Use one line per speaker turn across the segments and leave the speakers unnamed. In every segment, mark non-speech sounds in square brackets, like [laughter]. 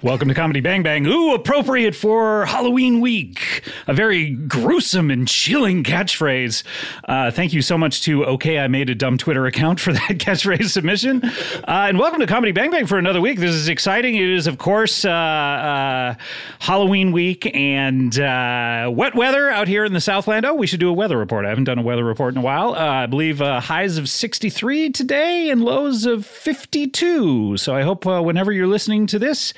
Welcome to Comedy Bang Bang. Ooh, appropriate for Halloween week. A very gruesome and chilling catchphrase. Uh, thank you so much to OK, I made a dumb Twitter account for that [laughs] catchphrase submission. Uh, and welcome to Comedy Bang Bang for another week. This is exciting. It is, of course, uh, uh, Halloween week and uh, wet weather out here in the Southland. Oh, we should do a weather report. I haven't done a weather report in a while. Uh, I believe uh, highs of 63 today and lows of 52. So I hope uh, whenever you're listening to this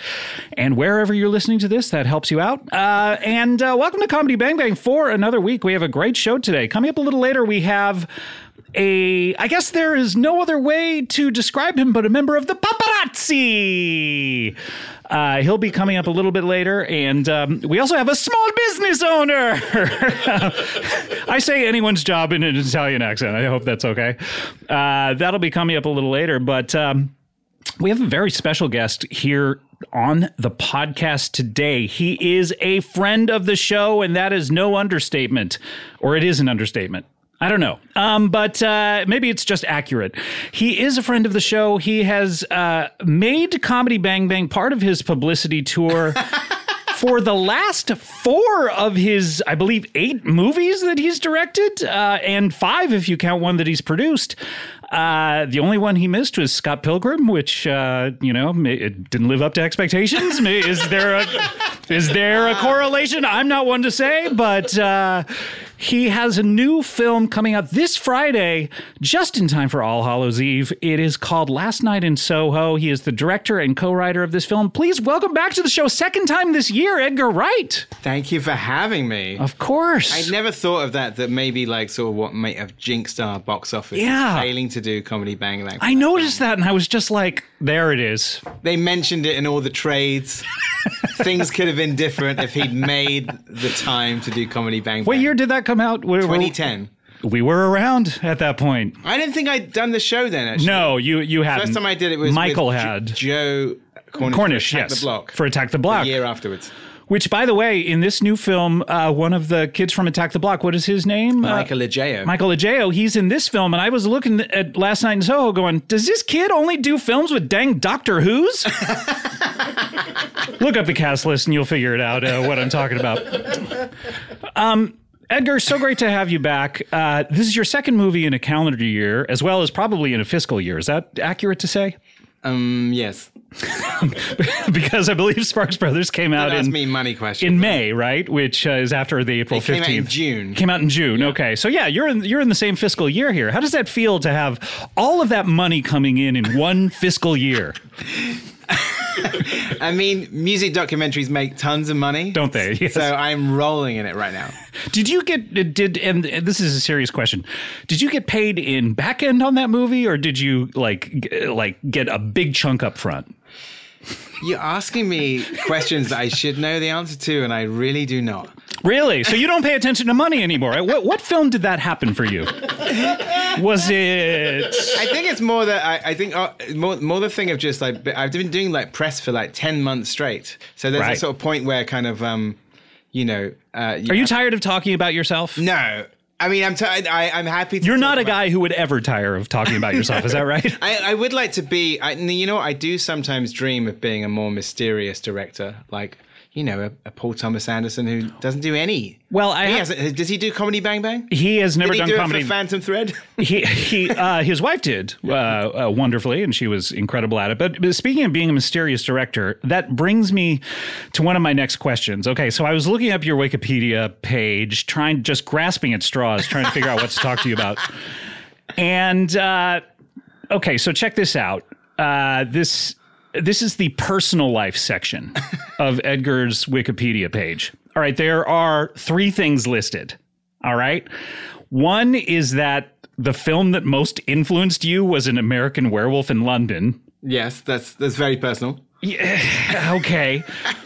and wherever you're listening to this, that helps you out. Uh, and uh, welcome to Comedy Bang Bang for another week. We have a great show today. Coming up a little later, we have a I guess there is no other way to describe him but a member of the paparazzi. Uh, he'll be coming up a little bit later, and um, we also have a small business owner. [laughs] I say anyone's job in an Italian accent. I hope that's okay. Uh, that'll be coming up a little later, but. Um, we have a very special guest here on the podcast today. He is a friend of the show, and that is no understatement, or it is an understatement. I don't know, um, but uh, maybe it's just accurate. He is a friend of the show. He has uh, made Comedy Bang Bang part of his publicity tour. [laughs] for the last four of his, I believe, eight movies that he's directed, uh, and five if you count one that he's produced. Uh, the only one he missed was Scott Pilgrim, which uh, you know ma- it didn't live up to expectations. Ma- is there a is there a correlation? I'm not one to say, but uh, he has a new film coming out this Friday, just in time for All Hallows Eve. It is called Last Night in Soho. He is the director and co-writer of this film. Please welcome back to the show, second time this year, Edgar Wright.
Thank you for having me.
Of course.
I never thought of that. That maybe like sort of what might have jinxed our box office.
Yeah.
failing to do comedy bang bang.
I noticed that, and I was just like, "There it is."
They mentioned it in all
[laughs]
the trades. Things could have been different if he'd made the time to do comedy bang.
What
Bang.
year did that come out? We- we-
2010.
We were around at that point.
I didn't think I'd done the show then. Actually.
No, you you had
First time I did it was
Michael
with Jo-
had
Joe Cornish.
Cornish,
for Attack
yes,
the block
for Attack the Block.
a year afterwards.
Which, by the way, in this new film, uh, one of the kids from Attack the Block, what is his name? Uh,
Michael Ejeo.
Michael Ejeo, he's in this film, and I was looking at last night in Soho, going, "Does this kid only do films with dang Doctor Who's?" [laughs] Look up the cast list, and you'll figure it out uh, what I'm talking about. Um, Edgar, so great to have you back. Uh, this is your second movie in a calendar year, as well as probably in a fiscal year. Is that accurate to say? [laughs]
Um, yes.
because I believe Sparks Brothers came out
That's
in
me money question.
in May, right? Which uh, is after the April
It came out in
fifteenth.
June.
Came out in June. Okay, so yeah, you're in you're in the same fiscal year here. How does that feel to have all of that money coming in
[laughs]
in one fiscal year?
I mean, music documentaries make tons of money.
Don't they? Yes.
So I'm rolling in it right now.
Did you get uh, did and this is a serious question. Did you get paid in back end on that movie, or did you like g- like get a big chunk up front?
You're asking me questions that I should know the answer to, and I really do not.
Really? So you don't pay attention to money anymore? What what film did that happen for you? Was it?
I think it's more that I, I think uh, more, more the thing of just like b- I've been doing like press for like ten months straight. So there's
Right.
a sort of point where kind of um, you know, uh,
Are you
have-
tired of talking about yourself?
no, I mean I'm t- I, I'm happy. To
You're
talk
not a
about-
guy who would ever tire of talking about yourself,
[laughs]
is that right?
I, I would like to be. I, you know, I do sometimes dream of being a more mysterious director, like you know, a, a Paul Thomas Anderson who doesn't do any.
Well, I
he
ha-
hasn't, does he do comedy Bang Bang?
He has never
Did he
done
do
comedy.
it for
[laughs]
Phantom Thread?
he, he uh, his wife did uh, uh, wonderfully, and she was incredible at it. But, but speaking of being a mysterious director, that brings me to one of my next questions. Okay, so I was looking up your Wikipedia page, trying just grasping at straws, trying to figure out what to talk to you about. And uh, okay, so check this out. Uh, this this is the personal life section of Edgar's Wikipedia page. All right, there are three things listed. All right, one is that the film that most influenced you was an American Werewolf in London.
yes, that's that's very personal.
Okay.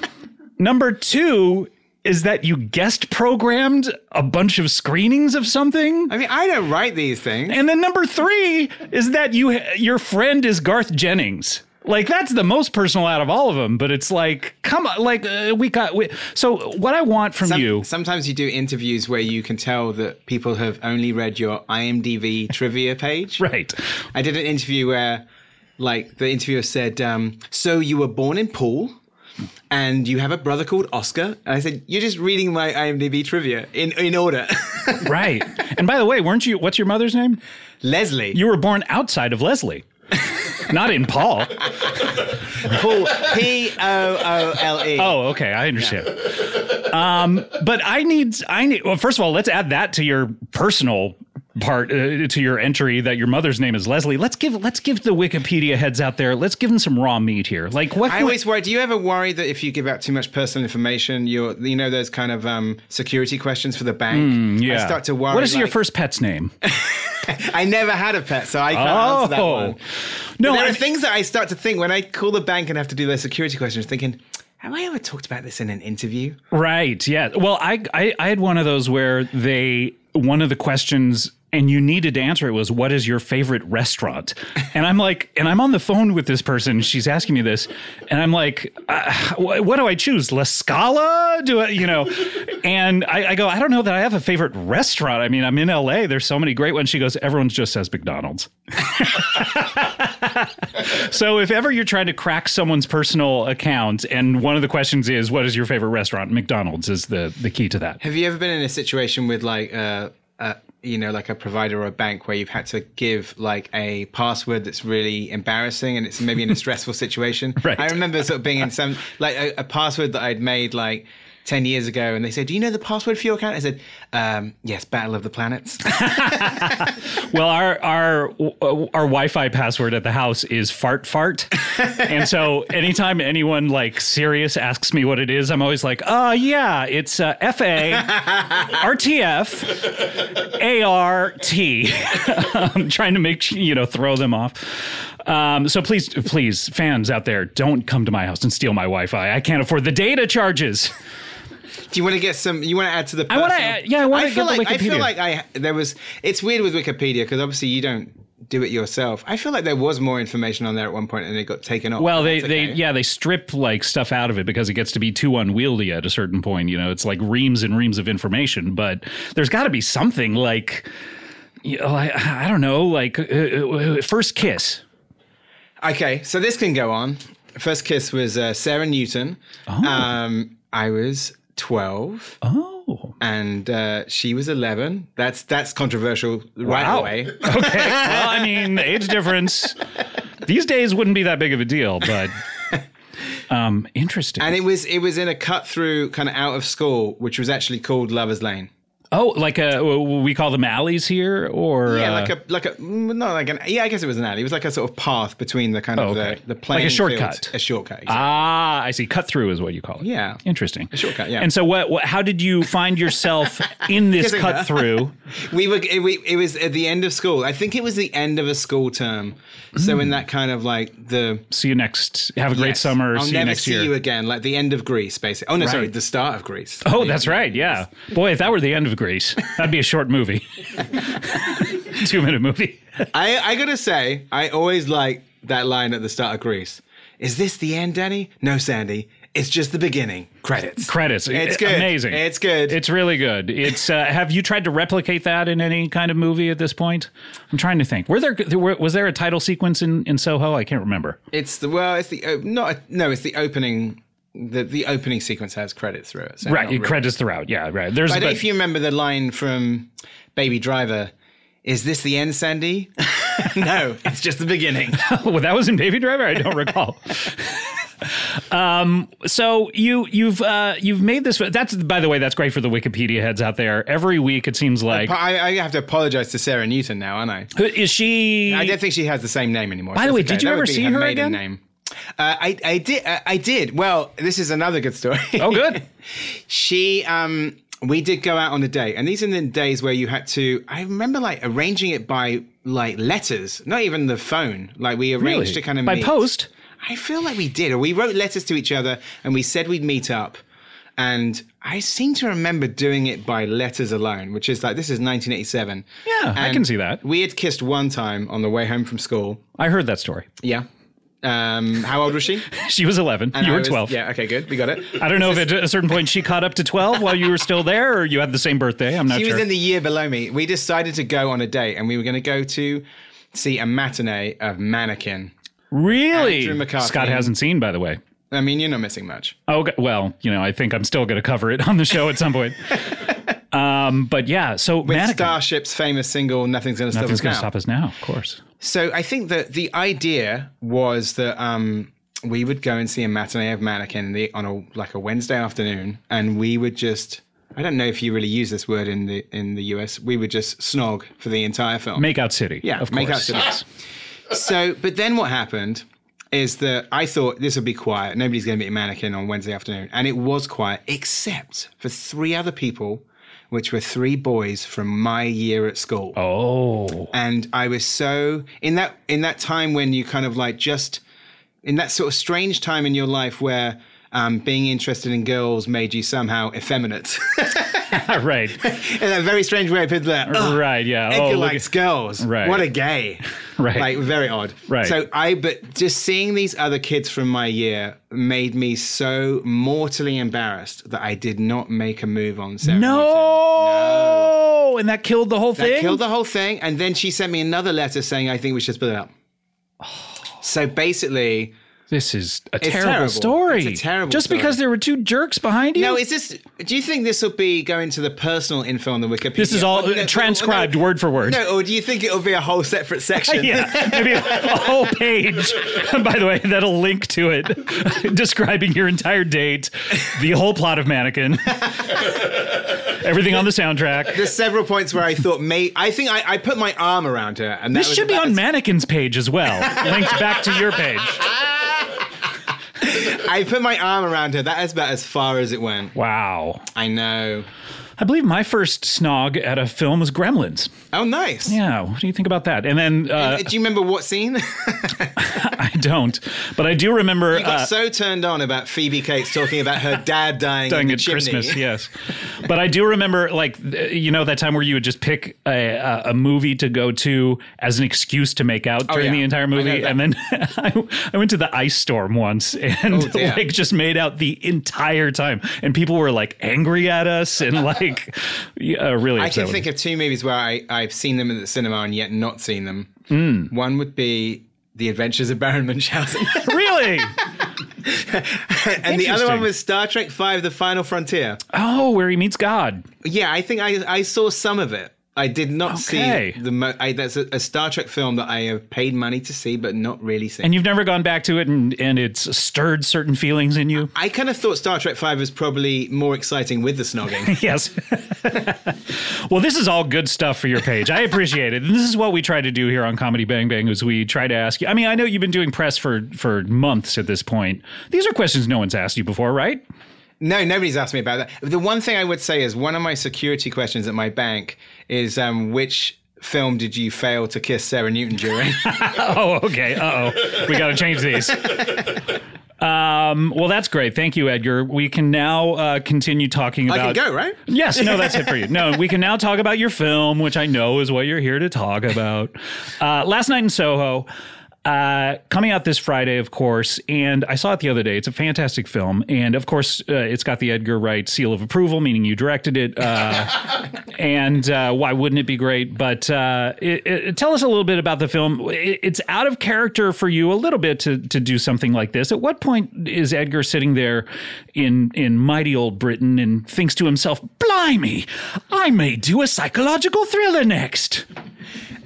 [laughs] Number two is that you guest programmed a bunch of screenings of something.
I mean, I don't write these things.
And then number three is that you your friend is Garth Jennings. Like that's the most personal out of all of them. But it's like, come on, like uh, we got. We, so what I want from
Some-
you,
Sometimes you do interviews where you can tell that people have only read your IMDb trivia
[laughs]
page.
right?
I did an interview where, like, the interviewer said, um, "So you were born in Poole, and you have a brother called Oscar." And I said, "You're just reading my IMDb trivia in in order." [laughs]
Right. And by the way, weren't you? What's your mother's name?
Leslie,
You were born outside of Leslie, not in Paul.
Paul, P O O L E.
Oh, okay, I understand. Um, but I need, I need. Well, first of all, let's add that to your personal part uh, to your entry that your mother's name is Leslie. Let's give, let's give the Wikipedia heads out there. Let's give them some raw meat here. Like what?
I
can we-
always worry. Do you ever worry that if you give out too much personal information, you're, you know, those kind of um, security questions for the bank?
Hmm,
I start to worry.
What is your
like,
first pet's
[laughs]
name?
I never had a pet, so I can't answer that one.
Oh. no,
there
I,
are things that I start to think when I call the bank and have to do their security questions, thinking, have I ever talked about this in an interview?
right? Yeah. Well, I, I I had one of those where they one of the questions and you needed to answer it was what is your favorite restaurant? And I'm like, and I'm on the phone with this person. She's asking me this, and I'm like, uh, wh- what do I choose? La Scala? Do I, you know? And I, I go, I don't know that I have a favorite restaurant. I mean, I'm in LA. There's so many great ones. She goes, everyone just says McDonald's. So if ever you're trying to crack someone's personal account and one of the questions is what is your favorite restaurant? McDonald's is the the key to that.
Have you ever been in a situation with like a, a you know, like a provider or a bank where you've had to give like a password that's really embarrassing and it's
[laughs]
maybe in a stressful situation?
Right.
I remember sort of being
[laughs]
in some like a, a password that I'd made like. 10 years ago, and they said, Do you know the password for your account? I said, um, Yes, Battle of the Planets. [laughs]
Well, our our our Wi-Fi password at the house is fart fart. and so anytime anyone like serious asks me what it is, I'm always like, "Uh yeah, it's uh, FA RTF ART." I'm trying to make, you know, throw them off. Um, so please, please, fans out there, don't come to my house and steal my Wi-Fi. I can't afford the data charges.
Do you want to get some? You want to add to the?
I wanna
personal-
add- yeah, I wanna
feel
get the
like I feel
Wikipedia.
like I there was. It's weird with Wikipedia because obviously you don't do it yourself. I feel like there was more information on there at one point and it got taken off.
Well, they,
That's
they
okay.
yeah they strip like stuff out of it because it gets to be too unwieldy at a certain point. You know, it's like reams and reams of information, but there's got to be something like, you know, I, I don't know, like uh, uh, first kiss.
Okay, so this can go on. First kiss was uh, Sarah Newton. Um, I was twelve.
[laughs] Oh,
and uh, she was 11. That's that's controversial right
Wow. [laughs]
away.
Okay. Well, I mean, the age difference these days wouldn't be that big of a deal, but um, interesting.
And it was it was in a cut through kind of out of school, which was actually called Lovers Lane.
oh, like uh we call them alleys here, or
Yeah,
uh,
like a like a mm, not like an yeah, I guess it was an alley. It was like a sort of path between the kind
Oh,
of
okay.
the the
Like a
playing field-
shortcut.
a shortcut. exactly.
Ah, I see. Cut through is what you call it.
Yeah.
interesting.
shortcut, yeah.
And so, what, what? How did you find yourself in this
Getting
cut through?
we were it, we, it was at the end of school. I think it was the end of a school term. So
Mm.
in that kind of like the
See you next. Have a great
yes,
summer.
I'll
see you
never
next
see
year.
you again. Like the end of Greece, basically. Oh no, sorry,
Right.
the start of Greece.
Oh, that's right. Yeah. Boy, if that were the end of Greece, that'd be a short movie. [laughs] Two minute movie.
I, I gotta say, I always like that line at the start of Greece. Is this the end, Danny? No, Sandy. It's just the beginning. Credits.
Credits.
It's
A-
good.
Amazing.
It's good.
It's really good. It's. Uh, have you tried to replicate that in any kind of movie at this point? I'm trying to think. Were there, there were, was there a title sequence in, in Soho? I can't remember.
It's the well. It's the op- not no. It's the opening. The the opening sequence has credits through it. So
Right.
not
it
really.
Credits throughout. Yeah. Right. There's.
I don't know
but-
if you remember the line from Baby Driver. Is this the end, Sandy? [laughs] no, it's just
[laughs]
the beginning.
well, that was in Baby Driver. I don't
[laughs]
recall. um, so you you've uh, you've made this. That's by the way, that's great for the Wikipedia heads out there. Every week it seems like
I, I have to apologize to Sarah Newton now, aren't I?
Who- is she?
I don't think she has the same name anymore. By
the way, did you ever see her again?
Name. Uh, I I did uh, I did. Well, this is another good story.
[laughs] oh,
[laughs]
good.
she um we did go out on a date and these are the days where you had to i remember like arranging it by like letters not even the phone like we arranged
Really?
to kind of
by
meet.
post.
i feel like we did or we wrote letters to each other and we said we'd meet up and i seem to remember doing it by letters alone which is like this is 1987
Yeah, I
And
can see that.
we had kissed one time on the way home from school
I heard that story.
yeah um how old was
[laughs]
she
She was 11. you
I
were
was-
12.
yeah okay good we
[laughs]
got it
I don't know if at a certain point she caught up to 12 while you were still there or you had the same birthday. I'm not
She
sure.
was in the year below me. We decided to go on a date, and we were going to go to see a matinee of Mannequin.
really?
Andrew McCarthy.
Scott hasn't seen, by the way.
I mean, you're not missing much.
Okay. Well, you know, I think I'm still going to cover it on the show at some
[laughs]
point. um, but yeah, so Mannequin.
Starship's famous single, "Nothing's Going to Stop
Nothing's
Us
going
Now."
to stop us now, of course.
So I think that the idea was that um, we would go and see a matinee of Mannequin the, on a like a Wednesday afternoon, and we would just. I don't know if you really use this word in the in the US. We would just snog for the entire film.
Makeout City.
Yeah,
of
Make Out
course.
City.
Yes.
So, but then what happened is that I thought this would be quiet. Nobody's going to be a mannequin on Wednesday afternoon. And it was quiet, except for three other people, which were three boys from my year at school.
Oh, [laughs]
And I was so in that in that time when you kind of like just in that sort of strange time in your life where um, being interested in girls made you somehow effeminate. [laughs]
right,
in a very strange way, people are like, "Ugh,
right, yeah.
Edgar
Oh, look
likes
at-
girls.
Right.
What a gay.
Right.
Like very odd.
Right.
So I but just seeing these other kids from my year made me so mortally embarrassed that I did not make a move on Sarah.
no, and that killed the whole
Newton.
thing.
I killed the whole thing, and then she sent me another letter saying I think we should split
[sighs]
up. So basically,
this is a terrible,
terrible.
story.
It's a terrible
Just
story.
because there were two jerks behind you.
no, is this? Do you think this will be going to the personal info on the Wikipedia?
this is all
Or- no,
uh, transcribed
no,
word for word.
No, or do you think it will be a whole separate section?
[laughs] Yeah, maybe a whole page. [laughs] By the way, that'll link to it, [laughs] describing your entire date, the whole plot of Mannequin, [laughs] everything on the soundtrack.
There's several points where I thought, may I think I, I put my arm around her, and that
This
was
should be
about
on
as-
Mannequin's page as well,
[laughs]
linked back to your page.
I put my arm around her. That is about as far as it went.
Wow.
I know.
I believe my first snog at a film was Gremlins.
Oh, nice.
Yeah, what do you think about that? And then uh,
Do you remember what scene? [laughs]
[laughs] I don't, but I do remember.
I got
uh,
so turned on about Phoebe Cates talking about her dad dying, in
dying
the
at
chimney.
Christmas, yes. But I do remember, like, th- you know, that time where you would just pick a, a, a movie to go to as an excuse to make out during
Oh, yeah.
the entire
I know
movie.
that.
And then [laughs] I, I went to the ice storm once [laughs] and,
Oh, dear.
like, just made out the entire time. And people were, like, angry at us
[laughs]
and, like, yeah, really
I
upset.
can
with
think of two movies where I, I've seen them in the cinema and yet not seen
Hmm.
them. One would be The Adventures of Baron Munchausen. [laughs]
us. [laughs] really?
and the other
Interesting.
one was Star Trek Five: The Final Frontier.
Oh, where he meets God.
Yeah, I think I I saw some of it. I did not
Okay.
see the. Mo- I, that's a, a Star Trek film that I have paid money to see, but not really seen.
And you've never gone back to it and, and it's stirred certain feelings in you?
I kind of thought Star Trek Five was probably more exciting with
[laughs]
the snogging.
Yes. well, this is all good stuff for your page. I appreciate it. And this is what we try to do here on Comedy Bang Bang is we try to ask you. I mean, I know you've been doing press for for months at this point. These are questions no one's asked you before, right?
No, nobody's asked me about that. The one thing I would say is one of my security questions at my bank is um, which film did you fail to kiss Sarah Newton during?
Oh, [laughs] okay. Uh oh. We got to change these. Um, well, that's great. Thank you, Edgar. We can now uh, continue talking
I
about.
can go, right?
Yes, no, that's it for you. No, we can now talk about your film, which I know is what you're here to talk about. Uh, Last Night in Soho, uh, coming out this Friday, of course. And I saw it the other day. It's a fantastic film. And of course, uh, it's got the Edgar Wright seal of approval, meaning you directed it. Uh, and uh, why wouldn't it be great? But uh, it, it, tell us a little bit about the film. It, it's out of character for you a little bit to, to do something like this. At what point is Edgar sitting there in in mighty old Britain and thinks to himself, "Blimey, I may do a psychological thriller next."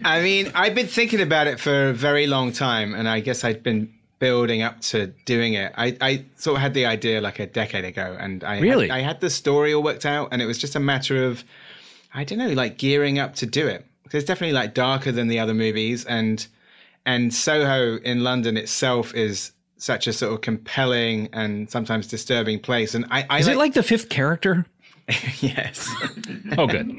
I mean, I've been thinking about it for a very long time, and I guess I'd been building up to doing it. I, I sort of had the idea like a decade ago, and I
Really?
had, I had the story all worked out, and it was just a matter of I don't know, like gearing up to do it. 'Cause It's definitely like darker than the other movies, and and Soho in London itself is such a sort of compelling and sometimes disturbing place. And I, I
Is it like the fifth character?
yes,
Oh, good.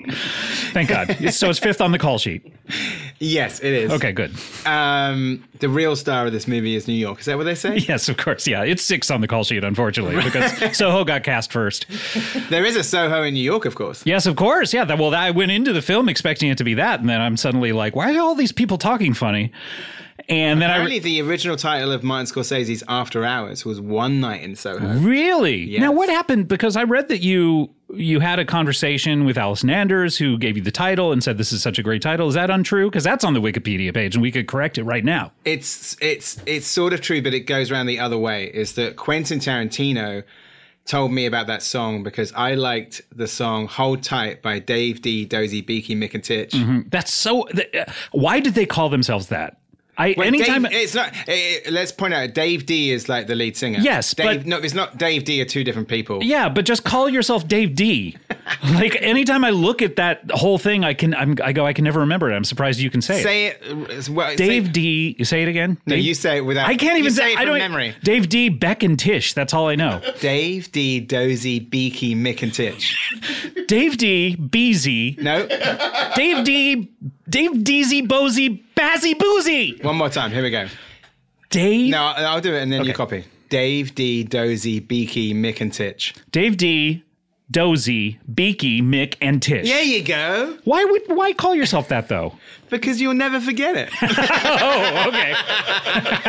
Thank God. So it's fifth on the call sheet.
[laughs] yes, it is.
Okay, good. [laughs]
Um, the real star of this movie is New York. Is that what they say?
Yes, of course. Yeah, it's six on the call sheet, unfortunately, because Soho got cast first.
There is a Soho in New York, of course.
Yes, of course. Yeah. That, well, I went into the film expecting it to be that, and then I'm suddenly like, why are all these people talking funny? And then
Apparently, the original title of Martin Scorsese's After Hours was One Night in Soho.
I re- really now
Yes.
what happened because I read that you you had a conversation with Alison Anders who gave you the title and said this is such a great title. Is that untrue? Because that's on the Wikipedia page, and we could correct it right now.
It's it's it's sort of true, but it goes around the other way. Is that Quentin Tarantino told me about that song because I liked the song "Hold Tight" by Dave D, Dozy, Beaky, Mick, and Titch.
That's so. Th- uh, why did they call themselves that? I
But
anytime.
Dave, it's not. eh, eh, let's point out Dave D is like the lead singer.
Yes,
Dave,
but-
no, it's not. Dave D are two different people.
Yeah, but just call yourself Dave
[laughs]
D. like anytime I look at that whole thing, I can I'm, I go I can never remember it. I'm surprised you can say, it.
Say it. eh, as Well,
Dave
Say,
D. You say it again.
no,
Dave-
you say it without.
I can't
you
even
say it
I
from
don't,
memory.
Dave D. Beck and Tish. That's all I
[laughs]
know.
Dave D, Dozy, Beaky, Mick, and Titch.
Dave D. Beezy.
No,
Dave D. Dave Deezy Bozy Bazzy Boozy.
one more time. Here we go.
Dave
No, I- I'll do it and then you copy. Dave D, Dozy, Beaky, Mick, and Titch.
Dave D. Dozy Beaky Mick and Tish.
There you go.
Why would why call yourself that though?
Because you'll never forget it.
[laughs] Oh, okay.
[laughs]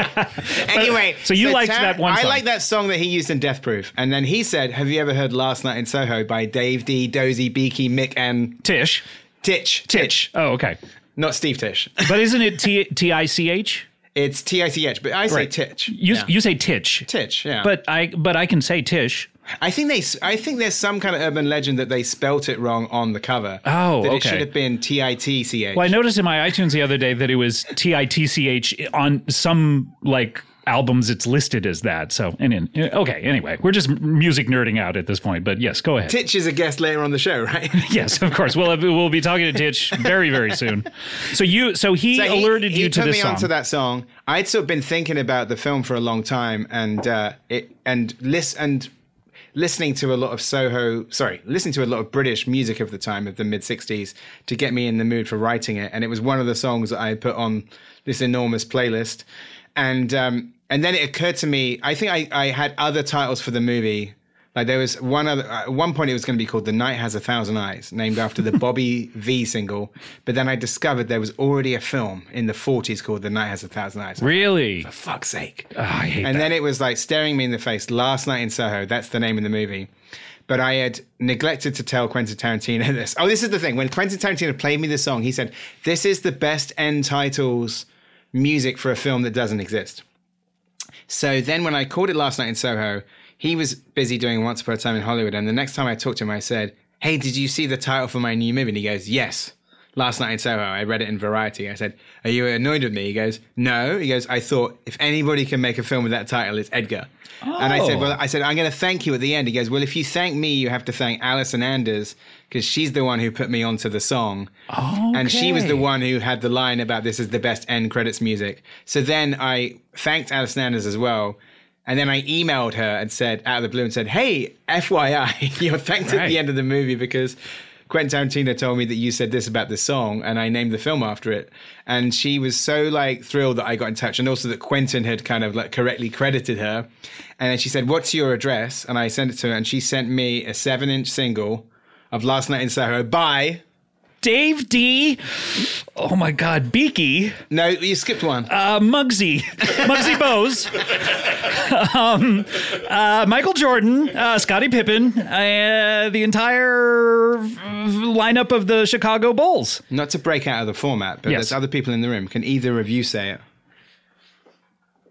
anyway,
So you liked that one
I
song.
like that song that he used in Death Proof. And then he said, "Have you ever heard Last Night in Soho by Dave D, Dozy, Beaky, Mick, and
Tish.
Titch?"
Tish. Oh, okay.
not Steve Tish.
But isn't it T T I C H?
[laughs] it's T I C H, but I say
Right.
Titch.
You
Yeah.
you say Titch.
Titch, yeah.
But I but I can say Tish.
I think they. s- I think there's some kind of urban legend that they spelt it wrong on the cover.
Oh,
that it
okay.
should have been T I T C H.
Well, I noticed in my iTunes the other day that it was T I T C H on some like albums. It's listed as that. So and in okay. Anyway, we're just music nerding out at this point. But yes, go ahead.
Titch is a guest later on the show, right? [laughs]
yes, of course. We'll we'll be talking to Titch very very soon. So you so he
So he-
alerted
he
you to
put
this
me
song.
onto that song. I'd sort of been thinking about the film for a long time, and uh, it and listen and listening to a lot of Soho, sorry, listening to a lot of British music of the time of the mid '60s to get me in the mood for writing it. And it was one of the songs that I put on this enormous playlist, and um, and then it occurred to me. I think I, I had other titles for the movie. Like there was one other at one point it was going to be called "The Night Has a Thousand Eyes," named after the Bobby V single. But then I discovered there was already a film in the '40s called "The Night Has a Thousand Eyes."
Really?
For fuck's sake!
Oh, I hate
and
that.
then it was like staring me in the face. Last night in Soho. That's the name of the movie. But I had neglected to tell Quentin Tarantino [laughs] this. Oh, this is the thing. When Quentin Tarantino played me the song, he said, "This is the best end titles music for a film that doesn't exist." So then when I called it last night in Soho, he was busy doing Once Upon a Time in Hollywood. And the next time I talked to him, I said, Hey, did you see the title for my new movie? And he goes, Yes. Last night in Soho, I read it in Variety. I said, Are you annoyed with me? He goes, No. He goes, I thought if anybody can make a film with that title, it's Edgar. And I said,
Oh.
Well, I said, I'm going to thank you at the end. He goes, Well, if you thank me, you have to thank Alison Anders because she's the one who put me onto the song.
Oh.
And she was the
Okay.
one who had the line about this is the best end credits music. So then I thanked Alice Nanders as well. And then I emailed her and said, out of the blue, and said, hey, FYI, [laughs] you're thanked at
Right.
the end of the movie because Quentin Tarantino told me that you said this about this song and I named the film after it. And she was so like thrilled that I got in touch and also that Quentin had kind of like correctly credited her. And then she said, what's your address? And I sent it to her and she sent me a seven inch single of Last Night in Soho by
Dave D. Oh my God, Beaky.
no, you skipped one.
uh, Muggsy, Muggsy Bose, um, uh, Michael Jordan, uh, Scottie Pippen, uh, the entire lineup of the Chicago Bulls.
Not to break out of the format, but
Yes.
there's other people in the room. Can either of you say it?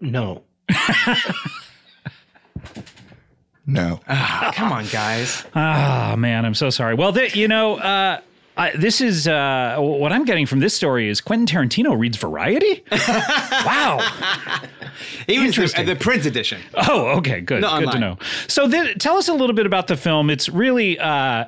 [laughs]
No.
No.
Ah, Come on, guys.
Oh man, I'm so sorry. Well, th- you know, uh, I, this is uh, what I'm getting from this story is Quentin Tarantino reads Variety. [laughs] wow.
Even the,
Interesting.
the print edition.
Oh, okay, good.
Not
good to
online.
know. So th- tell us a little bit about the film. It's really uh, I,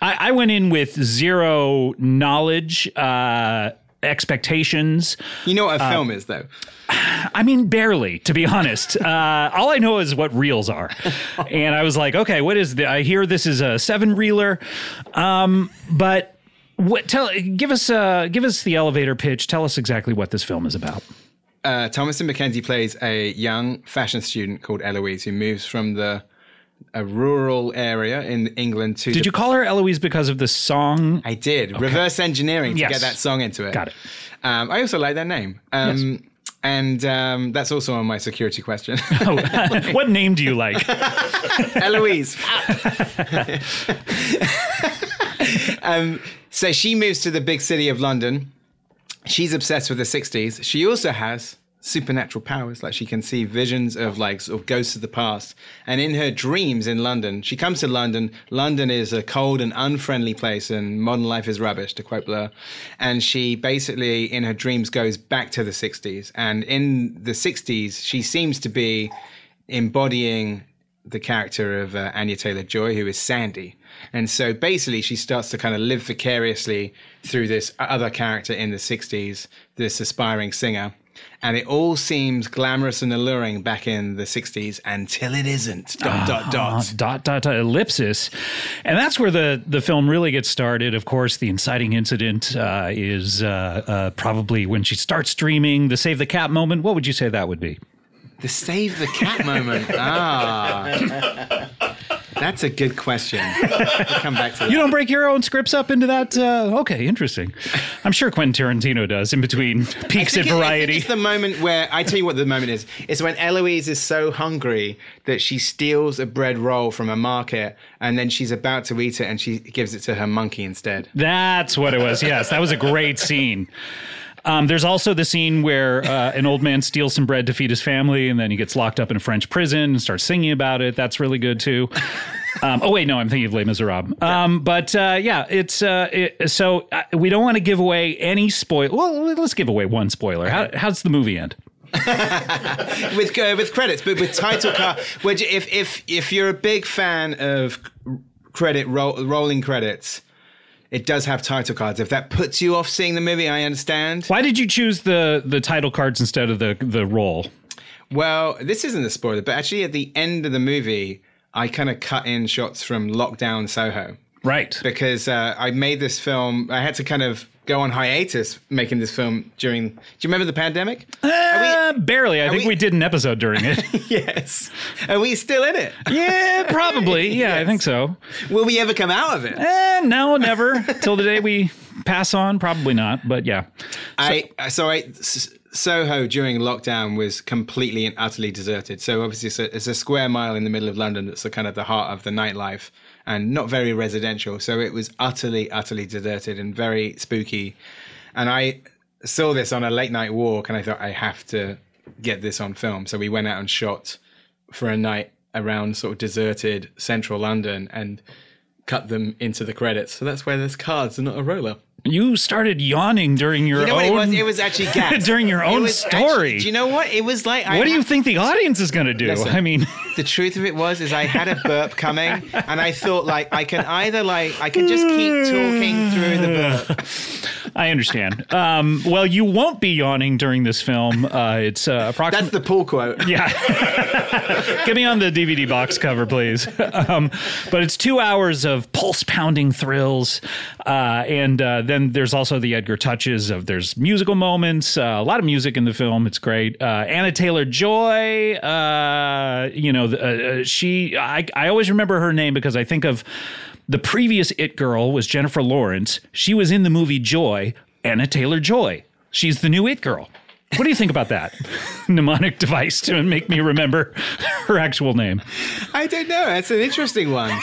I went in with zero knowledge. Uh, expectations
You know
Uh,
what a film is, though.
i mean barely to be [laughs] honest uh, all i know is what reels are
[laughs]
and i was like okay what is the i hear this is a seven reeler um, but what tell give us uh give us the elevator pitch tell us exactly what this film is about
Uh, Thomas and Mackenzie plays a young fashion student called Eloise who moves from the a rural area in England to.
did
the,
you call her eloise because of the song
I did. Reverse engineering to
Yes.
get that song into it.
Got it.
Um, I also like that name. Um, And um, that's also on my security question.
[laughs]
[laughs]
oh, what name do you like
Eloise. [laughs] um, so she moves to the big city of London. She's obsessed with the 60s. She also has supernatural powers, like she can see visions of like sort of ghosts of the past. And in her dreams in London, she comes to London. London is a cold and unfriendly place, and modern life is rubbish, to quote Blur. And she basically, in her dreams, goes back to the 60s. And in the 60s, she seems to be embodying the character of uh, Anya Taylor Joy, who is Sandy. And so basically, she starts to kind of live vicariously through this other character in the 60s, this aspiring singer. And it all seems glamorous and alluring back in the 60s until it isn't. Dot, dot, dot.
dot dot dot ellipsis and that's where the the film really gets started of course the inciting incident uh, is uh, uh, probably when she starts streaming the save the cat moment what would you say that would be
The save the cat moment. Ah. That's a good question. We'll come back to that.
you don't break your own scripts up into that uh, okay interesting i'm sure quentin tarantino does in between peaks at
think it- I think
variety
It's the moment where I tell you what the moment is. It's when Eloise is so hungry that she steals a bread roll from a market and then she's about to eat it and she gives it to her monkey instead.
That's what it was. Yes, that was a great scene. Um, there's also the scene where uh, an old man steals some bread to feed his family, and then he gets locked up in a French prison and starts singing about it. That's really good too. Um, oh wait, no, I'm thinking of Les Miserables. Um, but uh, yeah, it's uh, it, so uh, we don't want to give away any spoil. Well, let's give away one spoiler. How, how's the movie end?
with uh, with credits, but with title card. [laughs] Which if if if you're a big fan of credit roll, rolling credits. It does have title cards. If that puts you off seeing the movie, I understand.
Why did you choose the the title cards instead of the the role?
Well, this isn't a spoiler, but actually at the end of the movie, I kind of cut in shots from Lockdown Soho.
Right.
because uh, I made this film. I had to kind of go on hiatus making this film during. Do you remember the pandemic?
Uh, barely. I think
we-
we did an episode during it.
yes. Are we still in it?
yeah, probably. Yeah, I think so.
Will we ever come out of it?
Eh, no, never. Till the day we pass on, probably not. But yeah,
I so I S- Soho during lockdown was completely and utterly deserted. So obviously it's a, it's a square mile in the middle of London that's the kind of the heart of the nightlife and not very residential. So it was utterly utterly deserted and very spooky. And I saw this on a late night walk and I thought I have to get this on film. So we went out and shot for a night around sort of deserted central London and cut them into the credits. So that's why there's cards and not a roller.
You started yawning during your
You know
own.
what it was? It
[laughs]
was actually gas.
During your
It
own
was actually-
story.
do you know what? It was like I
what do
had-
you think the audience is going to do?
Listen.
I mean, [laughs]
the truth of it was is I had a burp coming and I thought like I can either like I can just keep talking through the burp.
I understand. Um, well, you won't be yawning during this film. Uh, it's uh, approximately.
That's the pool quote.
Yeah. [laughs] Get me on the DVD box cover, please. [laughs] Um, but it's two hours of pulse pounding thrills. Uh, and uh, then there's also the Edgar touches of there's musical moments, uh, a lot of music in the film. It's great. Uh, Anna Taylor Joy, uh, you know, uh, uh, she, I, I always remember her name because I think of the previous It Girl was Jennifer Lawrence. She was in the movie Joy, Anna Taylor Joy. She's the new It Girl. What do you think about that [laughs] mnemonic device to make me remember [laughs] her actual name?
[laughs] I don't know. That's an
[laughs]
interesting one.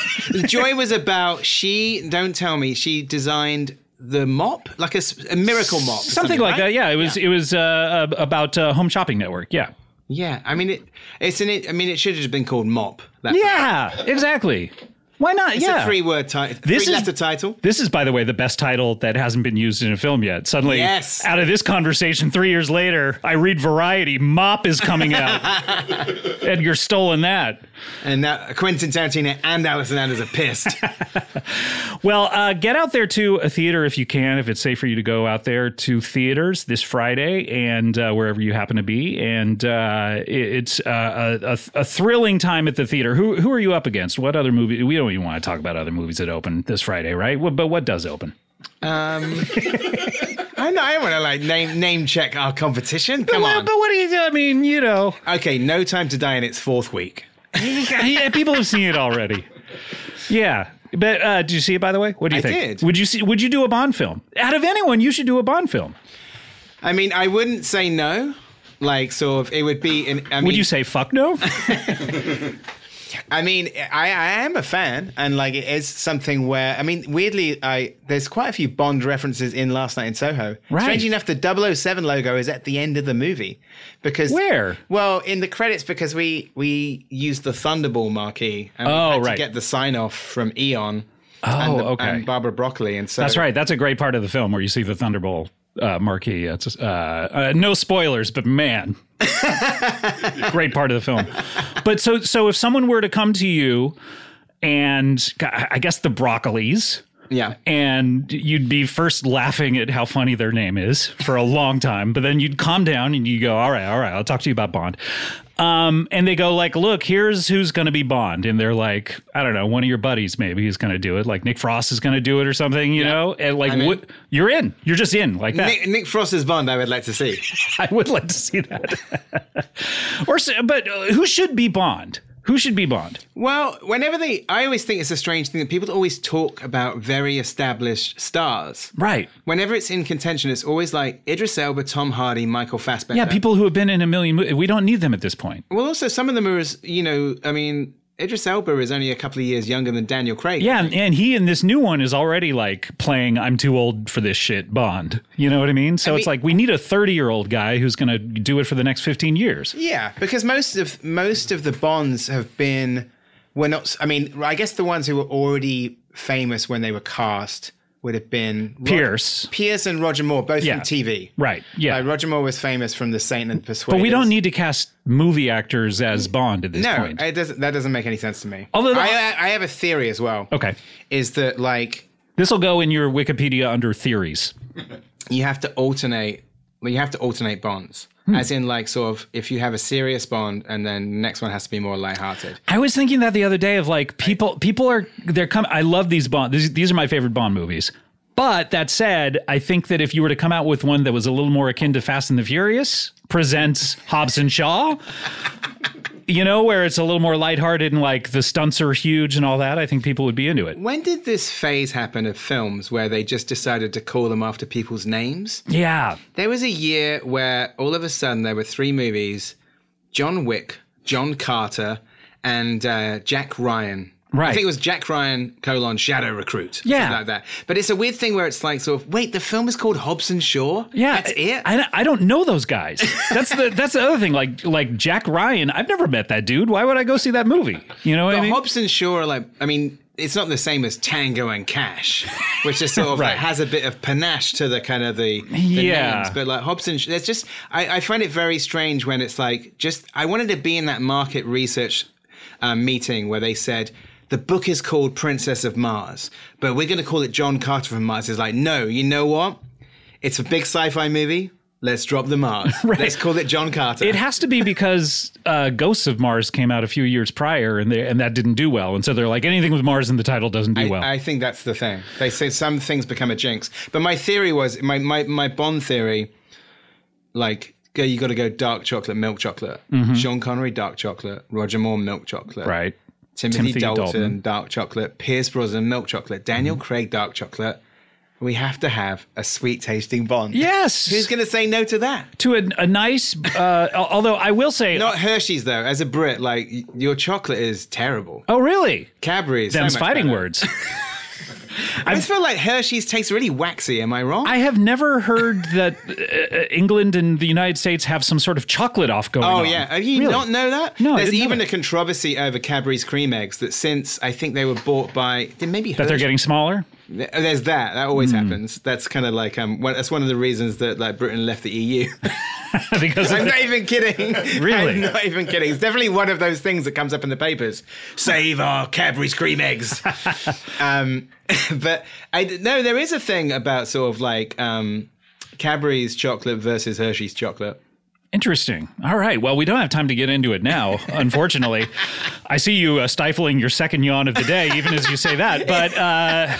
Joy was about she. Don't tell me she designed the mop, like a, s- a miracle mop,
Something, like that. Yeah, it was it was uh, uh, about uh, Home Shopping Network. Yeah,
Yeah, I mean it. It's an. I mean it should have just been called mop. That
yeah, exactly. Why not?
It's
yeah,
a three-word title.
This is-
Three-letter title.
This is, by the way, the best title that hasn't been used in a film yet. Suddenly,
Yes.
out of this conversation three years later, I read Variety. Mop is coming
[laughs]
out. Edgar's stolen that.
And now Quentin Tarantino and Alison Anders are pissed.
[laughs] Well, uh, get out there to a theater if you can, if it's safe for you to go out there to theaters this Friday and uh, wherever you happen to be. And uh, it- it's uh, a, a, a thrilling time at the theater. Who who are you up against? What other movie? We don't even want to talk about other movies that open this Friday, right? Well, but what does open?
I know. I want to like name name check our competition. Come
Well,
on.
but what do you? I mean, you
[laughs]
know,
Okay, No Time to Die in its fourth week.
yeah, people have seen it already. Yeah. But uh, did you see it? By the way, what do you
I
think?
did.
Would you see? Would you do a Bond film? Out of anyone, you should do a Bond film.
I mean, I wouldn't say no. Like, sort of, it would be. An, I mean,
Would you say fuck
[laughs]
no?
I mean, I, I am a fan, and like it is something where I mean, weirdly, I there's quite a few Bond references in Last Night in Soho.
Right.
Strangely enough, the 007 logo is at the end of the movie because
Where?
Well, in the credits because we we used the Thunderball marquee. And
Oh,
we had
right.
To get the sign off from Eon.
Oh,
and the-
okay.
And Barbara Broccoli, and so
That's right. That's a great part of the film where you see the Thunderbolt uh, marquee. It's, uh, uh, no spoilers, but man, great part of the film. But so, so if someone were to come to you, and I guess the broccolis,
Yeah.
and you'd be first laughing at how funny their name is for a long time, but then you'd calm down and you go, "All right, all right, I'll talk to you about Bond." Um, and they go like, "Look, here's who's going to be Bond," and they're like, "I don't know, one of your buddies maybe is going to do it, like Nick Frost is going to do it or something, you know?" And like,
I'm in.
what, you're in, you're just in like that.
Nick, Nick Frost's Bond, I would like to see.
[laughs] I would like to see that. [laughs] or, s- but uh, who should be Bond? Who should be Bond?
[laughs] Well, whenever they, I always think it's a strange thing that people always talk about very established stars.
Right.
Whenever it's in contention, it's always like Idris Elba, Tom Hardy, Michael Fassbender.
Yeah, people who have been in a million movies. We don't need them at this point.
Well, also some of them are, as you know, I mean, Idris Elba is only a couple of years younger than Daniel Craig.
Yeah, and, and he in this new one is already like playing "I'm too old for this shit" Bond. You know what I mean? So it's
mean-
like we need a 30 year old guy who's going to do it for the next 15 years.
Yeah, because most of most of the Bonds have been were not. I mean, I guess the ones who were already famous when they were cast would have been Rod-
Pierce.
Pierce and Roger Moore, both
Yeah.
from TV.
Right? Yeah.
Like, Roger Moore was famous from The Saint and the Persuaders.
but we don't need to cast movie actors as Bond at this
No,
point.
it doesn't. That doesn't make any sense to me.
Although the-
I, I, I have a theory as well.
okay,
is that like
this will go in your Wikipedia under theories.
you have to alternate? well, You have to alternate bonds,
Hmm.
as in like sort of if you have a serious bond, and then the next one has to be more lighthearted.
I was thinking that the other day of like people people are they're coming I love these Bond these, these are my favorite Bond movies. But that said, I think that if you were to come out with one that was a little more akin to Fast and the Furious, presents Hobbs and Shaw, [laughs] you know, where it's a little more lighthearted and like the stunts are huge and all that, I think people would be into it.
When did this phase happen of films where they just decided to call them after people's names?
Yeah.
There was a year where all of a sudden there were three movies: John Wick, John Carter, and uh, Jack Ryan.
Right.
I think it was Jack Ryan colon Shadow Recruit. something
Yeah.
like that. But it's a weird thing where it's like sort of wait, the film is called Hobson Shaw.
Yeah,
that's it.
I, I don't know those guys. That's the that's the other thing. Like like Jack Ryan, I've never met that dude. Why would I go see that movie? You know what I
But
mean?
Hobson Shaw, are like, I mean, it's not the same as Tango and Cash, which is sort
[laughs]
of
Right.
like, has a bit of panache to the kind of the, the
Yeah.
names. But like Hobson, Sh- there's just I, I find it very strange when it's like just I wanted to be in that market research um, meeting where they said. The book is called Princess of Mars, but we're going to call it John Carter from Mars. It's like, no, you know what? It's a big sci-fi movie. Let's drop the
[laughs]
Mars. Let's call it John Carter.
it has to be because uh, Ghosts of Mars came out a few years prior, and they, and that didn't do well. And so they're like, anything with Mars in the title doesn't do
I,
well.
I think that's the thing. They say some things become a jinx. But my theory was my my, my Bond theory, like yeah, you got to go dark chocolate, milk chocolate. Sean Connery, dark chocolate. Roger Moore, milk chocolate.
Mm-hmm. right?
Timothy,
Timothy
Dalton,
Dalton. Mm-hmm.
dark chocolate. Pierce Brosnan, milk chocolate. Daniel Craig, dark chocolate. We have to have a sweet tasting Bond.
Yes.
[laughs] Who's going to say no to that?
to a, a nice. Uh, al- although I will say,
Not Hershey's though. As a Brit, like y- your chocolate is terrible.
oh really?
Cadbury's so
Them's
much
fighting
better.
words.
I just feel like Hershey's tastes really waxy. Am I wrong?
I have never heard that uh, uh, England and the United States have some sort of chocolate off going
Oh
on.
yeah, have you
Really?
not know that?
No, I
there's
didn't know
even
that.
a controversy over Cadbury's cream eggs that since I think they were bought by did maybe
That they're Hmm.
Hershey-
getting smaller. [laughs]
There's that. That always happens. That's kind of like um. One, that's one of the reasons that like Britain left the EU.
because of
[laughs] I'm not even kidding.
[laughs] Really?
I'm not even kidding. It's definitely one of those things that comes up in the papers. Save our Cadbury's
[laughs]
cream eggs. um, [laughs] but I d- no, there is a thing about sort of like um, Cadbury's chocolate versus Hershey's chocolate.
Interesting. All right. Well, we don't have time to get into it now, unfortunately. I see you uh, stifling your second yawn of the day, even as you say that. But uh,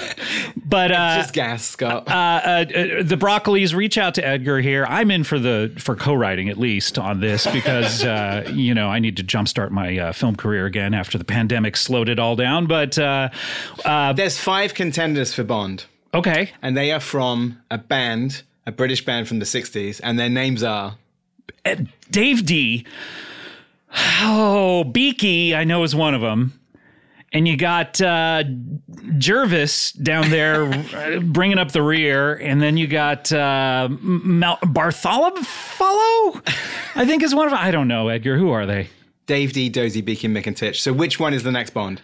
but uh,
Just gas, Scott.
uh, uh, the broccolis reach out to Edgar here. I'm in for the for co-writing at least on this because uh, you know I need to jumpstart my uh, film career again after the pandemic slowed it all down. But uh,
There's five contenders for Bond,
okay,
and they are from a band, a British band from the 60s, and their names are.
Dave D. Oh, Beaky, I know is one of them. And you got uh, Jervis down there uh, bringing up the rear, and then you got uh, Mal- Bartholomew. Follow, I think is one of. I don't know, Edgar. Who are they?
Dave D, Dozy, Beaky, Mick, and Titch. So, which one is the next Bond?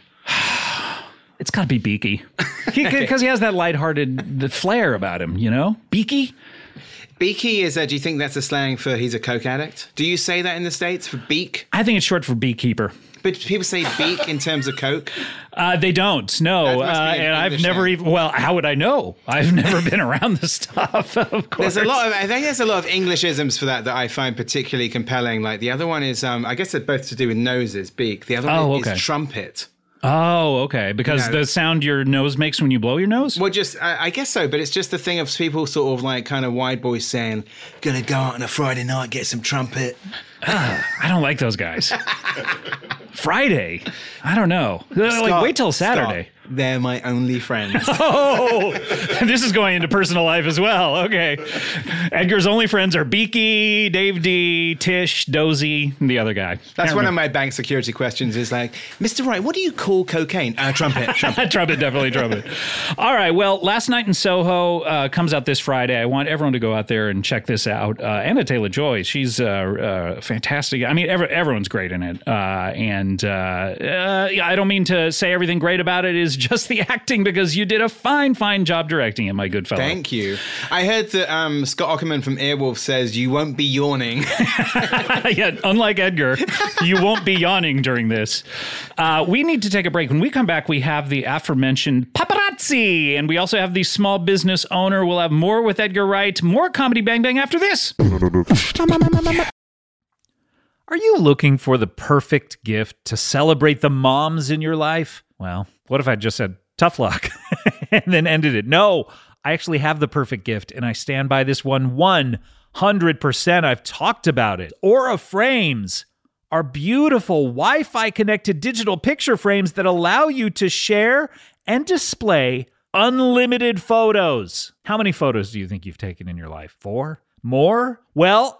It's got to be Beaky, because he has that lighthearted the flair about him. You know, Beaky.
Beaky is, uh, do you think that's a slang for he's a coke addict? Do you say that in the States for beak?
I think it's short for beekeeper.
But people say beak in terms of coke.
Uh, they don't. No, uh,
That must be an
and I've
English
never
thing.
even. Well, how would I know? I've [laughs] never been around this stuff. [laughs] Of course,
There's a lot of, I think there's a lot of Englishisms for that that I find particularly compelling. Like the other one is, um, I guess they're both to do with noses, beak. The other one
Oh, okay.
is trumpet.
Oh, okay. Because
No.
the sound your nose makes when you blow your nose.
Well, just I, I guess so, but it's just the thing of people sort of like kind of wide boys saying, "Gonna go out on a Friday night, get some trumpet."
I don't like those
[laughs]
guys. Friday. I don't know. They're like
Stop,
wait till
stop.
Saturday. [laughs]
They're my only friends.
Oh, this is going into personal life as well. Okay. Edgar's only friends are Beaky, Dave D, Tish, Dozy, and the other guy.
That's one of my bank security questions. Is like, Mister Wright, what do you call cocaine? Uh,
[laughs]
trumpet. trumpet.
Trumpet, definitely trumpet. All right. Well, Last Night in Soho uh, comes out this Friday. I want everyone to go out there and check this out. Uh, Anna Taylor Joy, she's uh, uh, fantastic. I mean, every, everyone's great in it. Uh, and uh, uh, yeah, I don't mean to say everything great about it is just the [laughs] acting because you did a fine, fine job directing it, my good fellow.
Thank you. I heard that um, Scott Ackerman from Earwolf says you won't be yawning.
[laughs] yeah, unlike Edgar, you won't be yawning during this. Uh, we need to take a break. When we come back, we have the aforementioned paparazzi, and we also have the small business owner. We'll have more with Edgar Wright, more comedy bang bang after this.
Are you looking for the perfect gift to celebrate the moms in your life? Well, what if I just said tough luck [laughs] and then ended it? No, I actually have the perfect gift and I stand by this one 100%. I've talked about it. Aura Frames are beautiful Wi Fi connected digital picture frames that allow you to share and display unlimited photos. How many photos do you think you've taken in your life? Four? More? Well,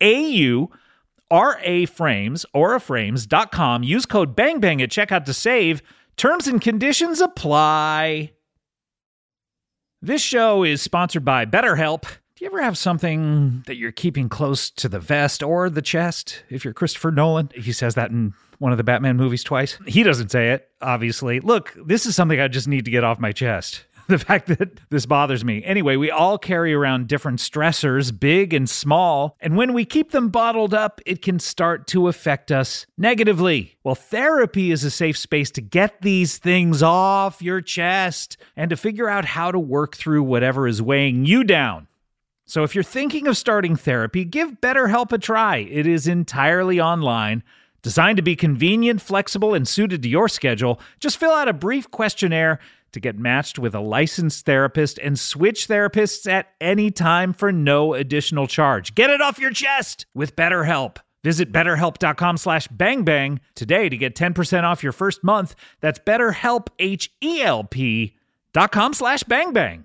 au ra frames auraframes.com use code bangbang at checkout to save terms and conditions apply this show is sponsored by betterhelp do you ever have something that you're keeping close to the vest or the chest? If you're Christopher Nolan, he says that in one of the Batman movies twice. He doesn't say it, obviously. Look, this is something I just need to get off my chest. [laughs] The fact that this bothers me. Anyway, we all carry around different stressors, big and small, and when we keep them bottled up, it can start to affect us negatively. Well, therapy is a safe space to get these things off your chest and to figure out how to work through whatever is weighing you down. So if you're thinking of starting therapy, give BetterHelp a try. It is entirely online, designed to be convenient, flexible, and suited to your schedule. Just fill out a brief questionnaire to get matched with a licensed therapist and switch therapists at any time for no additional charge. Get it off your chest with BetterHelp. Visit betterhelp.com slash bangbang today to get 10% off your first month. That's betterhelp, H-E-L-P dot com slash bangbang.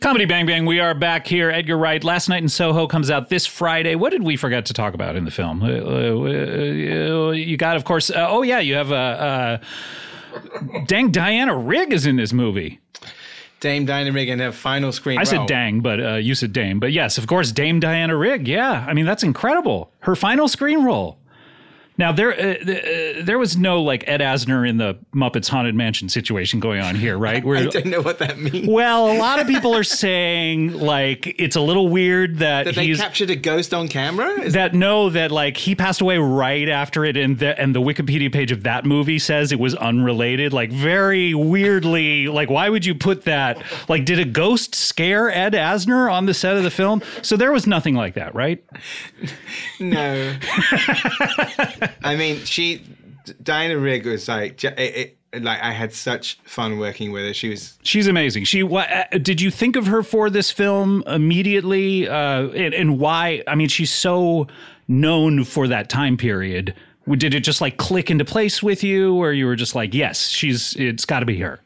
Comedy Bang Bang, we are back here. Edgar Wright, Last Night in Soho comes out this Friday. What did we forget to talk about in the film? Uh, uh, uh, You got, of course, uh, oh yeah, you have a. Uh, dang, Diana Rigg is in this movie.
Dame Dynamic in her final screen.
I said
role.
dang, but uh, you said dame. But yes, of course, Dame Diana Rigg. Yeah, I mean that's incredible. Her final screen role. Now there, uh, th- uh, there was no like Ed Asner in the Muppets Haunted Mansion situation going on here, right?
I
Where
don't know what that means.
well, a lot of people are saying like it's a little weird that,
That they
he's
captured a ghost on camera? Is
that know that like he passed away right after it, and the and the Wikipedia page of that movie says it was unrelated. Like very weirdly, like why would you put that? Like, did a ghost scare Ed Asner on the set of the film? So there was nothing like that, right?
No. I mean, she Diana Rigg was like, j- it, it, like I had such fun working with her. She was
She's amazing. She wha- uh, did you think of her for this film immediately, uh, and, and why? I mean, she's so known for that time period. Did it just like click into place with you, or you were just like, yes, she's it's got to be her.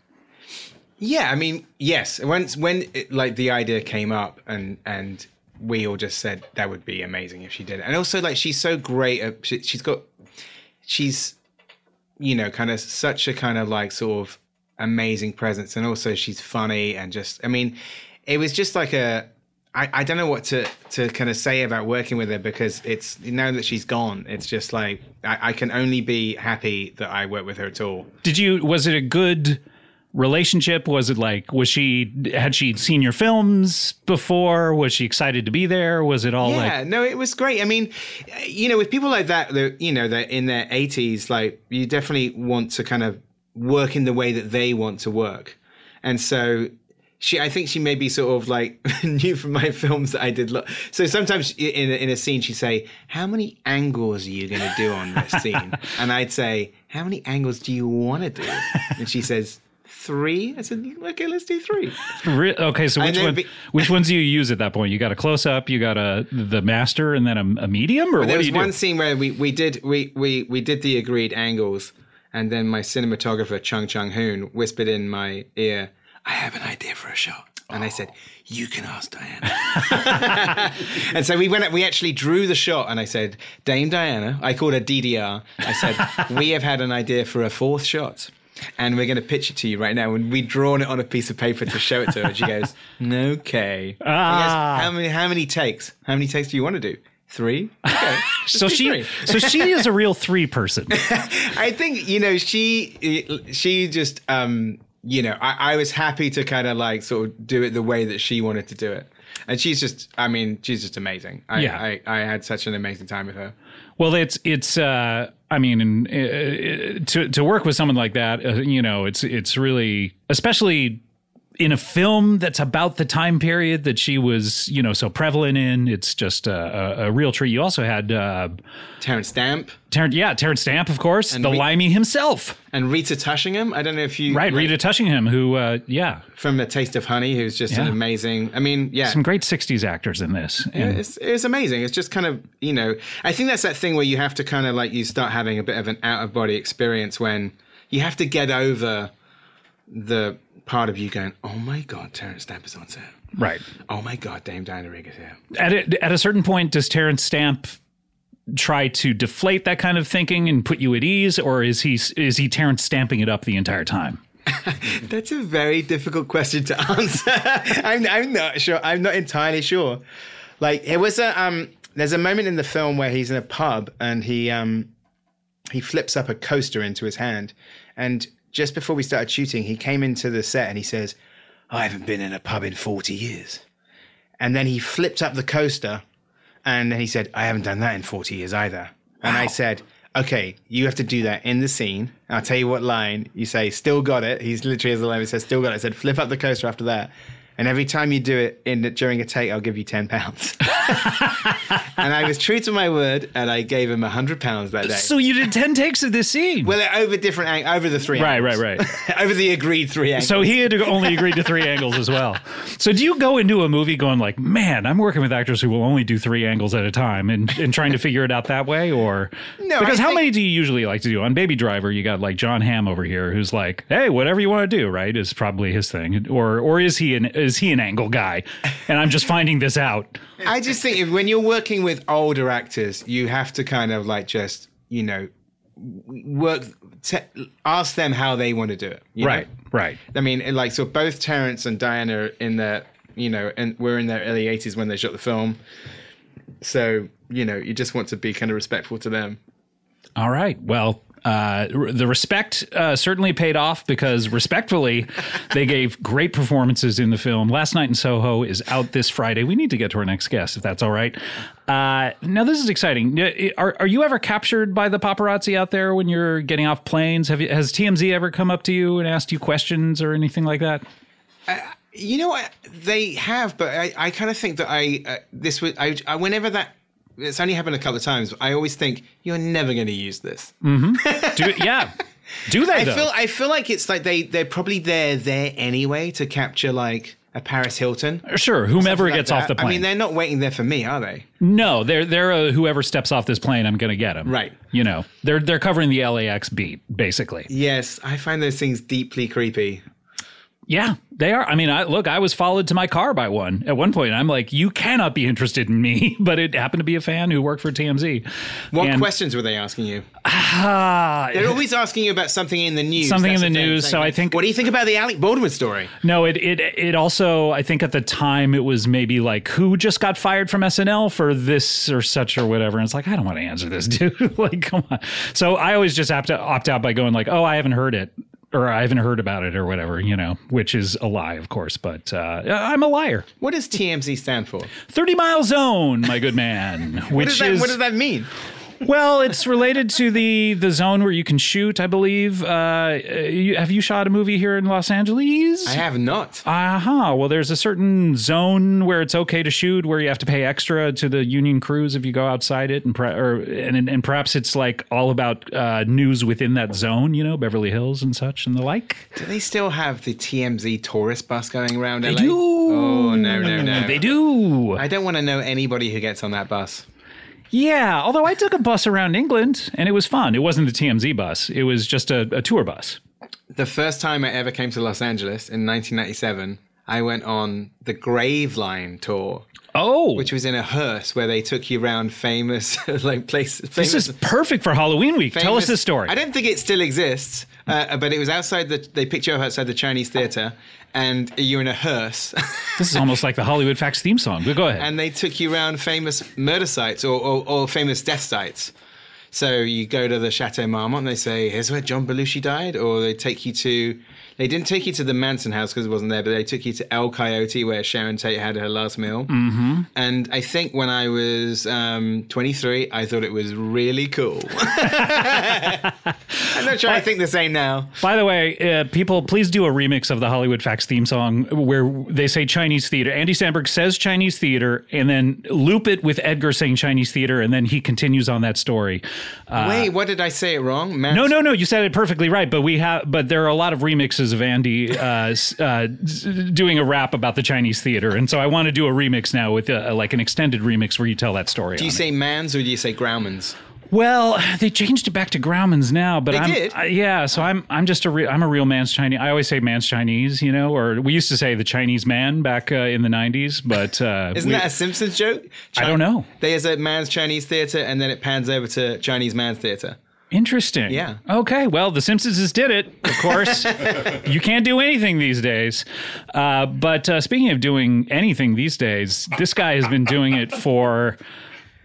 Yeah, I mean, yes. Once when it, like the idea came up, and and we all just said that would be amazing if she did it. And also, like, she's so great. At, she, she's got, she's, you know, kind of such a kind of like sort of amazing presence, and also she's funny and just. I mean, it was just like a I, I don't know what to, to kind of say about working with her because it's now that she's gone, it's just like I, I can only be happy that I work with her at all.
Did you? Was it a good relationship? Was it like? Was she? Had she seen your films before? Was she excited to be there? Was it all
Yeah,
like?
no, it was great. I mean, you know, with people like that, that you know, they're in their eighties. Like, you definitely want to kind of work in the way that they want to work, and so she, I think she maybe sort of like [laughs] knew from my films that I did. Lo- so sometimes in a, in a scene, she'd say, "How many angles are you going to do
[laughs]
on this scene?" and I'd say, "How many angles do you want to do?" And she says. Three. I said, okay, let's do three.
Re- okay, so which
then
one?
be-
which ones do you use at that point? You got a close up, you got a the master, and then a, a medium, or what
there
do
was
you
one
do?
scene where we, we did we, we we did the agreed angles and then my cinematographer chung chung hoon whispered in my ear i have an idea for a shot and i said you can ask diana [laughs] and so we went we actually drew the shot and i said dame diana i called her ddr i
[laughs]
said we have had an idea for a fourth shot and we're going to pitch it to you right now. And we'd drawn it on a piece of paper to show it to her. And
[laughs]
she goes, okay. Ah. how, many, how many takes? How many takes do you want to do? Three? Okay.
So she, so she is a real three person.
I think you know she she just um you know I, I was happy to kind of like sort of do it the way that she wanted to do it, and she's just I mean she's just amazing. I,
Yeah.
I, I had such an amazing time with her.
Well, it's it's. Uh, I mean, and uh, to to work with someone like that, uh, you know, it's it's really especially in a film that's about the time period that she was, you know, so prevalent in. It's just a, a, a real treat. You also had, uh,
Terrence Stamp
Terrence, yeah, Terrence Stamp, of course, the
Re-
limey himself,
and Rita Tushingham. I don't know if you
right?
like,
Rita Tushingham, who, uh, yeah,
from The Taste of Honey, who's just an
Yeah.
amazing. I mean, yeah,
some great '60s actors in this. And-
it's, it's amazing. It's just kind of, you know, I think that's that thing where you have to kind of like, you start having a bit of an out of body experience when you have to get over the part of you going, oh my God, Terrence Stamp is on set.
right.
Oh my God, Dame Diana Rigg is here.
At a, at a certain point, does Terrence Stamp try to deflate that kind of thinking and put you at ease, or is he is he Terrence stamping it up the entire time?
That's a very difficult question to [laughs] answer. I'm, I'm not sure. I'm not entirely sure. Like it was a um. There's a moment in the film where he's in a pub and he um he flips up a coaster into his hand, and just before we started shooting, he came into the set and he says, "I haven't been in a pub in 40 years," and then he flipped up the coaster, and then he said, "I haven't done that in 40 years either," and I said. Okay, you have to do that in the scene. I'll tell you what line you say. Still got it. He's literally as the line he says, "Still got it." I said, "Flip up the coaster after that," and every time you do it in during a take, I'll give you ten pounds. and I was true to my word, and I gave him hundred pounds that day.
So you did ten takes of this scene.
Well, over different ang- over the three.
right, right,
angles.
right.
[laughs] over the agreed three angles.
So he had only agreed to three angles as well. So do you go into a movie going like, man, I'm working with actors who will only do three angles at a time, and, and trying to figure it out that way, or
[laughs] No,
Because
I
how
think-
many do you usually like to do on Baby Driver? You got like John Hamm over here, who's like, hey, whatever you want to do, right, is probably his thing, or or is he an is he an angle guy? And I'm just finding this out.
I just think if, when you're working with older actors, you have to kind of like just you know w- work te- ask them how they want to do it. you know?
Right, right.
I mean, like so both Terrence and Diana in their you know and were in their early 80s when they shot the film. So you know you just want to be kind of respectful to them.
All right. Well, uh, r- the respect uh, certainly paid off because respectfully, they gave great performances in the film. Last Night in Soho is out this Friday. We need to get to our next guest, if that's all right. Uh, now, this is exciting. N- Are, are you ever captured by the paparazzi out there when you're getting off planes? Have you, has TMZ ever come up to you and asked you questions or anything like that?
You know what they have, but I, I kind of think that I uh, this was I, I whenever that it's only happened a couple of times. I always think you're never going to use this.
Do, yeah. Do they,
[laughs] I
though?
feel I feel like it's like they they're probably there there anyway to capture like a Paris Hilton.
sure. Whomever
Like
gets
that.
off the plane.
I mean, they're not waiting there for me, are they?
No, they're they're uh, whoever steps off this plane, I'm going to get him.
Right.
You know, they're they're covering the LAX beat basically.
Yes, I find those things deeply creepy.
Yeah, they are. I mean, I look, I was followed to my car by one at one point. I'm like, you cannot be interested in me, [laughs] but it happened to be a fan who worked for TMZ.
What
And-
questions were they asking you?
Ah,
They're always asking you about something in the news.
Something
That's
in the
thing.
news,
It's
so
like,
I think-
What do you think about the Alec Baldwin story?
No, it it it also I think at the time it was maybe like who just got fired from SNL for this or such or whatever. And it's like I don't want to answer this, [laughs] dude. like come on. So I always just opt opt out by going like, oh, I haven't heard it. Or I haven't heard about it, or whatever, you know, which is a lie, of course. But uh, I'm a liar.
What does TMZ stand for?
Thirty mile zone, my good man. Which
[laughs] What does, that,
is
what does that mean?
well, it's related to the the zone where you can shoot. I believe. Uh, you, have you shot a movie here in Los Angeles?
I have not.
Uh-huh. Well, there's a certain zone where it's okay to shoot, where you have to pay extra to the union crews if you go outside it, and pre- or and, and perhaps it's like all about uh, news within that zone, you know, Beverly Hills and such and the like.
Do they still have the TMZ tourist bus going around?
They
LA?
do.
Oh no no no!
They do.
I don't want to know anybody who gets on that bus.
yeah. Although I took a bus around England and it was fun. It wasn't the TMZ bus. It was just a, a tour bus.
The first time I ever came to Los Angeles in 1997, I went on the Graveline tour,
Oh,
which was in a hearse where they took you around famous [laughs] like places.
this
Famous,
is perfect for Halloween week. Tell us
famous-
this story.
I don't think it still exists, uh, but it was outside the. They picked you up outside the Chinese theater, and you're in a hearse. [laughs]
this is almost like the Hollywood Facts theme song. But go ahead.
and they took you around famous murder sites or, or, or famous death sites. So you go to the Chateau Marmont and they say, here's where John Belushi died. Or they take you to, they didn't take you to the Manson house because it wasn't there, but they took you to El Coyote where Sharon Tate had her last meal. Mm-hmm. And I think when I was um, 23, I thought it was really cool. [laughs] I'm not sure I think the same now.
By the way, uh, people, please do a remix of the Hollywood Facts theme song where they say Chinese theater. Andy Sandberg says Chinese theater and then loop it with Edgar saying Chinese theater, and then he continues on that story. Uh,
Wait, what did I say it wrong? Manson-
no, no, no! You said it perfectly right, but we have, but there are a lot of remixes of Andy uh, s- uh, s- doing a rap about the Chinese theater, and so I want to do a remix now with uh like an extended remix where you tell that story.
Do you
on it.
say Mans or do you say Grauman's?
Well, [sighs] they changed it back to Grauman's now, but I'm,
did?
I- yeah, so I'm I'm just a re- I'm a real man's Chinese. I always say man's Chinese, you know, or we used to say the Chinese man back uh, in the '90s, but uh,
[laughs] Isn't
we-
that a Simpsons joke?
I don't know.
There's a man's Chinese theater, and then it pans over to Chinese man's theater.
Interesting.
Yeah.
Okay. Well, The Simpsons just did it, of
[laughs]
course. you can't do anything these days. Uh, but uh, speaking of doing anything these days, this guy has been doing it for.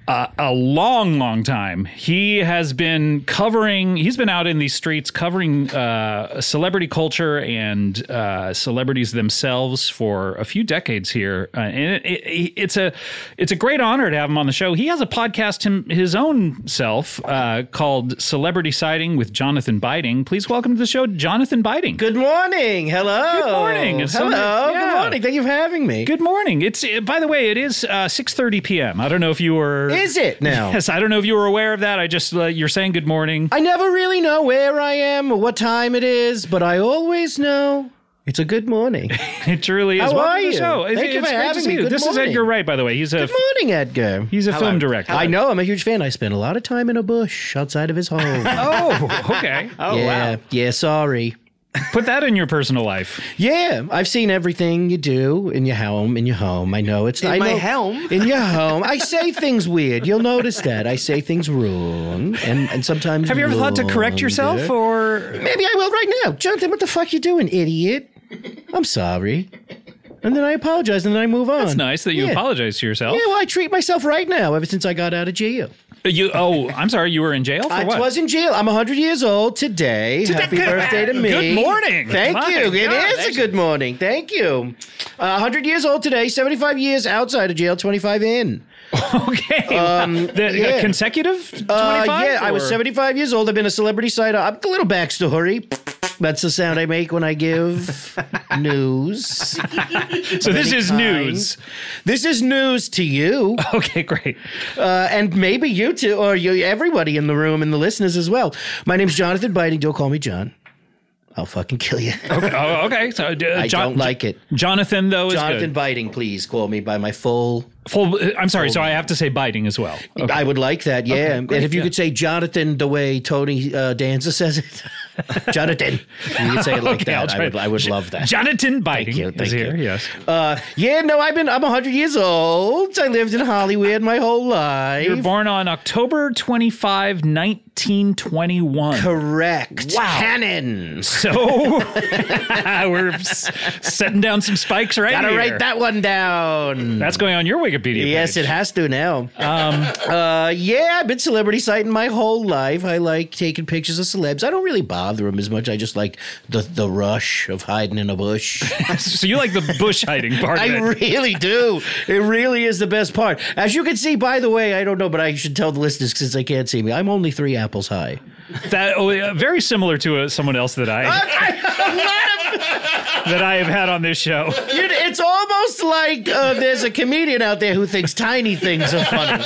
Uh, a long, long time. He has been covering. He's been out in these streets covering uh, celebrity culture and uh, celebrities themselves for a few decades here, uh, and it, it, it's a it's a great honor to have him on the show. He has a podcast him his own self uh, called Celebrity Siding with Jonathan Biding. Please welcome to the show, Jonathan Biding.
Good morning. Hello. Good
morning. It's so
Hello.
nice- yeah.
Good morning. Thank you for having me.
Good morning. It's uh, by the way, it is uh, six thirty p.m. I don't know if you were
Is it now?
[laughs] Yes, I don't know if you were aware of that. I just uh, you're saying good morning.
I never really know where I am or what time it is, but I always know it's a good
[laughs]
morning.
It truly is.
How
Welcome
are
to the
you?
show. It's,
Thank you
it's
for
great
having
to see
me.
you.
Good
this is
morning.
Edgar Wright, by the way. He's a
good morning, Edgar.
he's a film director.
I know. I'm a huge fan. I spent a lot of time in a bush outside of his home. oh,
[laughs] Oh, [laughs] okay.
yeah. Yeah. Sorry.
Put that in your personal life.
Yeah, I've seen everything you do in your home. In your home, I know it's. In I
my
know-
helm?
In
[laughs]
your home, I say things weird. You'll notice that I say things wrong, and and sometimes.
Have you ever thought to correct yourself
wrong.
or
Maybe I will right now, Jonathan. What the fuck you doing, idiot? I'm sorry, and then I apologize, and then I move on.
it's nice that you
Yeah.
apologize to yourself.
Yeah, well, I treat myself right now. Ever since I got out of jail,
You oh, I'm sorry, you were in jail for
I
what?
was in jail. I'm 100 years old today. Happy birthday to me.
Good morning.
Thank
My
you. It
God,
is a good morning. Thank you. Uh, 100 years old today, 75 years outside of jail, 25 in.
[laughs] okay. the,
um,
uh,
yeah.
consecutive 25?
Uh, yeah, I was
or-
75 years old. I've been a celebrity side. I'm a little backstory. That's the sound I make when
[laughs]
I give news.
So this is
kind.
news. [laughs]
This is news to you.
Okay, great. [laughs]
Uh, and maybe you too, or you, everybody in the room and the listeners as well. My name's Jonathan Biting. Don't call me John. I'll fucking kill you.
Oh, okay. So uh,
I
Jon-
don't like it.
Jonathan though is
Jonathan
good.
Biting, please call me by my full.
Full, uh, I'm sorry, so I have to say biting as well. Okay.
I would like that, yeah. and if you
yeah.
could say Jonathan the way Tony uh, Danza says it, [laughs] Jonathan. You could say it
[laughs]
like
Okay, I'll
that. I
try.
would, I would love that.
Jonathan Biden
you,
is
thank
here.
you.
Yes.
Uh, yeah, no, I've been, I'm 100 years old. I lived in Hollywood my whole life.
You were born on October 25, 1921.
Correct.
Wow.
Cannon.
[laughs] So [laughs] we're s- setting down some spikes right
Gotta
here.
write that one down.
That's going on your Wikipedia.
Yes,
page.
it has to now.
Um,
uh, yeah, I've been celebrity sighting my whole life. I like taking pictures of celebs. I don't really bother them as much. I just like the the rush of hiding in a [laughs] bush.
[laughs] So you like the bush hiding part?
I
of it.
really do. It really is the best part. As you can see, by the way, I don't know, but I should tell the listeners since they can't see me. I'm only three apples [laughs] high.
that oh, yeah, very similar to uh, someone else that
[laughs]
I that I have had on this show.
You- It's almost like uh, there's a comedian out there who thinks tiny things
[laughs]
are funny.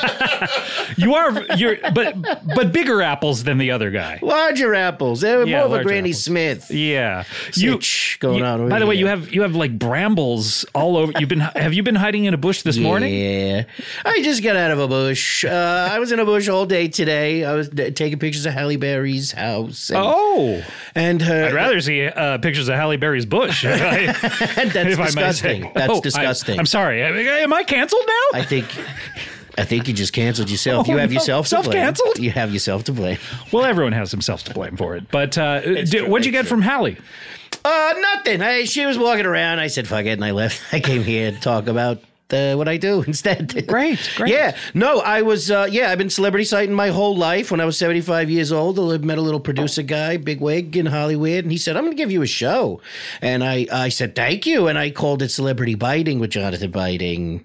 You are you're but but bigger apples than the other guy.
Larger apples. They're
Yeah,
more of a
larger
Granny
apples.
Smith.
Yeah,
Sitch going
you-
on over
By the way, you
here.
have you have like brambles all over. You've been [laughs] have you been hiding in a bush this morning?
Yeah. I just got out of a bush. Uh, I was in a bush all day today. I was d- taking pictures of Halle Berry's house. And,
Oh,
and her.
I'd rather see uh, pictures of Halle Berry's bush. [laughs] if I-
[laughs] that's
[laughs] if I might say.
disgusting. That's
Oh, I-
disgusting.
I'm sorry. Am I canceled now?
I think. I think you just canceled
[laughs]
yourself.
Oh,
you have
no.
yourself to blame.
Self-canceled?
You have yourself to blame.
well, everyone has themselves to blame for it. But uh, d-
true,
what'd you get
it's
from Halle?
Uh, nothing. I, she was walking around. I said, fuck it. And I left. [laughs] I came here to talk about uh, what I do [laughs] instead.
Great, great.
Yeah. No, I was, uh, yeah, I've been celebrity sighting my whole life. When I was 75 years old, I met a little producer guy, big wig in Hollywood. And he said, I'm going to give you a show. And I, I said, thank you. And I called it Celebrity Biting with Jonathan Biting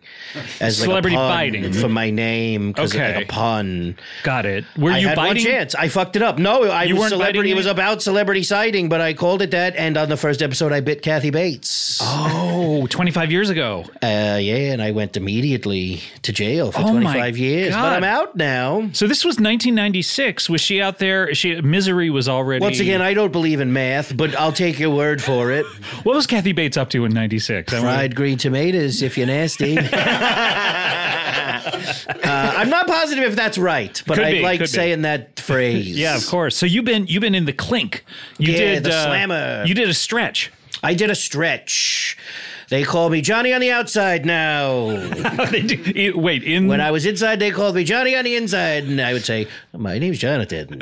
as like
Celebrity
a pun
Biting.
for my name because
Okay.
like a pun.
Got it. Were
I
you
had one
biting?
chance. I fucked it up. No, I
You
was
weren't
celebrity.
biting
It was
any-
about celebrity sighting, but I called it that. And on the first episode, I bit Kathy Bates. Oh.
Oh, 25 years ago.
Uh, yeah, and I went immediately to jail for
Oh my
25 years.
God.
But I'm out now.
So this was 1996. Was she out there? She misery was already.
Once again, I don't believe in math, but I'll take your word
[laughs]
for it.
what was Kathy Bates up to in '96? I wonder-
Fried green tomatoes, if
[laughs]
you're nasty. uh, I'm not positive if that's right, but
Could
I
be,
like
could be. [laughs]
saying that phrase.
Yeah, of course. So you've been you've been in the clink. You
Yeah,
did uh,
the slammer.
You did a stretch. [laughs]
I did a stretch. They call me Johnny on the outside now.
They do- it- Wait, in
When I was inside, they called me Johnny on the inside, and I would say, "My name's Jonathan.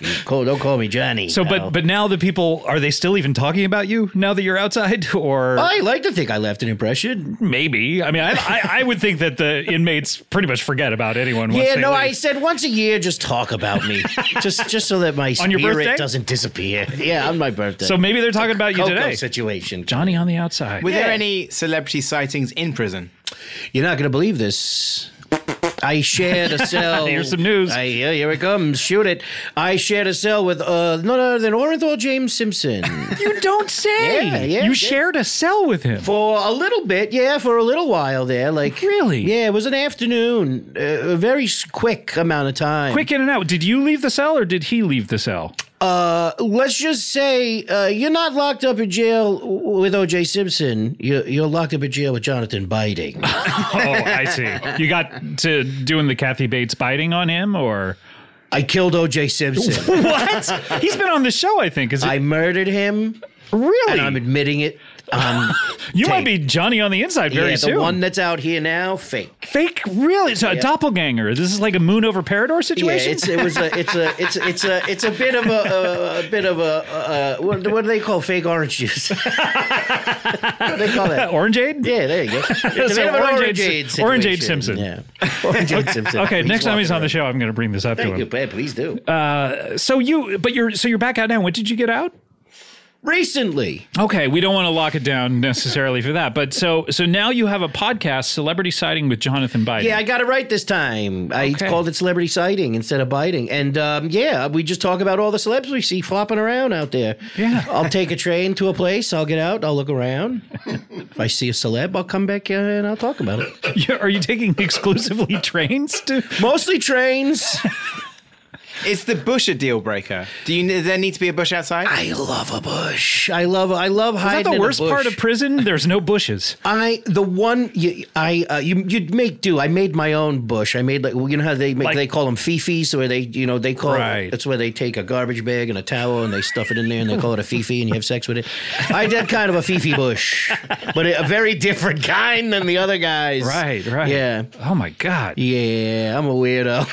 You call, don't call me Johnny."
so,
now.
but but now the people are they still even talking about you now that you're outside [laughs] or?
I like to think I left an impression.
Maybe. I mean, I, I, I would think that the inmates pretty much forget about anyone. Once
Yeah,
they
no,
leave.
I said once a year, just talk
[laughs]
about me, just just so that my
On your birthday?
spirit doesn't disappear. Yeah, on my birthday.
So maybe they're talking about you
Coco
today.
situation.
Johnny on the outside.
Were there
Yeah.
any celebrity sightings in prison?
You're not gonna believe this. I shared a cell.
[laughs] Here's some news.
I, yeah, here it comes. Shoot it. I shared a cell with uh, none other than Orenthal James Simpson.
you don't say.
Yeah, yeah,
you
yeah.
shared a cell with him.
For a little bit, yeah, for a little while there, like
Really?
yeah, it was an afternoon, uh, a very s- quick amount of time.
Quick in and out. Did you leave the cell or did he leave the cell?
Uh, let's just say uh, you're not locked up in jail w- with O.J. Simpson. You're, you're locked up in jail with Jonathan Biting.
Oh, I see. You got to doing the Kathy Bates biting on him or
I killed O.J.
[laughs]
Simpson.
what? He's been on the show, I think. Is it
I murdered him,
really?
and I'm admitting it. Um,
you might
tape.
be Johnny on the inside very
yeah,
soon.
the one that's out here now, fake.
Fake, really? So a doppelganger. This is like a moon over Parador
Yeah,
situation. [laughs]
it's it was a it's a it's it's a it's a bit of a, a, a bit of a uh, what, what do they call fake orange juice? [laughs] what do they call that?
Orangeade.
Yeah, there
[laughs]
you go. It's a bit
So
of an
Orange Ade-
Ade
Orange Ade
situation.
Simpson.
Yeah, Orange Ade Simpson.
[laughs] Okay, next time
walking
he's on
around.
the show, I'm going to bring this up
Thank
to
you,
him.
Ben. Please do.
Uh, So you, but you're, so you're back out now. When did you get out?
Recently,
Okay, we don't want to lock it down necessarily for that, but so, so now you have a podcast, Celebrity Sighting with Jonathan Biden.
yeah, I got it right this time. I
Okay.
called it celebrity sighting instead of biting, and um, yeah, we just talk about all the celebs we see flopping around out there.
Yeah.
[laughs] I'll take a train to a place. I'll get out. I'll
[laughs]
look around. if I see a celeb, I'll come back uh, and I'll talk about it.
[laughs] You- are you taking exclusively trains to? [laughs]
Mostly trains.
Is the bush a deal breaker? Do you does there need to be a bush outside?
I love a bush. I love. I love
Is
hiding.
that the
in a
worst part
bush.
of prison? There's no bushes.
I the one you, I uh, you you'd make do. I made my own bush. I made like well, you know how they make
Like-
they call them fifis, where they you know they call
Right.
that's where they take a garbage bag and a towel and they stuff it in there and they call it a fifi and you have sex with it. I did kind of a fifi bush, but a very different kind than the other guys.
Right, right.
Yeah.
Oh my god.
Yeah, I'm a weirdo.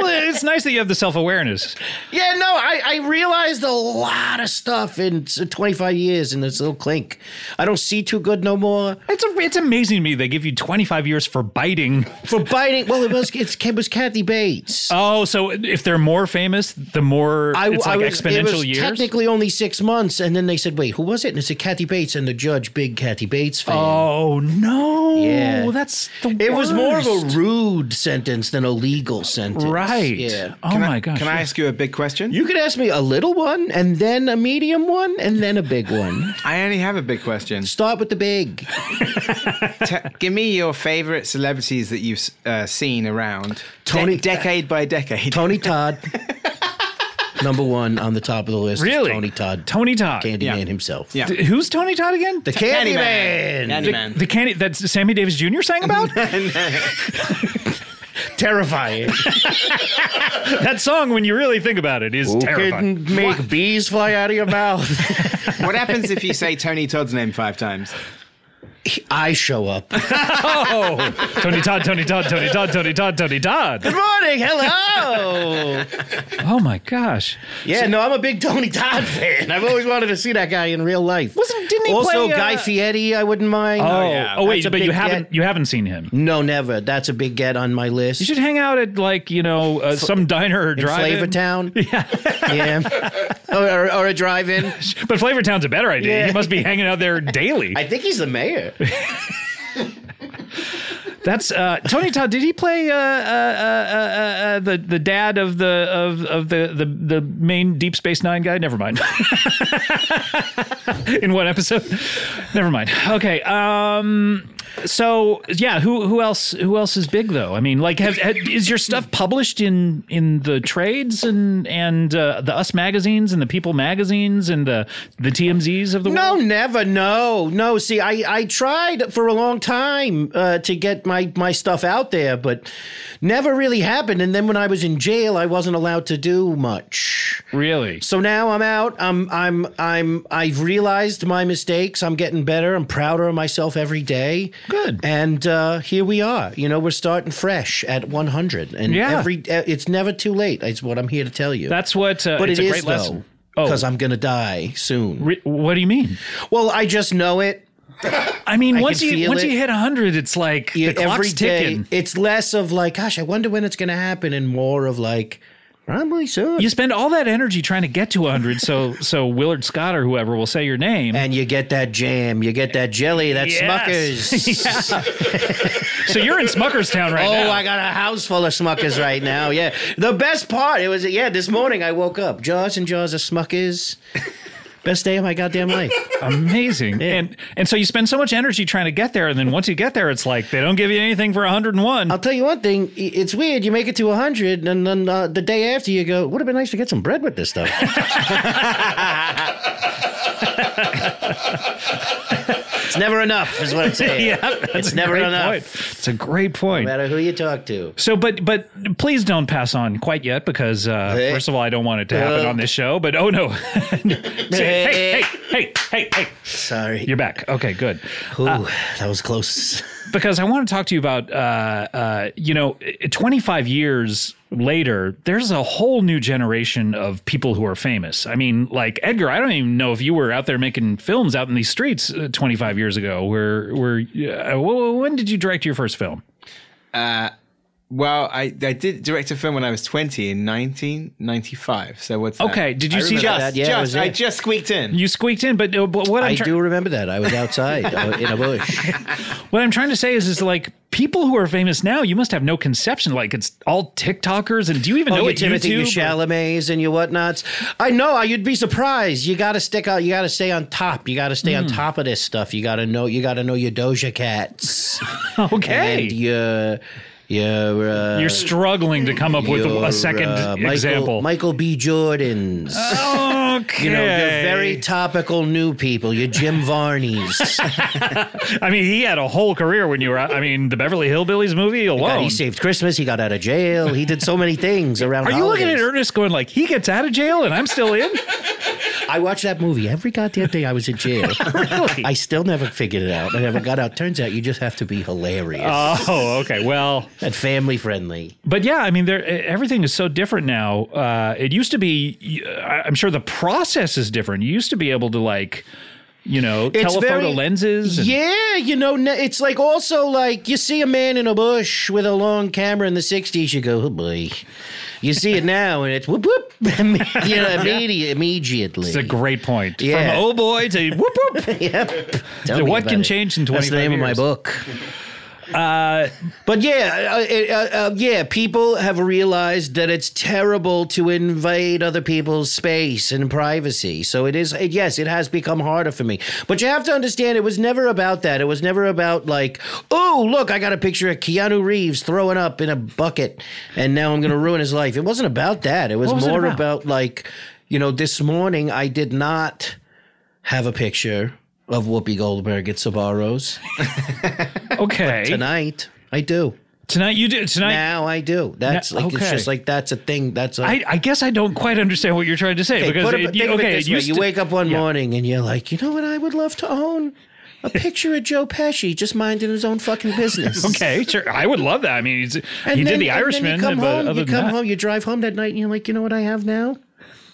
[laughs]
Well, it's nice that you have the self awareness.
yeah, no, I, I realized a lot of stuff in s- 25 years in this little clink. I don't see too good no more.
It's a, it's amazing to me they give you 25 years for biting.
For biting, well, it was it's, it was Kathy Bates.
Oh, so if they're more famous, the more it's like
was-
exponential
it was
years.
Technically, only six months, and then they said, "Wait, who was it?" And it's a Kathy Bates, and the judge, big Kathy Bates fan.
oh no!
Yeah.
that's the
it was more of
worst.
a rude sentence than a legal sentence,
right.
Yeah.
Oh
Can I-
my gosh!
Can I ask you a big question?
You could ask me a little one, and then a medium one, and then a big one.
I only have a big question.
Start with the big.
Te- give me your favorite celebrities that you've uh, seen around, de-
Tony-
decade by decade.
[laughs]
Tony Todd, number one on the top of the list. is
Really?
Tony Todd,
Tony Todd.
Candyman
Yeah.
himself.
Yeah.
D- who's Tony Todd again?
the Candyman,
the,
Candyman.
the candy that Sammy Davis Jr. sang
[laughs]
about.
terrifying.
that song, when you really think about it, is
Who [laughs]
terrifying.
can make bees fly out of your mouth?
what happens if you say Tony Todd's name five times?
[laughs] I show up.
Oh, Tony Todd, Tony Todd, Tony Todd, Tony Todd, Tony Todd.
Good morning.
[laughs]
Hello.
Oh my gosh!
yeah, no, I'm a big Tony Todd fan. I've always wanted to see that guy in real life.
Wasn't- didn't he
also
play, uh,
Guy Fieri? I wouldn't mind.
Oh,
yeah.
oh wait,
That's a
but you
big
haven't
get.
you haven't seen him.
no, never. That's a big get on my list.
You should hang out at like you know uh, some diner or drive-in.
Flavor
[laughs]
Town. Yeah, yeah, or, or, or a drive-in.
But Flavor Town's a better idea.
Yeah.
He must be hanging out there daily.
I think he's the mayor.
That's uh, Tony Todd. Did he play uh, uh, uh, uh, uh, the the dad of the of of the the, the main Deep Space Nine guy? Never mind. [laughs] In what episode? Never mind. Okay. Um, so yeah, who who else who else is big though? I mean, like, have, ha is your stuff published in in the trades and and uh, the Us magazines and the People magazines and the the TMZs of the
No,
world?
never. No, no. See, I, I tried for a long time uh, to get my, my stuff out there, but never really happened. And then when I was in jail, I wasn't allowed to do much.
really.
So now I'm out. I'm I'm I'm I've realized my mistakes. I'm getting better. I'm prouder of myself every day.
Good.
And uh, here we are. You know, we're starting fresh at 100. And
Yeah.
every uh, it's never too late. It's what I'm here to tell you.
That's what. Uh,
but
it's
it
a
is,
great lesson.
though.
Oh.
Because I'm gonna die soon.
Re- what do you mean?
well, I just know it.
I mean, once
can
you
feel
once
it.
you hit hundred, it's like
Yeah,
the clock's ticking.
It's less of like, gosh, I wonder when it's going to happen, and more of like, probably soon.
You spend all that energy trying to get to hundred,
[laughs]
so so Willard Scott or whoever will say your name.
and you get that jam, you get that jelly, that
Yes. [laughs]
Smuckers.
so you're in Smuckerstown right
Oh,
now.
I got a house full of Smuckers right now. Yeah, the best part it was. Yeah, this morning I woke up, jars and jars of Smuckers. Best day of my goddamn life.
Amazing. And and so you spend so much energy trying to get there, and then once you get there, it's like they don't give you anything for hundred and one. [laughs]
I'll tell you one thing. i- It's weird. You make it to 100, and then uh, the day after you go, would have been nice to get some bread with this stuff. [laughs] it's never enough, is what I'm saying. it's never enough.
Point. It's a great point.
No matter who you talk to.
So, but but please don't pass on quite yet because uh,
Hey.
first of all, I don't want it to happen
Uh.
on this show. But oh no, [laughs] hey hey hey hey hey,
Sorry.
you're back. Okay, good.
Ooh,
uh,
that was close.
because I want to talk to you about, uh, uh, you know, 25 years later, there's a whole new generation of people who are famous. I mean, like Edgar, I don't even know if you were out there making films out in these streets uh, 25 years ago. Where, where, uh, wh- when did you direct your first film?
Well, I, I did direct a film when I was 20 in 1995. So what's that?
Okay, did you
I
see-
remember
Yeah,
that-
just,
yeah, it was
just, I
it.
just squeaked in.
You squeaked in, but, uh, but what I'm
I
try-
do remember that. I was outside uh, in a bush.
what I'm trying to say is, is like people who are famous now, you must have no conception. Like it's all TikTokers, and do you even know
Oh, your
what
Timothy, your
YouTube?
Chalamets, and your whatnots. I know. I- You'd be surprised. You got to stick out. You got to stay on top. You got to stay on
Hmm.
top
[laughs]
of this stuff. You got to know. You got to know your Doja Cats
[laughs] okay,
and your You're, uh,
You're struggling to come up with a-
you're,
a second
uh, Michael-
example. Oh,
Michael B. Jordan's.
okay.
You know, you're very topical new people.
[laughs]
You're Jim Varney's.
I mean, he had a whole career when you were. out- I mean, the Beverly Hillbillies movie
God,
alone.
he saved Christmas. He got out of jail. He did so many things around.
Are you looking at
holidays.
Ernest going like he gets out of jail and I'm still
[laughs]
in?
I watched that movie every goddamn day I was in jail.
[laughs] really?
I still never figured it out. I never got out. Turns out you just have to be hilarious
oh, okay. Well,
and family friendly.
but yeah, I mean, there e, everything is so different now. Uh, it used to be, I- I'm sure the process is different. You used to be able to like, you know, telephoto
very-
lenses. and-
Yeah, you know, n- it's like also like you see a man in a bush with a long camera in the '60s, you go, oh boy. You see it now, and it's whoop whoop, [laughs]
[laughs]
you know, immediate, immediately.
It's a great point.
Yeah.
From oh boy to whoop whoop.
[laughs] Tell
So
me
what
about
can
it.
change in
That's the
25
name of my
years?
book. but yeah, uh, it- uh, uh, yeah, people have realized that it's terrible to invade other people's space and privacy. So it is, it, yes, it has become harder for me. But you have to understand, it was never about that. It was never about like, oh, look, I got a picture of Keanu Reeves throwing up in a bucket, and now I'm going to ruin his life. It wasn't about that. It was,
What was it
more
about?
about like, you know, this morning I did not have a picture of Whoopi Goldberg
[laughs]
at Sabaros
Okay.
tonight. I do.
Tonight you do tonight.
Now I do. That's
Now-
like it's
okay.
just like that's a thing. That's a,
I, I guess I don't quite understand what you're trying to say
Hey,
because
put it-
it, you,
think of it
okay,
this
it
way.
used
you
to-
wake up one
yeah.
morning and you're like, you know what? I would love to own
[laughs]
a picture of Joe Pesci just minding his own fucking business.
Okay, sure. I would love that. I mean, he's,
And
he
then-
did the
and then
Irishman,
You come
but
home.
other
you
than
come
that,
home. You drive home that night and you're like, you know what? I have now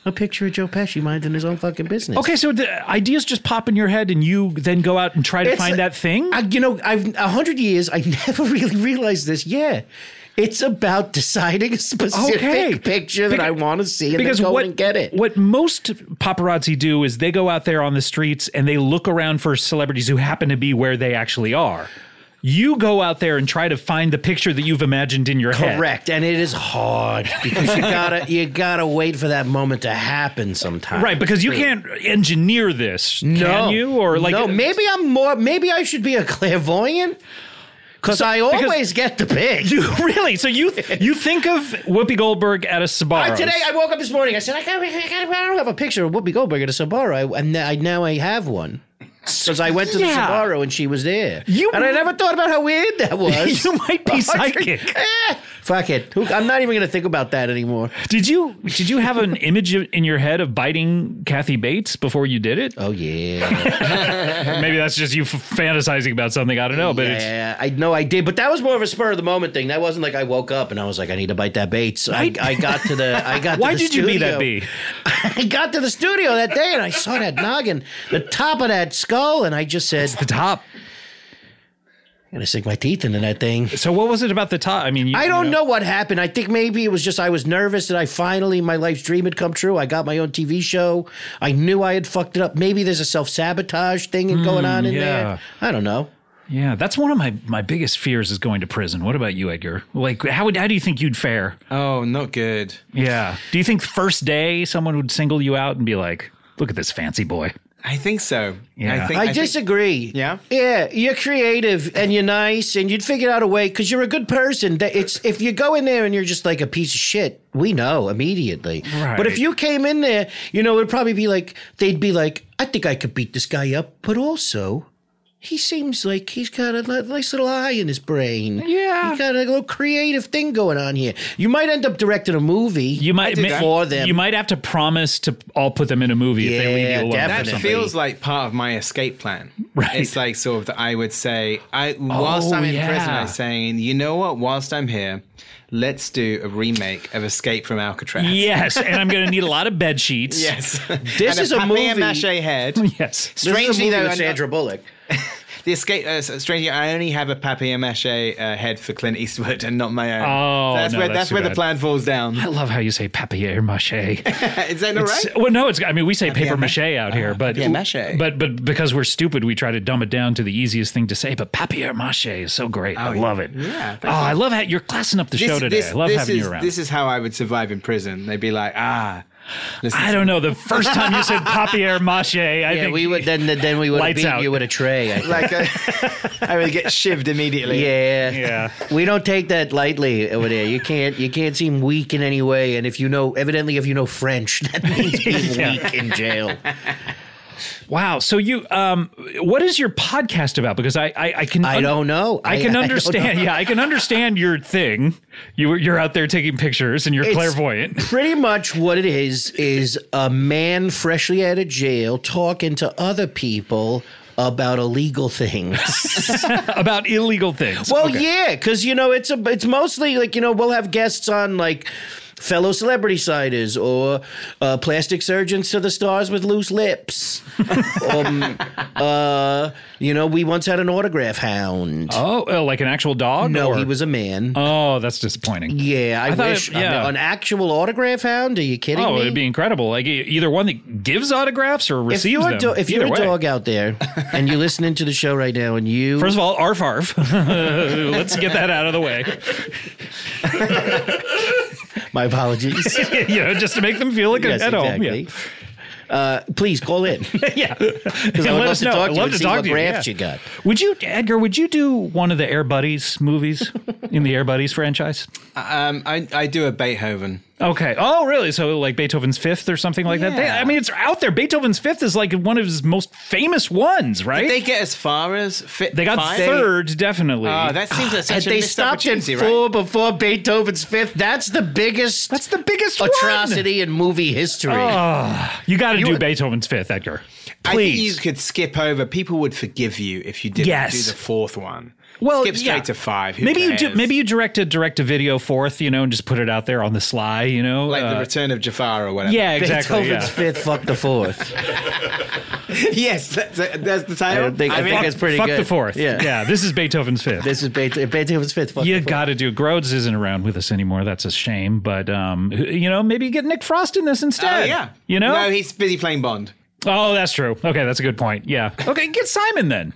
a picture of Joe Pesci minding his own fucking business.
Okay, so the ideas just pop in your head, and you then go out and try to
It's
find
like-
that thing.
I, you know, I've a hundred years. I [laughs] never really realized this. Yeah, it's about deciding a specific
Okay.
picture that
Beca-
I want to see and
because
then go
what
and get it.
what most paparazzi do is they go out there on the streets and they look around for celebrities who happen to be where they actually are. You go out there and try to find the picture that you've imagined in your head.
Correct, and it is hard because
[laughs]
you gotta you gotta wait for that moment to happen sometimes.
Right, because you can't engineer this,
No,
can you? Or like
no? Maybe I'm more. Maybe I should be a clairvoyant because I
because-
always get the pick.
You [laughs] really? So you you think of Whoopi Goldberg at a Sbarro's.
I, today I woke up this morning. I said I, got, I, got, I don't have a picture of Whoopi Goldberg at a Sbarro, I, and I, now I have one because I went to
Yeah.
the Sbarro and she was there.
You-
and I never thought about how weird that
[laughs]
was.
You might
[laughs]
be psychic.
Eh, fuck it. Who, I'm not even going to think about that anymore.
Did you did you have an image in your head of biting Kathy Bates before you did it?
Oh yeah,
Maybe that's just you f- fantasizing about something. I don't know, but it's
Uh-huh. yeah. I know I did, but that was more of a spur of the moment thing. That wasn't like I woke up and I was like, I need to bite that bait. So I, I got to the.
[laughs]
I got.
why
to the
did you be that
studio.
bee?
[laughs] I got to the studio that day and I saw that noggin, the top of that skull, and I just said,
The top.
I'm gonna sink my teeth into that thing.
So what was it about the top? I mean, you,
I don't
you
know what happened. I think maybe it was just I was nervous that I finally my life's dream had come true. I got my own TV show. I knew I had fucked it up. Maybe there's a self sabotage thing going on in
Hmm, yeah.
there. I don't know.
Yeah, that's one of my my biggest fears is going to prison. What about you, Edgar? Like, how would how do you think you'd fare?
Oh, not good.
Yeah. Do you think first day someone would single you out and be like, "Look at this fancy boy"?
I think so.
Yeah.
I think.
I,
think-
disagree.
Yeah?
yeah. You're creative and you're nice, and you'd figure out a way because you're a good person. That it's if you go in there and you're just like a piece of shit, we know immediately. But
Right.
if you came in there, you know, it'd probably be like they'd be like, I think I could beat this guy up, but also. He seems like he's got a li- nice little eye in his brain.
Yeah.
he got a little creative thing going on here. You might end up directing a movie.
You might ma-
for them.
You might have to promise to all put them in a movie if they leave
Yeah,
you alone
definitely.
for
that
something.
feels like part of my escape plan.
Right.
It's like sort of that I would say, I whilst
Oh,
I'm in
yeah.
prison, I'm saying, you know what? Whilst I'm here, let's do a remake of Escape from Alcatraz.
Yes, and I'm going to need a lot of bed sheets.
[laughs] Yes.
This
And
is a movie-
[laughs]
papier-mâché head.
Yes.
This is a
Strangely
movie
though,
with
I'm
Sandra
not-
Bullock.
the escape. Uh, strangely, I only have a papier-mâché uh, head for Clint Eastwood and not my own.
Oh,
that's
no,
where
that's
that's,
too
where
bad.
the plan falls down. Uh,
I love how you say papier mache.
is that not right?
It's- Well, no, it's. I mean, we say paper
ma-
mache out here, but
papier-mâché.
But but because we're stupid, we try to dumb it down to the easiest thing to say. But papier mache is so great. I love it.
Yeah, thank
Oh, I love how you're classing up the show today. I love having
is,
you around. [sighs]
This is how I would survive in prison. They'd be like, ah, Listen
I don't know. The first time you said papier mache, I
Yeah,
think
we would then then we would have
Lights
beat
out.
you with a tray. I think.
[laughs] Like I I would get shivved immediately.
[laughs]
yeah.
Yeah.
We don't take that lightly over there. You can't you can't seem weak in any way. And if you know evidently if you know French, [laughs] that means being
[laughs]
weak in jail.
Wow. So you, um, what is your podcast about? Because I, I, I can,
I don't know.
I,
I- I
can
don't
understand.
know.
yeah, I can understand your thing. You, were- you're out there taking pictures and you're
It's
clairvoyant. [laughs]
Pretty much what it is is a man freshly out of jail talking to other people about illegal things.
about illegal things.
Well, yeah, because you know it's a it's mostly like you know we'll have guests on like fellow celebrity siders or uh, plastic surgeons to the stars with
[laughs]
loose lips. um, uh, you know, we once had an autograph hound.
oh, oh, like an actual dog?
no,
or-
he was a man.
Oh, that's disappointing.
yeah, I,
I thought
wish uh,
it- yeah.
an actual autograph hound. Are you kidding
Oh,
me?
it'd be incredible. Like e- either one that gives autographs or
if
receives
you're a,
them.
do- if you're
Either
a
way.
dog
[laughs]
out there and you're listening to the show right now and you
First of all, arf arf. [laughs] Let's get that out of the
[laughs]
way.
my
[laughs]
apologies
you know, just to make them feel like
yes
at home. Yeah. [laughs]
exactly uh, please call in
yeah.
because I
Let
would love
us
to
know.
talk to
I'd
you
love
and
to
see
talk
what
to you,
graphs
yeah.
you got.
Would you, Edgar? Would you do one of the Air Buddies movies in the Air Buddies franchise?
Um, I, I do a Beethoven.
Okay. Oh, really? So like Beethoven's Fifth or something like that. They, I mean, it's out there. Beethoven's Fifth is like one of his most famous ones, right?
They get as far as fit.
They got
five?
third, definitely.
Oh, that
[gasps]
seems like
Had
such a
they
missed
stopped at
opportunity, right?
four before Beethoven's Fifth, that's the biggest
That's the biggest one. Oh,
atrocity in movie history.
you got to do
would-
Beethoven's Fifth, Edgar.
I think you
Please.
could skip over. People would forgive you if you didn't
Yes.
do the fourth one.
Well,
skip straight
yeah.
to five. Who
Maybe you do,
cares?
maybe you direct a direct to video fourth, you know, and just put it out there on the sly, you know.
like the
uh,
Return of Jafar or whatever.
yeah, exactly.
Beethoven's
yeah.
Fifth, fuck the Fourth.
[laughs] yes, that's, that's the
I
title.
don't think I, think
Fuck-
it's pretty
fuck
good.
the fourth.
Yeah,
yeah. This is Beethoven's Fifth.
this is Beethoven, Beethoven's Fifth. Fuck
You
the
got to do. Grodes isn't around with us anymore. That's a shame. But um, you know, maybe get Nick Frost in this
Oh,
instead.
yeah,
You know.
no, he's busy playing Bond.
oh, that's true. Okay, that's a good point. Yeah. Okay, get Simon then.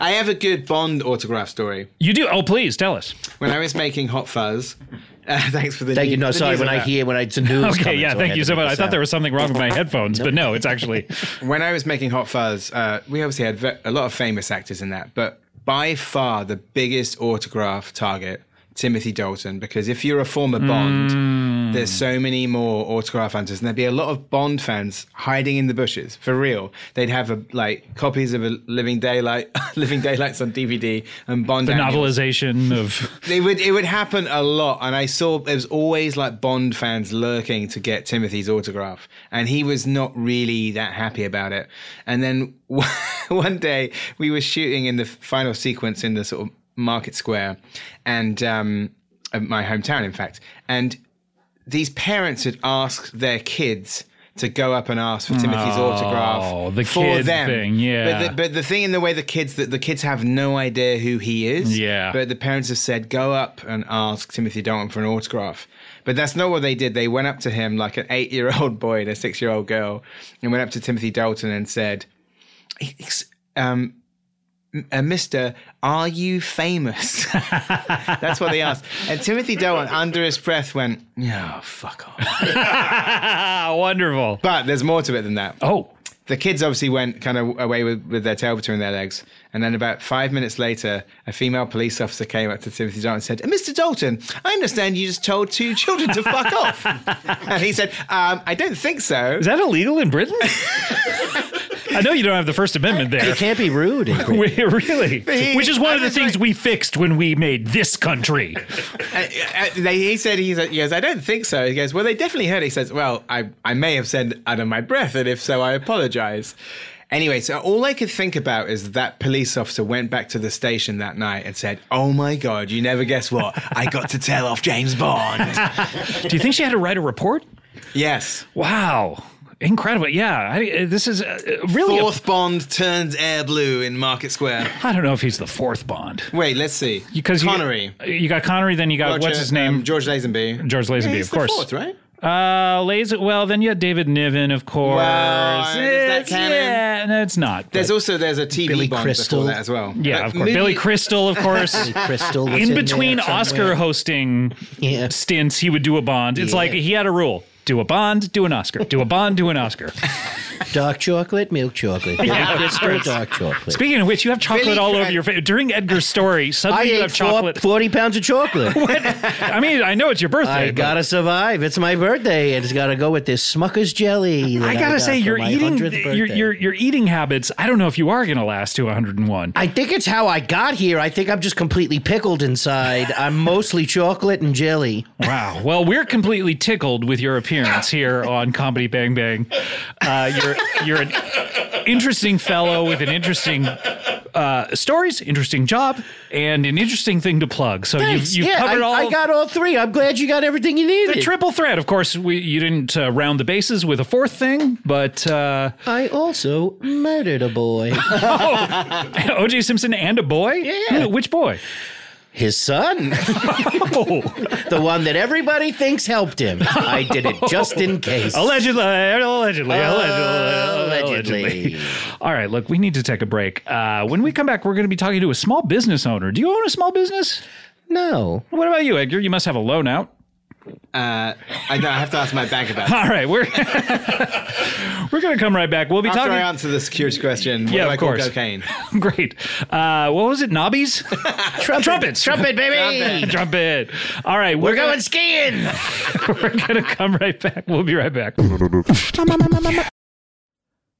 I have a good Bond autograph story.
You do. Oh, please tell us.
When I was making Hot Fuzz, [laughs] uh, thanks for the.
Thank you.
news-
No,
the
sorry.
news
When
on
I
that.
hear when I it's a news.
Okay.
coming,
Yeah.
so
Thank
had
you
to
so
put
much. I
this
thought
out.
there was something wrong with
[laughs]
my headphones, but no, it's actually.
when I was making Hot Fuzz, uh, we obviously had ve- a lot of famous actors in that, but by far the biggest autograph target, Timothy Dalton, because if you're a former Bond, there's so many more autograph hunters, and there'd be a lot of Bond fans hiding in the bushes for real. They'd have a, like copies of a Living Daylight, [laughs] Living Daylights on DVD, and Bond.
The
annuals.
novelization of
They would it would happen a lot, and I saw there was always like Bond fans lurking to get Timothy's autograph, and he was not really that happy about it. And then [laughs] one day we were shooting in the final sequence in the sort of market square, and um, of my hometown, in fact, and these parents had asked their kids. To go up and ask for Timothy's autograph
Oh, the
for
kid
them,
thing, yeah.
But the, but the thing in the way the kids that the kids have no idea who he is,
Yeah.
But the parents have said, go up and ask Timothy Dalton for an autograph. But that's not what they did. They went up to him like an eight year old [laughs] boy and a six year old girl and went up to Timothy Dalton and said, "Ex- um, m- uh, Mister, are you famous? [laughs] that's what they asked. And Timothy Dalton, under his breath, went, no, fuck off.
wonderful.
But there's more to it than that
Oh,
the kids obviously went kind of away with, with their tail between their legs. And then about five minutes later, a female police officer came up to Timothy Dalton and said, Mr. Dalton, I understand you just told two children to
[laughs]
fuck off. And he said, um, I don't think so.
is that illegal in
[laughs]
Britain? I know you don't have the First Amendment there. [laughs]
It can't be rude. Ingrid.
We- really,
he-
which is one of
I
the
was
things
like-
we fixed when we made this
[laughs]
country.
And, uh, they, he said, he said, he goes, I don't think so. He goes, well, they definitely heard it. He says, well, I, I may have said under my breath, and if so, I apologize. Anyway, so all I could think about is that police officer went back to the station that night and said, oh my God, you never guess what? I got to tell off James Bond.
Do you think she had to write a report?
Yes.
Wow. Incredible. Yeah. I, this is uh, uh, really. I
Fourth Bond turns air blue in Market Square.
I don't know if he's the fourth Bond.
Wait, let's see.
Because you-
Connery.
You, got Connery, then you got uh, what's
Roger,
his name?
um, George Lazenby.
George Lazenby,
he's
of
the
course.
Fourth, right?
uh, Lays, well, then you had David Niven, of course.
Wow, is that
It's-
canon?
yeah, no, it's not.
There's
but-
also there's a TV
Billy
Bond
Crystal.
before that as well.
yeah,
But
of course.
movie-
Billy Crystal,
[laughs]
of course.
Crystal was
In
there
between
somewhere.
Oscar hosting
Yeah.
stints, he would do a Bond. It's
Yeah.
like he had a rule.
Do a Bond, do an Oscar. Do a Bond, do an Oscar.
Dark chocolate, milk chocolate.
Yeah,
Milk
of
crystal,
course.
dark chocolate.
Speaking of which, you have chocolate
Billy
all over
Crack-
your face. During Edgar's story,
I
suddenly you
ate
have
four,
chocolate.
40 pounds
[laughs]
of chocolate.
I mean, I know it's your birthday.
I
but-
gotta survive. It's my birthday. It's gotta go with this Smucker's jelly. that
I gotta
got
say,
for
your
my
eating,
100th
your,
birthday.
your your eating habits. I don't know if you are gonna last to 101.
I think it's how I got here. I think I'm just completely pickled inside. I'm mostly chocolate and jelly.
Wow. Well, we're completely tickled with your appearance here on Comedy Bang Bang. Uh, you're you're an interesting fellow with an interesting uh, stories, interesting job, and an interesting thing to plug. So
Thanks.
you've, you've
yeah,
covered
I,
all.
I got all three. I'm glad you got everything you needed.
the triple threat. Of course, we, you didn't uh, round the bases with a fourth thing, but uh, [laughs]
I also murdered a boy.
O.J. Simpson and a boy.
Yeah.
Who- Which boy? [laughs]
His son,
Oh.
the one that everybody thinks helped him. I did it just
[laughs]
in case.
Allegedly, allegedly, allegedly,
Allegedly.
allegedly. All right, look, we need to take a break. Uh, when we come back, we're going to be talking to a small business owner. Do you own a small business?
No.
What about you, Edgar? You must have a loan out. [laughs]
Uh, I, know, I have to ask my
[laughs]
bank about it.
All right, we're [laughs] we're going to come right back. We'll be
After I
talking.
answer the security question, what
Yeah,
do I
of
call
course.
cocaine?
[laughs] Great. Uh, what was it? Knobbies? Trumpets.
Trumpet, baby.
[laughs] Trumpet. All right, [laughs]
We're going skiing.
We're going to come right back. We'll be right back.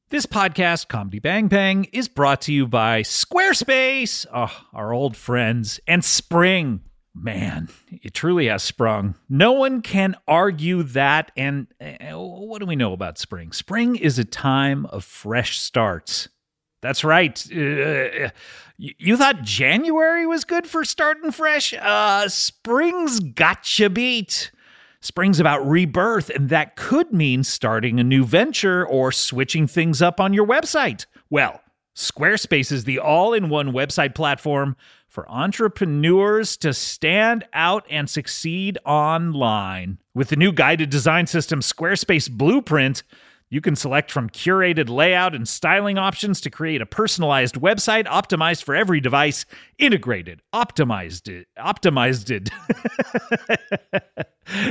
This podcast, Comedy Bang Bang, is brought to you by Squarespace, oh, our old friends, and Spring. Man, it truly has sprung. No one can argue that. And uh, what do we know about spring? Spring is a time of fresh starts. That's right. Uh, you you thought January was good for starting fresh? Uh, spring's gotcha beat. Spring's about rebirth, and that could mean starting a new venture or switching things up on your website. Well, Squarespace is the all in one website platform for entrepreneurs to stand out and succeed online. With the new guided design system, Squarespace Blueprint, you can select from curated layout and styling options to create a personalized website optimized for every device, integrated, optimized, it, optimized. [laughs] It.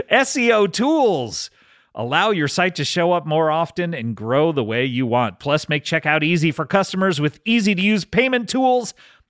SEO tools allow your site to show up more often and grow the way you want. Plus, make checkout easy for customers with easy to use payment tools.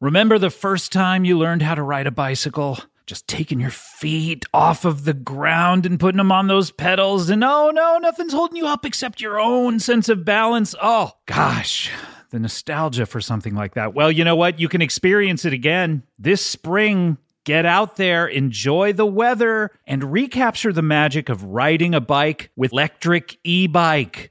Remember the first time you learned how to ride a bicycle? Just taking your feet off of the ground and putting them on those pedals, and oh no, nothing's holding you up except your own sense of balance. Oh gosh, the nostalgia for something like that. Well, you know what? You can experience it again this spring. Get out there, enjoy the weather, and recapture the magic of riding a bike with electric e bike.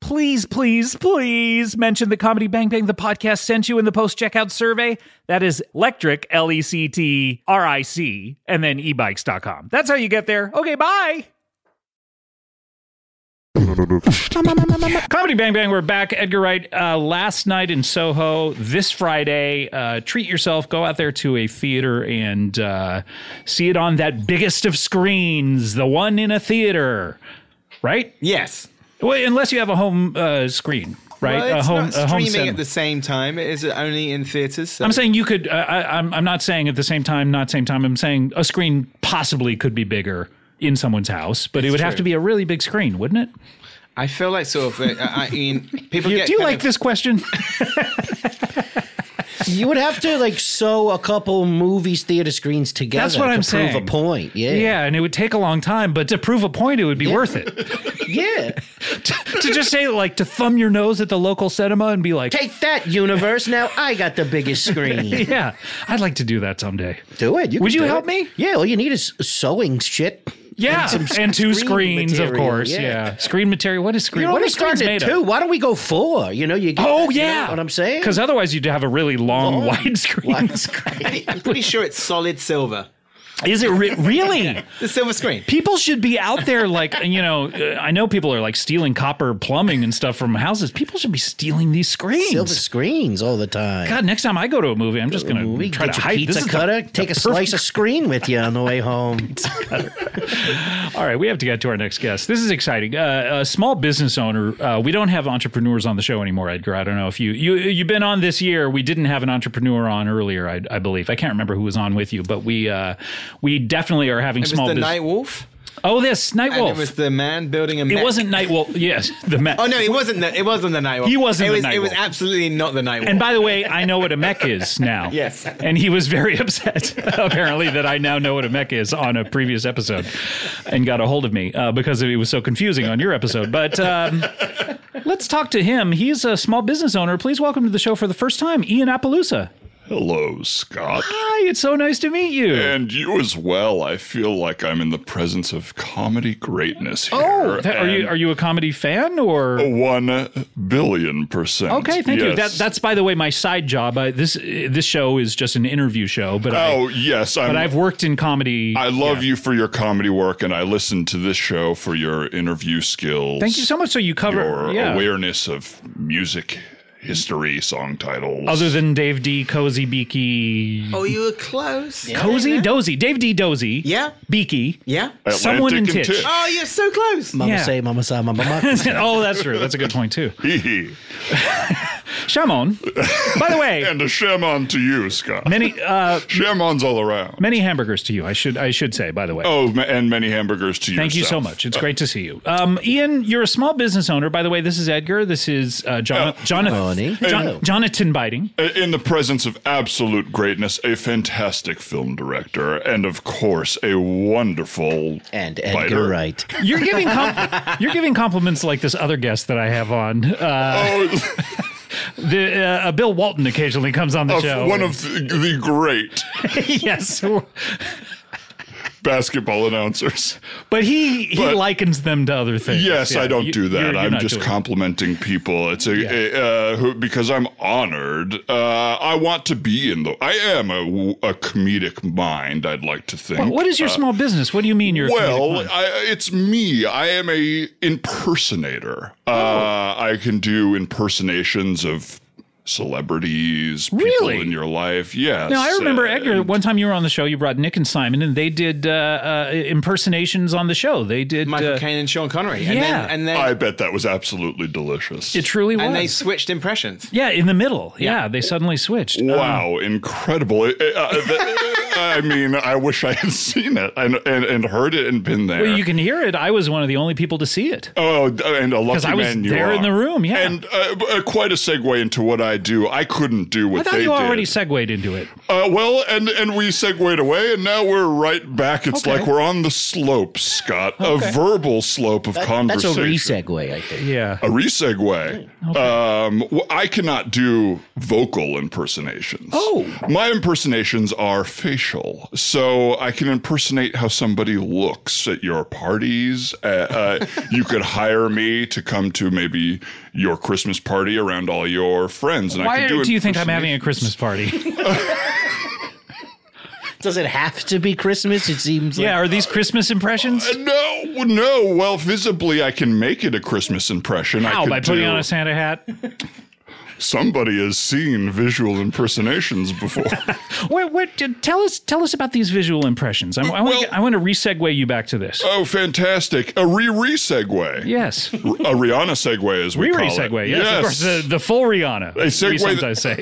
Please, please, please mention the Comedy Bang Bang the podcast sent you in the post checkout survey. That is electric, L E C T R I C, e and then ebikes.com. That's how you get there. Okay, bye. Comedy Bang Bang, we're back. Edgar Wright, uh, last night in Soho, this Friday. Uh, treat yourself. Go out there to a theater and uh, see it on that biggest of screens, the one in a theater, right?
Yes.
Well, unless you have a home uh, screen, [laughs] right?
Well,
a
it's
home,
not
a home
streaming
cinema.
at the same time. It is only in theaters. So.
I'm saying you could. Uh, I, I'm, I'm not saying at the same time, not same time. I'm saying a screen possibly could be bigger in someone's house, but it would have
true.
to be a really big screen, wouldn't it?
I feel like sort of. Uh, I mean, people get.
Do [laughs] you
kind
like
of-
this question?
You would have to like sew a couple movie theater screens together.
That's what
to
I'm
prove
saying.
A point. Yeah.
[laughs] Yeah, and it would take a long time, but to prove a point, it would be worth it. [laughs]
Yeah.
to just say, like, to thumb your nose at the local cinema and be like,
Take that universe. Now I got the biggest
[laughs]
screen.
yeah, I'd like to do that someday.
do it. You
Would
can
you
do
help
it.
me?
Yeah. All you need is sewing shit.
Yeah, and, two
screen
screens, of
material,
course. Yeah.
yeah.
screen material. What is screen?
You're
what
only
is screens
starting at
made
two.
of?
Why don't we go four? You know, you get
Oh
you know
yeah,
what I'm saying?
Because otherwise, you'd have a really long, [laughs]
Long.
widescreen.
Why-
I'm pretty sure it's solid silver.
Is it re-
[laughs]
really?
The silver
[laughs]
screen.
people should be out there like you know uh, i know people are like stealing copper plumbing and stuff from houses people should be stealing these screens
Silver screens all the time.
god next time i go to a movie i'm just gonna
We
try
get
to
your
hide
pizza
this is the-
cutter, take a slice of screen with you on the
[laughs]
way home.
all right we have to get to our next guest this is exciting uh, a small business owner uh, we don't have entrepreneurs on the show anymore edgar i don't know if you, you you've been on this year we didn't have an entrepreneur on earlier i, I believe i can't remember who was on with you but we uh, we definitely are having
It was
small
the
business
night wolf,
oh this night
and
wolf
it was the man building a.
it
mech.
wasn't night wolf yes [laughs] the ma-
Oh no, it wasn't. The, it wasn't the night wolf.
He wasn't
It
the
was,
Night
it was
Wolf.
absolutely not the night wolf.
And by the way, I know what a mech is now.
Yes.
And he was very [laughs] upset, apparently, that I now know what a mech is on a previous episode and got a hold of me uh, because it was so confusing on your episode. But um, let's talk to him. He's a small business owner. Please welcome to the show for the first time, Ian Appaloosa.
Hello, Scott.
Hi, it's so nice to meet you.
And you as well. I feel like I'm in the presence of comedy greatness here.
Oh, that- are you are you a comedy fan or?
One billion percent.
Okay, thank you. That,
Oh, Yes.
that's by the way my side job. I, this this show is just an interview show, but I,
Oh yes, I'm,
but I've worked in comedy.
I love you for your comedy work, and I listen to this show for your interview skills.
Thank you so much. So you cover
Your
yeah.
awareness of music history, song titles.
Other than Dave D. Cozy Beaky.
oh, you were close.
Cozy Dozy. Dave D. Dozy.
Yeah.
Beaky.
Yeah.
Someone in
Atlantic and
Titch.
Titch.
Oh, you're so close.
Mama
Yeah.
say, mama say,
[laughs]
mama mama.
oh, that's true. That's a good point,
[laughs]
too.
Hee hee.
Shamon. By the way,
[laughs] and a shaman to you, Scott.
many uh,
Shamans all around.
many hamburgers to you. I should I should say, by the way.
Oh, ma- and many hamburgers to you.
Thank you so much. It's great to see you. Um, Ian, you're a small business owner. By the way, this is Edgar. This is uh, John,
Oh.
Jonathan,
Honey.
Jon-
Hello.
Jonathan Biting.
In the presence of absolute greatness, a fantastic film director, and of course, a wonderful
And
writer.
Edgar Wright.
You're giving com- [laughs] you're giving compliments like this other guest that I have on. Uh, [laughs]
Oh,
the, uh, Bill Walton occasionally comes on the
of
show.
one of the, the great
[laughs]
[laughs]
yes,
basketball announcers.
But he he
But-
likens them to other things.
Yes,
Yeah,
I don't
you-
do that.
you're- you're
I'm
not
just
doing it.
complimenting people. It's a, a- uh, who, because I'm honored. Uh, I want to be in the. I am a, w- a comedic mind. I'd like to think.
What is your small business? What do you mean you're? a comedic
Uh, Well,
mind?
I, it's me. I am a impersonator.
Oh.
Uh, I can do impersonations of celebrities, people
Really?
in your life. Yes.
now I remember
Uh,
Edgar. One time you were on the show. You brought Nick and Simon, and they did uh, uh, impersonations on the show. They did.
Michael
uh,
Caine and Sean Connery. And
yeah.
Then, and then
I bet that was absolutely delicious.
It truly was.
and they switched impressions.
yeah, in the middle. Yeah, they suddenly switched.
wow,
um,
incredible! Uh,
[laughs]
uh, that- I mean, I wish I had seen it and, and and heard it and been there.
Well, you can hear it. I was one of the only people to see it.
Oh, and a lucky
I was
man you
there in
are.
the room, yeah.
and uh, b- uh, quite a segue into what I do. I couldn't do what
I thought
they
you already
did.
segued into it.
Uh, well, and and we segued away, and now we're right back. It's
Okay.
like we're on the slope, Scott, a verbal slope of
That's a
conversation.
re segue, I think.
Yeah.
A re-segue.
Hmm,
Um, wh- I cannot do vocal impersonations.
Oh.
My impersonations are facial. So I can impersonate how somebody looks at your parties. Uh,
[laughs]
uh, you could hire me to come to maybe your Christmas party around all your friends. And I
Why
could do,
do, you think I'm having a
impersonations.
Christmas
[laughs]
party?
Does it have to be Christmas? It seems like.
yeah, are these Christmas impressions?
No, well, no, well, visibly, I can make it a Christmas impression. I
How?
could
By putting
do-
on a Santa hat?
Somebody has seen visual impersonations
[laughs]
before.
What, what, tell us tell us about these visual impressions. I'm, I, want
Well-
to, I want to resegue you back to this.
oh, fantastic. A re re segue.
yes.
A Rihanna segue, as we
Riri
call it.
segue. Yes, of course. The, the full Rihanna.
A segue
we
that-
sometimes
[laughs]
say.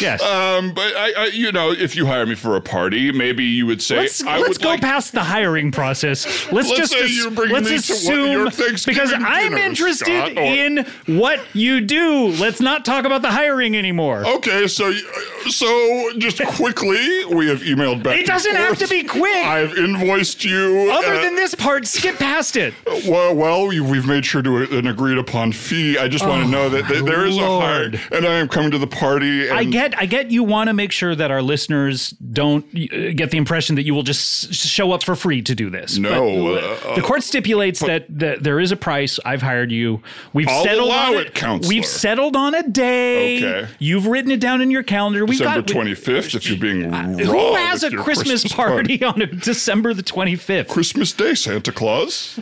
yes.
Um, but I, I, you know, if you hire me for a party, maybe you would say,
let's
I
let's
would
go
like-
past the hiring process. Let's,
Let's
just
say
ass-
you're bringing
let's
me to one of
assume
your Thanksgiving
because I'm
dinners,
interested
Scott, or-
in what you do. Let's not talk about the hiring anymore.
Okay, so y- so just
[laughs]
quickly, we have emailed back.
It
and
doesn't have to
forth.
be quick.
I've invoiced you.
Other
uh,
than this part, skip past it.
well, well, you- we've made sure to uh, an agreed upon fee. I just want to know that th- there is a hiring,
Oh, Lord.
and I am coming to the party. And
I get, I get. You want to make sure that our listeners don't uh, get the impression that you will just s- show up for free to do this.
No,
But
uh,
the court stipulates that, that there is a price. I've hired you. We've
I'll
settled
allow
on
it, counselor.
We've settled on a day.
Okay.
You've written it down in your calendar. We've
December
got we- uh,
twenty fifth. If you're being wrong,
Who has a
with your
Christmas, party on a December the twenty fifth?
Christmas Day,
[laughs]
Santa Claus.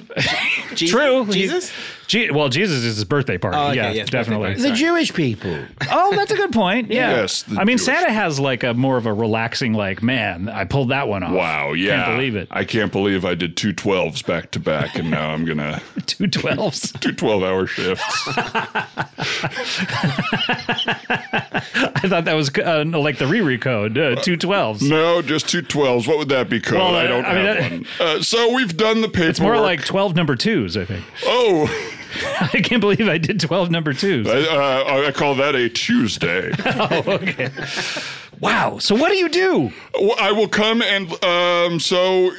Jesus?
True.
Jesus?
Je- well, Jesus is his birthday party.
Oh, okay,
yeah,
yes, birthday
definitely.
party.
The
Sorry.
Jewish people.
[laughs] Oh, that's a good point.
[laughs]
Yeah.
Yes, the
I mean,
Jewish-
Santa has like a more of a relaxing, like, man, I pulled that one off.
Wow, yeah.
Can't believe it.
I can't believe I did two 12s back to back, and now I'm going to
[laughs] Two 12s.
do 12 hour shifts.
I thought that was uh, no, like the Riri code, uh, two 12s.
No, just two 12s. What would that be called?
Well,
I
uh,
don't
I mean,
have
that-
one. Uh, so we've done the
[laughs]
paperwork.
It's more like 12 number twos, I think. [laughs]
oh, [laughs]
I can't believe I did 12 number twos.
I, uh, I call that a Tuesday.
okay. Wow. So what do you do?
Well, I will come and um, so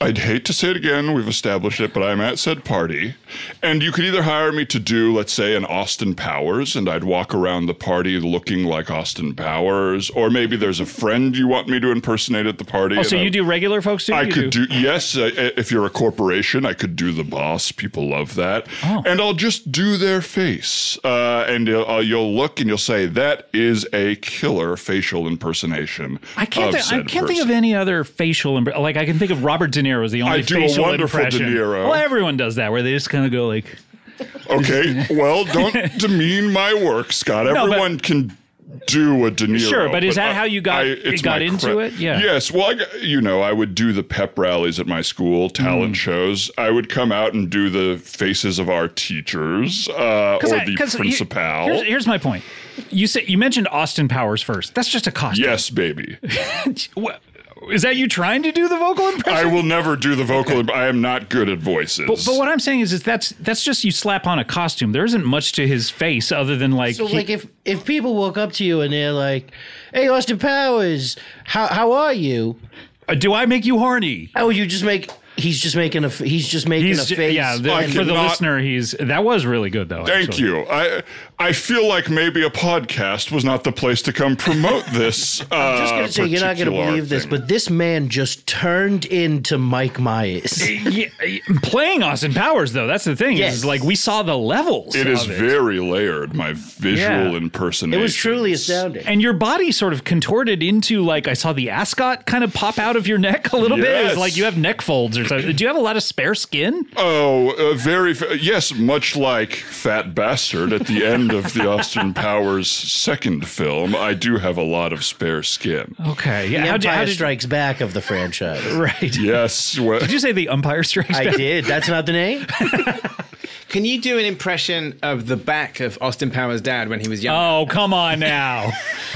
I'd hate to say it again. We've established it, but I'm at said party, and you could either hire me to do, let's say, an Austin Powers, and I'd walk around the party looking like Austin Powers, or maybe there's a friend you want me to impersonate at the party.
Oh,
and
so
I-
you do regular folks too?
I
You
could do, yes. Uh, if you're a corporation, I could do the boss. People love that,
Oh.
and I'll just do their face, uh, and you'll, uh, you'll look and you'll say that is a killer facial impersonation.
I can't,
Of
think, I
said
can't think
person.
of any other facial. Imp- like I can think of Robert De Niro as the only
I do a
facial
wonderful De
impression.
Niro.
Well, everyone does that, where they just kind of go like, [laughs]
Okay, well, don't demean my work, Scott.
but-
Everyone can do a De Niro.
Sure, but is that
I-
how you got-
it's
got
my
into it? Yeah.
Yes. Well, I, got- you know, I would do the pep rallies at my school, talent
Mm.
shows. I would come out and do the faces of our teachers uh, or
I-
the
'cause he-
principal.
here's, here's my point. You say you mentioned Austin Powers first. That's just a costume.
yes, baby.
[laughs] What- Is that you trying to do the vocal
I
impression?
will never do the vocal. I am not good at voices.
but, but what I'm saying is, is that's that's just you slap on a costume. There isn't much to his face other than like,
So
he-
like if if people walk up to you and they're like, "Hey, Austin Powers, how how are you?"
uh, do I make you horny?
Oh, you just make he's just making a f- he's just making
He's
a
j-
face.
yeah. The,
I
for the
cannot-
listener, he's that was really good though.
Thank
actually.
you. I I feel like maybe a podcast was not the place to come promote this. Uh, I'm
just gonna say you're not gonna believe this, but this man just turned into Mike Myers.
Yeah, playing Austin Powers though, that's the thing.
Yes.
Is like we saw the levels.
It is
of
very layered. My visual
Yeah.
impersonation.
It was truly astounding.
and your body sort of contorted into like I saw the ascot kind of pop out of your neck a little bit. It
Yes.
was like you have neck folds or something. Do you have a lot of spare skin?
Oh, uh, very fa- yes, much like Fat Bastard at the end of the
[laughs]
Austin Powers second film. I do have a lot of spare skin.
Okay, yeah.
The
how did-
Empire
how did-
Strikes Back of the
[laughs]
franchise.
[laughs] Right.
Yes, well,
Did you say the umpire strikes
I
back?
did. That's not the name.
Can you do an impression of the back of Austin Powers' dad when he was young?
Oh, come on now.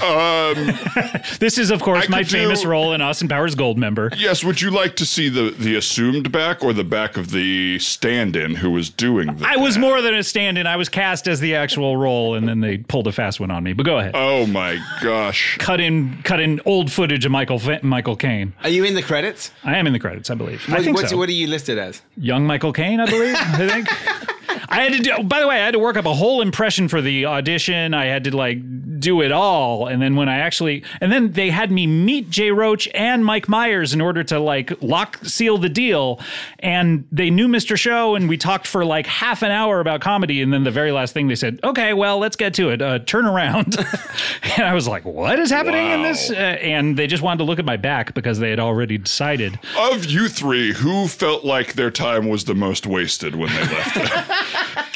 um,
[laughs] this is, of course,
I
my
could do-
famous role in Austin Powers Gold member.
yes. Would you like to see the the assumed back or the back of the stand-in who was doing the
I was
back?
more than a stand in. I was cast as the actual role, and then they pulled a fast one on me. But go ahead.
Oh my gosh.
cut in cut in old footage of Michael Fa- Michael Caine.
Are you in the credits?
I am in the credits, I believe. Uh, I think
What's-
so.
What are you listed as?
Young Michael Caine, I believe. I think. I had to do. By the way, I had to work up a whole impression for the audition. I had to like do it all. And then when I actually, and then they had me meet Jay Roach and Mike Myers in order to like lock, seal the deal. And they knew Mr. Show, and we talked for like half an hour about comedy. And then the very last thing they said, okay, well, let's get to it. Uh, turn around. [laughs] and I was like, what is happening in this? Uh, and they just wanted to look at my back because they had already decided.
Of you three, who felt like their time was the most wasted when they left?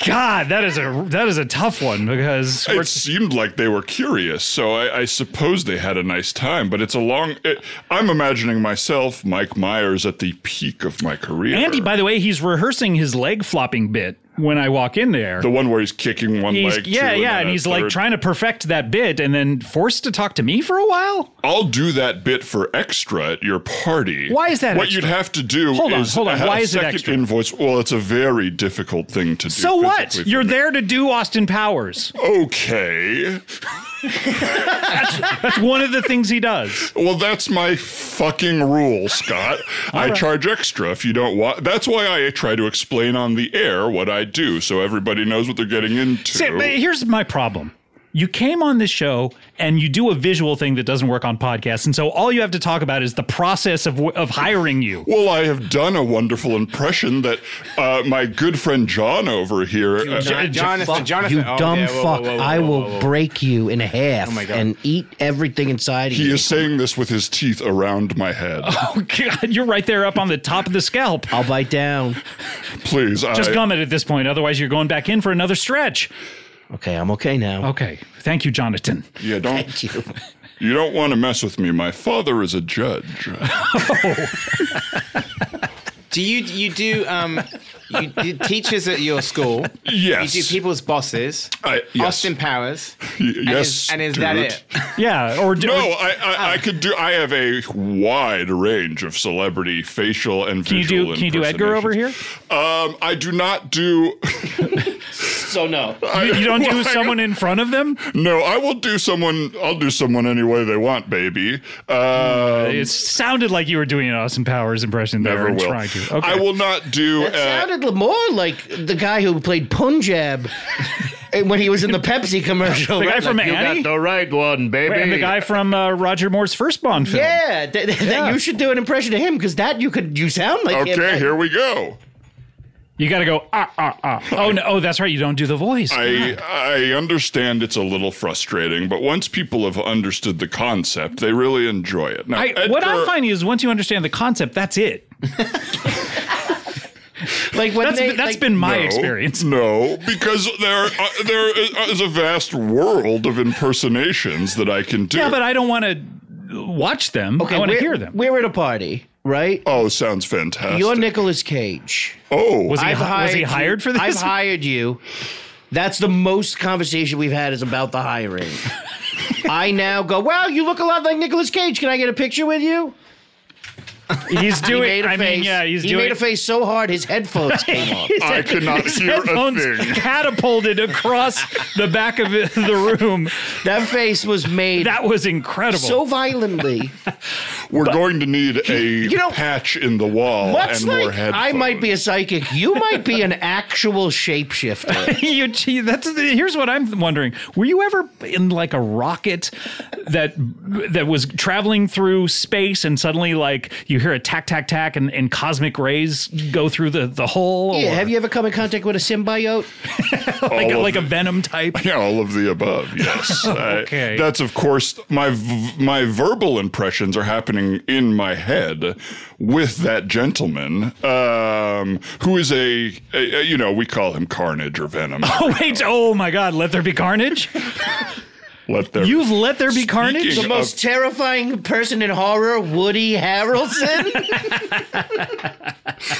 God, that is a that is a tough one because we're
it seemed like they were curious, so I, I suppose they had a nice time. But it's a long. It, I'm imagining myself, Mike Myers, at the peak of my career.
Andy, by the way, he's rehearsing his leg flopping bit when I walk in there.
the one where he's kicking one
He's-
leg.
yeah,
too,
yeah,
then
and
a
he's like
third.
trying to perfect that bit, and then forced to talk to me for a while.
I'll do that bit for extra at your party.
Why is that
What
extra?
you'd have to do
Hold on,
is
hold on.
have
Why
a
is it
second
extra?
invoice. Well, it's a very difficult thing to do.
So what?
physically for
You're
me.
there to do Austin Powers.
Okay.
That's one of the things he
[laughs]
does.
Well, that's my fucking rule, Scott. I charge extra if you don't want. That's why I try to explain on the air what I do, so everybody knows what they're getting into.
See, but here's my problem. You came on this show and you do a visual thing that doesn't work on podcasts, and so all you have to talk about is the process of of hiring you.
Well, I have done a wonderful impression that uh, my good friend John over here. uh,
Jon- [laughs] Jonathan, Jonathan,
You
oh,
dumb
yeah, whoa,
fuck!
whoa, whoa, whoa,
I
whoa,
will
whoa, whoa.
break you in half
my God.
and eat everything inside of
he
you.
is saying this with his teeth around my head.
Oh [laughs] God, you're right there up on the top of the scalp.
I'll bite down.
Please,
Just
I,
gum it at this point, otherwise you're going back in for another stretch.
Okay, I'm okay now.
Okay, thank you, Jonathan.
yeah, don't
Thank you.
you don't want to mess with me. My father is
[laughs]
a judge.
Do you you do um you do teachers at your school?
[laughs] Yes.
You do people's bosses.
I- yes.
Austin Powers.
Y-
And
yes,
is, and is
dude.
that it?
[laughs]
[laughs]
Yeah, or
No, I,
Ah.
I, I could do. I have a wide range of celebrity facial and
Can you do-
visual
can you do Edgar over
impersonations. Um, I do not do. [laughs]
so no.
You, you don't do someone in front of them.
No, I will do someone. I'll do someone any way they want, baby.
Mm,
Uh,
It sounded like you were doing an Austin Powers impression there.
never
and
will.
Trying to. Okay.
I will not do.
It
uh,
sounded more like the guy who played Punjab when he was in the Pepsi commercial.
The guy from Annie.
right one, baby.
and the guy from uh, Roger Moore's first Bond film.
Yeah, that, that- you should do an impression of him because that you could you sound like him.
okay, here we go.
You got to go ah ah ah. Oh no! Oh, that's right. You don't do the voice.
[laughs]
I I understand it's a little frustrating, but once people have understood the concept, they really enjoy it. Now,
I, what I'm
Edgar-
finding is once you understand the concept, that's it.
Like when
That's
they,
that's
like,
been my
No, [laughs]
experience.
No, because there uh, there is a vast world of impersonations that I can do.
Yeah, but I don't want to watch them. I want to
we're-
hear them.
We're at a party, right?
oh, sounds fantastic.
You're Nicolas Cage.
oh,
was, he,
I've
hi-
hired
was he
you-
hired for this?
I've hired you. That's the most conversation we've had is about
[laughs]
the hiring. I now go, wow, you look a lot like Nicolas Cage. Can I get a picture with you?
he's
He
doing.
made a
I
face.
mean, yeah, he's
he
doing.
made a face so hard his
[laughs]
headphones came off.
I could not
His
hear a
headphones
thing.
catapulted across the back of it- the room.
That face was made
That was incredible.
so violently.
We're going to need a
know,
patch in the wall
Much
and more
like
headphones.
I might be a psychic, you might be an
[laughs]
actual
[laughs]
shapeshifter.
you, gee, that's the, here's what I'm wondering. Were you ever in like a rocket that that was traveling through space and suddenly like you hear a tack tack tack and, and cosmic rays go through the the hole?
Yeah,
or
have you ever come in contact with a symbiote?
like a,
all
like a
of
venom type? [laughs]
Yeah, all of the above. Yes.
Okay.
I, that's of course my v- my verbal impressions are happening in my head with that gentleman, um, who is a, a, a- you know we call him Carnage or
[laughs]
Venom.
Oh wait! Oh my God! Let there be carnage.
Let there.
You've let there be carnage.
Speaking
The most terrifying person in horror, Woody Harrelson.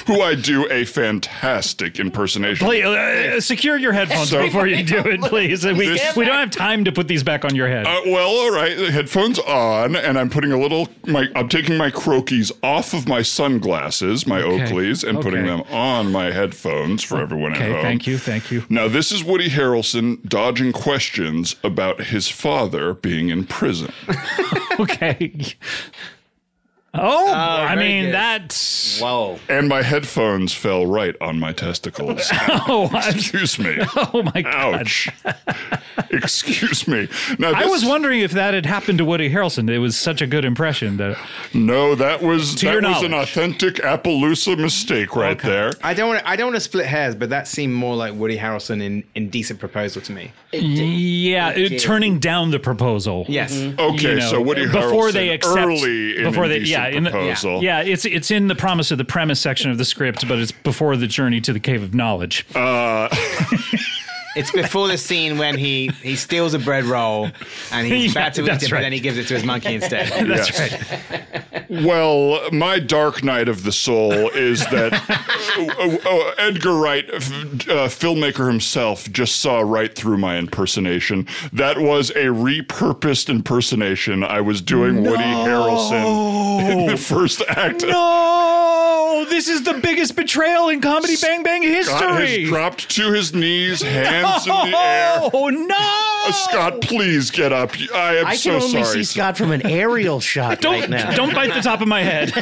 who I do a fantastic impersonation.
Please, uh, uh, secure your headphones
So-
before you do it, please. We, we
This-
don't have time to put these back on your head.
Uh, well, all right. The headphones on, and I'm putting a little. My I'm taking my croquis off of my sunglasses, my Oakleys, and putting
Okay.
them on my headphones for everyone at
okay,
home.
thank you, thank you. [laughs]
Now, this is Woody Harrelson dodging questions
[laughs]
about his father being in prison.
Okay. Oh, I
very
mean
good.
that's
Whoa.
And my headphones fell right on
[laughs]
my testicles.
oh, I,
Excuse me.
oh my god. [laughs]
Ouch. Excuse me. Now,
I
this-
was wondering if that had happened to Woody Harrelson. It was such a good impression that
No, that was
your
that was an
knowledge.
authentic Appaloosa mistake right there.
I don't want. I don't want to split hairs, but that seemed more like Woody Harrelson in Indecent Proposal to me.
yeah, it, turning down the proposal.
Yes.
Okay,
You know,
so Woody
before
Harrelson
they accept
early in
before they
Indecent
yeah, in the-
proposal.
yeah it's it's in the promise of the premise section of the script but it's before the journey to the cave of knowledge
It's before the scene when he he steals a bread roll and
[laughs]
he's
Yeah,
about to eat it,
that's
but
right.
then he gives it to his
[laughs]
monkey instead.
that's
Yes.
right
Well, my dark night of the soul is that
[laughs]
oh, oh, Edgar Wright, f- uh, filmmaker himself, just saw right through my impersonation. That was a repurposed impersonation I was doing Woody Harrelson in the first
[laughs]
act.
no this is the biggest betrayal in comedy bang bang
Scott
history
has dropped to his knees, hands in
[laughs]
the air.
oh no
Uh, Scott, please get up. I am
I
so
can only see
sorry.
Scott from an
[laughs]
aerial shot right
don't
now.
don't bite the top of my
[laughs]
head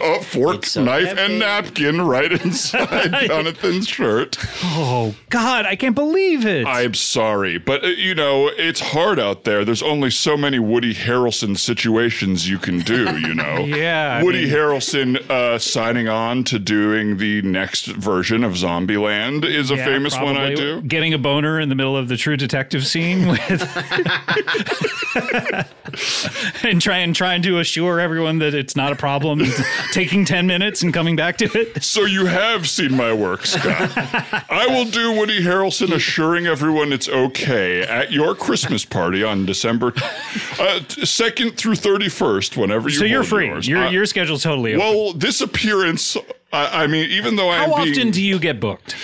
Oh, fork,
so
knife,
heavy.
and napkin right inside Jonathan's shirt.
oh god I can't believe it
I'm sorry, but uh, you know it's hard out there. There's only so many Woody Harrelson situations you can do. You know,
Yeah, I
Woody
mean-
Harrelson uh, signing on to doing the next version of Zombieland is a
Yeah,
famous one I
probably.
do.
Getting a boner in the middle of the True Detective scene with, [laughs] and try and trying to assure everyone that it's not a problem.
[laughs]
taking ten minutes and coming back to it.
So you have seen my work, Scott. I will do Woody Harrelson assuring everyone it's okay at your Christmas party on December uh, second through thirty first, whenever you.
So you're
hold
free.
Yours.
Your
I-
your schedule's totally open.
Well, this appearance, I, I mean, even though I'm
How often
being,
do you get booked?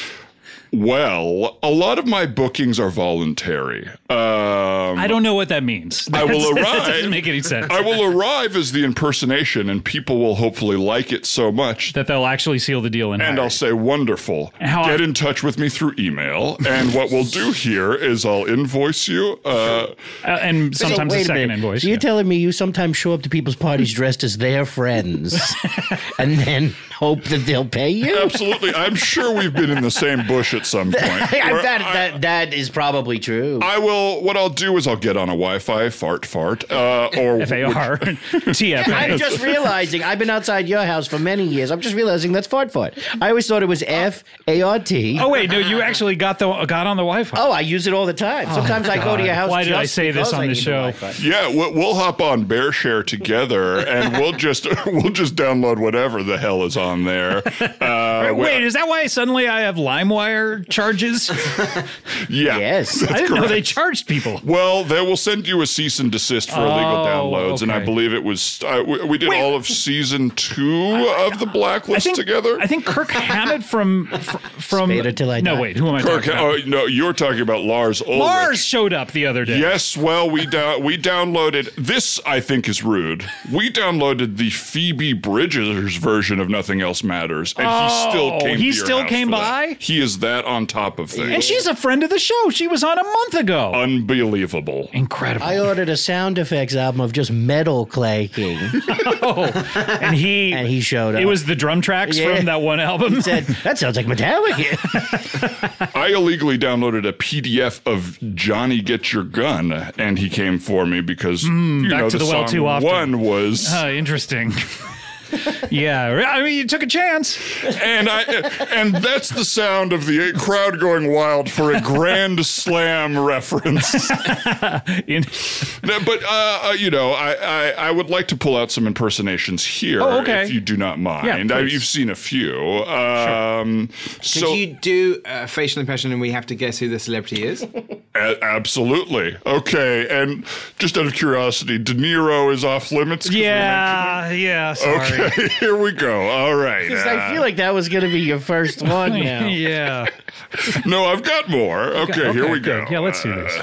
well, a lot of my bookings are voluntary. Um,
I don't know what that means.
I will
That's-
arrive.
That [laughs] doesn't make any sense.
I will arrive as the impersonation, and people will hopefully like it so much.
that they'll actually seal the deal and,
and
hire
I'll
you.
say, wonderful.
How
Get
I-
in touch with me through email. And what we'll do here is I'll invoice you. Uh,
Uh, and sometimes a
wait
second
minute.
invoice.
So you're
yeah.
telling me you sometimes show up to people's parties dressed as
[laughs]
their friends, and then hope that they'll pay [laughs] you?
absolutely. I'm sure we've been in the same bush
[laughs]
at some point.
I,
where
that,
I-
that that is probably true.
I will. What I'll do is I'll get on a Wi-Fi, fart, fart, uh, or
FAR, [laughs]
I'm
TFA.
just realizing I've been outside your house for many years. I'm just realizing that's fart fart. I always thought it was F A R T.
Oh wait, no, you actually got the got on the Wi-Fi.
Oh, I use it all the time. Sometimes I go to your house.
Why did I
just
say this
because
on
I
the
need
show?
Wi-Fi.
Yeah, we'll, we'll hop on Bear Share together, and we'll just [laughs] we'll just download whatever the hell is
[laughs]
on there. Uh,
Wait, is that why suddenly I have LimeWire
[laughs]
charges? I [laughs]
yeah.
Yes.
didn't know they charged people.
Well, they will send you a cease and desist for illegal
Oh,
downloads, and I
okay.
believe it was uh, we, we did
Wait.
all of season two of the
I
Blacklist
think
together.
I think Kirk Hammett from fr- from
Spade it till I
no
die.
wait who am I
Kirk,
talking about?
oh no, you're talking about Lars Ulrich.
Lars showed up the other day.
Yes, well, we down we downloaded this. I think is rude. We downloaded the Phoebe Bridgers version of Nothing Else Matters, and he
Oh,
still
he
came. to your
still
house
came
for that.
by?
He is that on top of things.
and she's a friend of the show. She was on a month ago.
Unbelievable.
Incredible.
I ordered a sound effects album of just metal clanging,
and he
and he showed up.
it was the drum tracks
Yeah.
from that one album.
said that sounds like Metallica. [laughs]
I illegally downloaded a PDF of Johnny Get Your Gun, and he came for me because you
Hmm, Back
know
to
the,
the well
song
too often.
one was,
[laughs] Uh, interesting. yeah, I mean you took a chance.
and I and that's the sound of the crowd going wild for
[laughs]
a grand slam reference.
In-
No, but uh, uh, you know, I, I I would like to pull out some impersonations here,
Oh, okay.
if you do not mind.
Yeah,
I,
please.
you've seen a few. Um,
Did
So
you do a facial impression and we have to guess who the celebrity is?
a- absolutely okay. And just out of curiosity, De Niro is off limits. 'cause
[laughs]
we
yeah, yeah. Sorry.
mentioned- [laughs] Here we go. All right.
I feel like that was going to be your first
[laughs]
one
[laughs]
now.
yeah.
Uh, no, I've got more. Okay, here
Okay,
we go.
good. Yeah, let's do
Uh,
this.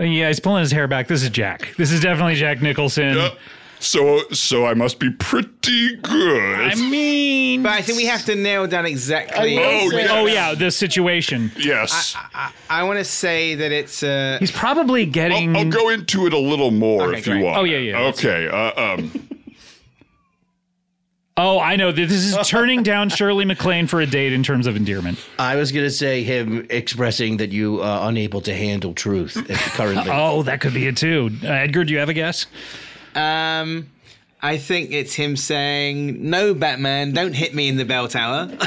Uh, Yeah, he's pulling his hair back. This is Jack. This is definitely Jack Nicholson.
uh, so so I must be pretty good.
I mean,
But I think we have to nail down exactly.
oh
Yes.
yeah.
oh yeah, the situation.
Yes.
I, I want to say that it's. Uh,
He's probably
I'll-
getting.
I'll, go into it a little more
Okay,
if you
great.
want.
Oh, yeah, yeah, that's
Okay. Uh, um,
Oh, I know. This [laughs] is turning down Shirley MacLaine for a date in terms of endearment.
I was going to say him expressing that you are unable to handle truth at- currently.
Oh, that could be it too. Uh, Edgar, do you have a guess?
Um, I think it's him saying, "No, Batman, don't hit me in the bell tower." [laughs]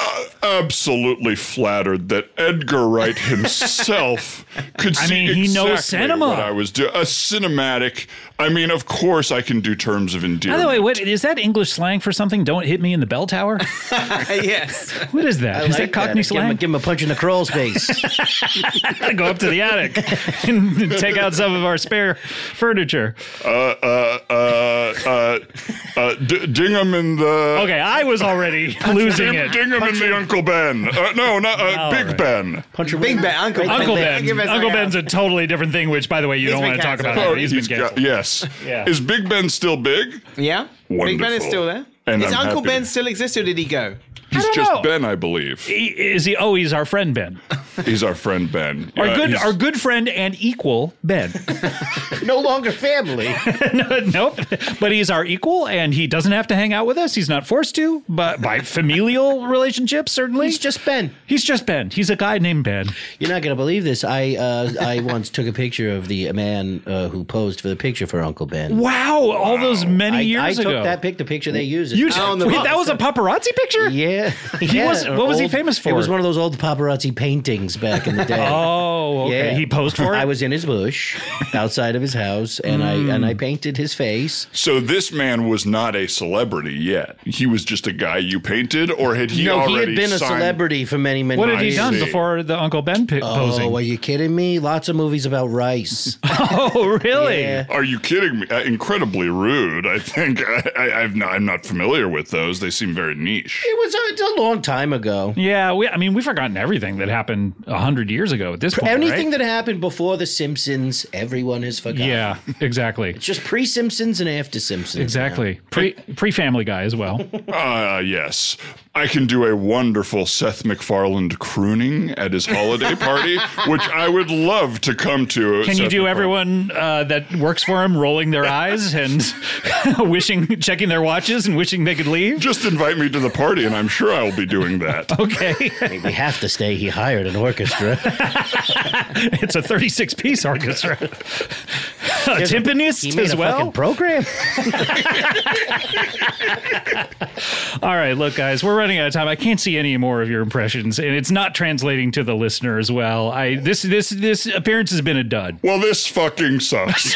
Oh,
Absolutely flattered that Edgar Wright
[laughs]
himself could see
mean, he
exactly
knows cinema.
what I was doing. A cinematic. I mean, of course, I can do terms of
by
endearment.
the way, what is that English slang for something? Don't hit me in the bell tower.
yes.
What is that? Is that Cockney
[laughs] Give him, a-
slang?
give him a punch in the crawl [laughs] space.
[laughs] Gotta go up to the attic and take out some of our spare furniture.
uh, uh, uh, uh, uh, d- ding him in the.
[laughs] Okay, I was already losing
Ding,
it.
ding him in the Uncle Ben. Uh, no, not uh,
All
Big
right.
Ben.
Punch your
Big Ben, Uncle Ben.
Uncle Ben.
Uncle Ben's
Uncle
like,
Ben's
uh,
a totally different thing, which, by the way, you don't
been
want to talk
canceled.
about. that.
Oh,
he's been
got-
canceled.
yes.
Yeah.
Is Big Ben still big?
yeah. Big Ben is
Wonderful.
still there.
And
Is
I'm
Uncle
happy.
Ben still exist or did he go?
He's
don't
just
know.
Ben, I believe.
He- is he? Oh, he's our friend Ben,
He's our friend Ben.
our
Yeah,
good,
Uh, he's-
our good friend and equal Ben. [laughs]
no longer family.
nope, but he's our equal, and he doesn't have to hang out with us. He's not forced to, but by familial relationships, certainly.
He's just Ben.
He's just Ben. He's a guy named Ben.
You're not going to believe this. I uh, I once took a picture of the man uh, who posed for the picture for Uncle Ben.
Wow, all those many
I,
years
I took
ago.
that pic, the picture they used.
you
Oh, on the
[laughs] wait,
box.
that was a paparazzi picture.
yeah.
He was-
an
what was he famous for?
It was one of those old paparazzi paintings back
[laughs]
in the day.
Oh, okay.
Yeah.
He posed for it.
[laughs] I was in his bush outside of his house and I and I
Hmm.
painted his face.
So this man was not a celebrity yet. He was just a guy you painted, or had he
no,
already
he had been a
signed-
celebrity for many, many
What had
years.
he
I
done
see.
before the Uncle Ben pi-
Oh, are
posing?
you kidding me? Lots of movies about rice.
[laughs] Oh, really?
Yeah.
Are you kidding me? Uh, incredibly rude. I think [laughs] I, I, I've not, I'm not familiar with those. They seem very niche.
It was a, it's a long time ago.
Yeah, we, I mean, we've forgotten everything that happened a hundred years ago at this point.
Anything
right?
that happened before The Simpsons, everyone has forgotten.
Yeah, exactly,
It's just pre Simpsons and after Simpsons.
exactly. Pre pre Family Guy as
[laughs]
well.
Ah, yes. I can do a wonderful Seth MacFarlane crooning at his holiday party, which I would love to come to.
Can you
Seth
do
MacFarlane.
everyone uh, that works for him rolling their eyes and [laughs] wishing, checking their watches and wishing they could
[laughs]
leave?
Just invite me to the party, and I'm sure I will be doing that.
[laughs] Okay,
We have to stay. He hired
[laughs]
an orchestra.
it's a thirty-six piece
[laughs]
orchestra, a timpanist
He made
as
a
well. [laughs]
fucking program.
All right, look, guys, we're running out of time. I can't see any more of your impressions, and it's not translating to the listener as well. I this this this appearance has been a dud.
Well, this
[laughs]
fucking sucks.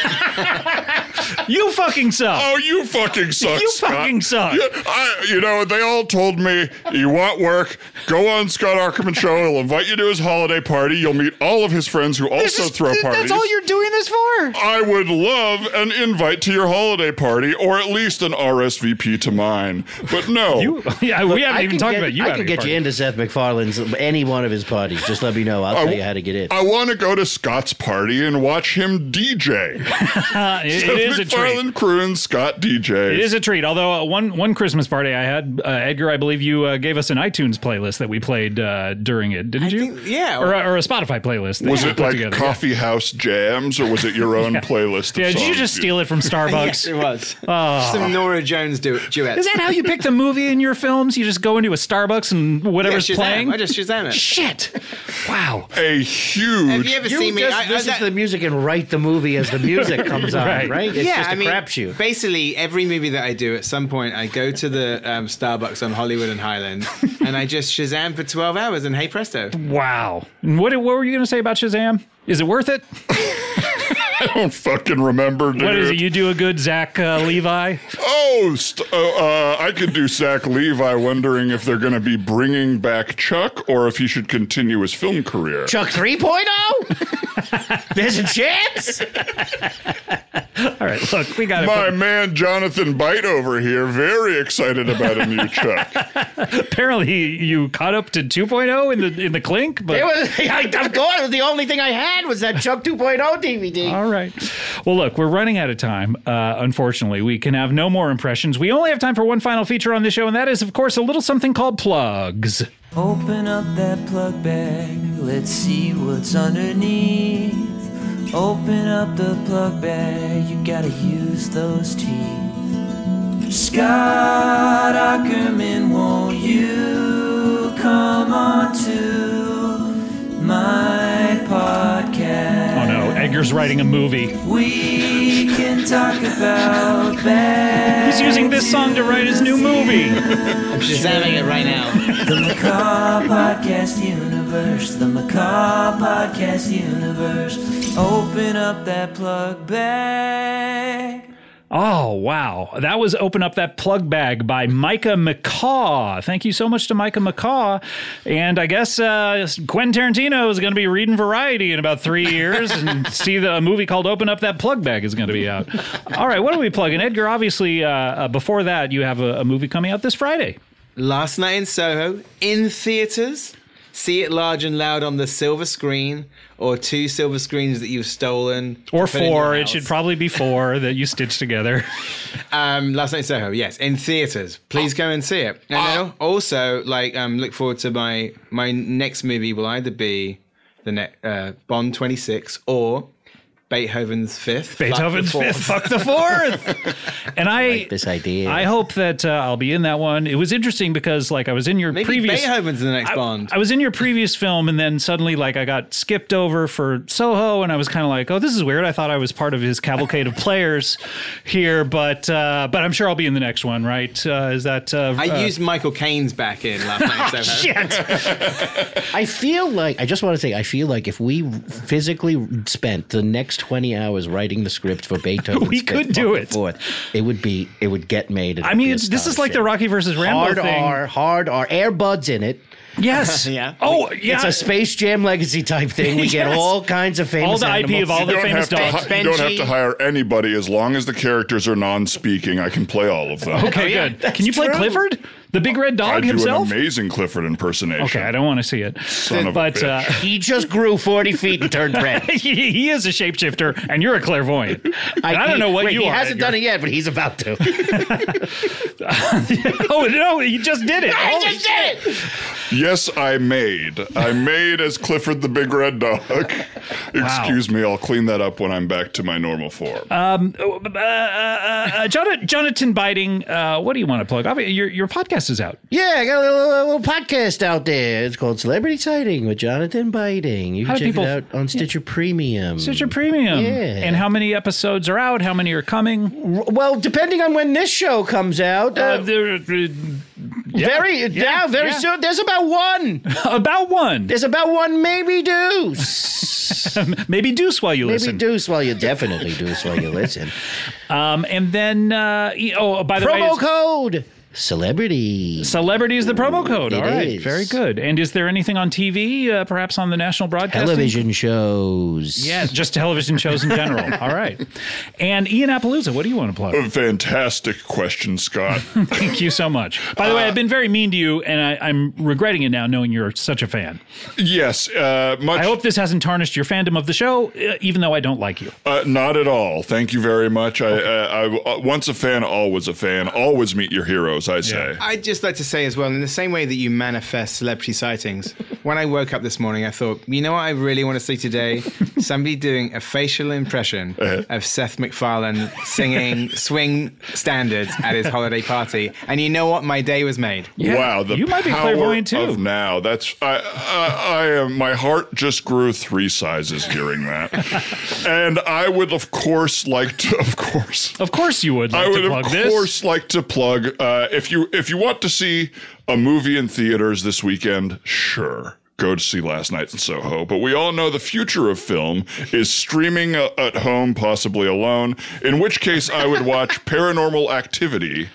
You fucking suck.
Oh, you fucking suck.
You
Scott.
fucking
[laughs]
suck.
You, I, you know, they all told me you want work, go on Scott Ackerman show. He'll invite you to his holiday party. You'll meet all of his friends who also throw parties.
doing this for?
I would love an invite to your holiday party, or at least an RSVP to mine. But
[laughs]
no,
yeah, we haven't
I
even
can
talked
get,
about you.
I
having
could
a
get
party.
you into Seth MacFarlane's any one of his parties. Just let me know. I'll tell you how to get in.
I want to go to Scott's party and watch him DJ.
Uh,
[laughs]
it- it is a treat.
McFarland crew and Scott DJs.
It is a treat. Although uh, one one Christmas party I had, uh, Edgar, I believe you uh, gave us an iTunes playlist that we played uh, during it, didn't you?
think- yeah.
or, a- or a Spotify playlist. that
was
you
it
put
like
together.
coffee house jams, or was it your own playlist?
[laughs]
Of
Yeah, did you
songs
just steal it
[laughs]
from Starbucks?
Yes, it was. [laughs] Some Nora Jones du- duet.
Is that how you pick the movie in your films? You just go into a Starbucks and
yeah,
whatever's
Shazam.
playing?
I just Shazam it.
Shit. Wow.
A huge.
Have you ever
You
seen me?
just
I- I-
listen
that-
to the music and write the movie as
[laughs]
the music comes on,
Right.
right? It's
yeah,
just a
I mean,
crapshoot.
basically every movie that I do, at some point, I go to the um, Starbucks on Hollywood and Highland, and I just Shazam for twelve hours, and hey presto,
Wow. And What, what were you going to say about Shazam? Is it worth it?
I don't fucking remember, dude.
What is it? You do a good Zach uh, Levi? [laughs]
oh, st- uh, uh, I could do Zach Levi wondering if they're going to be bringing back Chuck or if he should continue his film career.
Chuck 3.0? [laughs] There's a chance?
All right, look, we got
My
it.
man Jonathan Bite over here, very excited about
[laughs]
a new Chuck.
Apparently, you caught up to 2.0 in the in the clink, but
It was, [laughs] I, I'm going. It was the only thing I had was that Chuck 2.0 DVD.
All right. Well, look, we're running out of time. Uh, unfortunately, we can have no more impressions. We only have time for one final feature on the show, and that is, of course, a little something called plugs.
Open up that plug bag, let's see what's underneath. Open up the plug bag, you gotta use those teeth. Scott Ackerman, won't you come on to my podcast?
Oh no, Edgar's writing a movie.
We can talk about bad
He's using this song to write his new movie.
I'm shazamming it right now.
the Macaw Podcast Universe, the Macaw Podcast Universe. Open up that plug bag.
Oh, wow. That was Open Up That Plug Bag by Micah McCaw. Thank you so much to Micah McCaw. And I guess uh, Quentin Tarantino is going to be reading Variety in about three years and [laughs] see the a movie called Open Up That Plug Bag is going to be out. All right, what are we plugging? Edgar, obviously, uh, uh, before that, you have a, a movie coming out this Friday.
Last Night in Soho in theaters. See it large and loud on the silver screen or two silver screens that you've stolen.
Or
to put in your
four. It
house.
should probably be four that you stitch together.
Um, Last Night in Soho, yes, in theaters. Please go and see it. And then also, like, um, look forward to my my next movie will either be the ne- uh, Bond 26 or Beethoven's Fifth. Fuck the
Beethoven's
Fourth.
Fifth, fuck the
[laughs]
fourth. and I.
This idea.
I hope that uh, I'll be in that one. It was interesting because, like, I was in your
Maybe
previous.
Beethoven's in the next
I,
Bond.
I was in your previous film, and then suddenly, like, I got skipped over for Soho, and I was kind of like, "Oh, this is weird." I thought I was part of his cavalcade
[laughs]
of players here, but uh, but I'm sure I'll be in the next one, right? Uh, is that uh,
I
uh, [laughs]
used Michael Caine's back in Last Night in Soho.
I feel like I just want to say I feel like if we physically spent the next twenty hours writing the script for
[laughs]
Beethoven,
We could do it.
Forth, it would be it would get made. and
I
it'd
mean,
be
it's, this is like the
astonishing.
Rocky versus Rambo
hard
thing.
R, hard R, Airbuds in it. [laughs]
Yes.
Yeah.
Oh, yeah.
It's a Space Jam legacy type thing. We
[laughs]
get
Yes.
all kinds of famous
all the IP
animals.
of all the
You don't,
famous
have to,
dogs.
hi- you don't have
Benji.
to hire anybody as long as the characters are non-speaking. I can play all of them.
Oh,
Okay, good. Can you play Clifford, the big red
I
dog
do
himself?
an amazing Clifford impersonation.
Okay, I don't want to see it.
Son of a
but
bitch.
Uh,
He just grew forty feet and turned red.
he, he is a shapeshifter, and you're a clairvoyant. And [laughs] I, don't know what
wait,
you
he
are.
hasn't done it yet, but he's about to.
[laughs] it. [laughs] Oh no, he just did it. Holy-
did it.
Yes, I made. I made as Clifford the Big
[laughs]
Red Dog. Excuse me, I'll clean that up when I'm back to my normal form.
uh, uh, uh, Jonathan, Jonathan Biting, uh, what do you want to plug? Obvi- Your your podcast is out.
Yeah, I got a little, a little podcast out there. It's called Celebrity Sighting with Jonathan Biting. You
How
can
do
check
people-
it out on Stitcher Premium.
Stitcher Premium.
Mm. Yeah.
And how many episodes are out? How many are coming?
well, depending on when this show comes out,
Uh,
uh,
there- uh,
very now, very
yeah.
soon. There's about one.
about one.
There's about one, maybe deuce.
[laughs] Maybe Deuce while you
maybe
listen.
deuce while you definitely deuce while you listen.
Um, and then, uh, e- oh, by [laughs] the way,
Promo
it's-
code celebrity.
Celebrity is the promo code.
It
All right,
is.
very good. And is there anything on TV, uh, perhaps on the national broadcast?
Television shows.
Yeah, just television shows in
[laughs]
general. All right. And Ian Appaloosa, what do you want to plug?
Fantastic question,
[laughs]
Scott.
Thank you so much. By the way, I've been very mean to you, and I, I'm regretting it now knowing you're such a fan.
yes, uh, much.
I hope this hasn't tarnished your fandom of the show, uh, even though I don't like you.
Uh, not at all. Thank you very much. I, uh, I uh, once a fan, always a fan. Always meet your heroes. I say.
I'd just like to say as well, in the same way that you manifest celebrity [laughs] sightings, when I woke up this morning, I thought, you know what I really want to see today? [laughs] Somebody doing a facial impression of Seth MacFarlane [laughs] singing swing standards at his holiday party. And you know what? My day was made.
Yeah,
wow, the
you might be
power
clairvoyant, too.
Of now, that's I, I, I am. My heart just grew three sizes
[laughs]
during that, and I would of course like to, of course,
Of course, you would like
I would
to
of
plug this.
course like to plug. Uh, if you if you want to see a movie in theaters this weekend, sure. Go to see last night in Soho, but we all know the future of film is streaming uh, at home, possibly alone. In which case, I would
[laughs]
watch Paranormal Activity,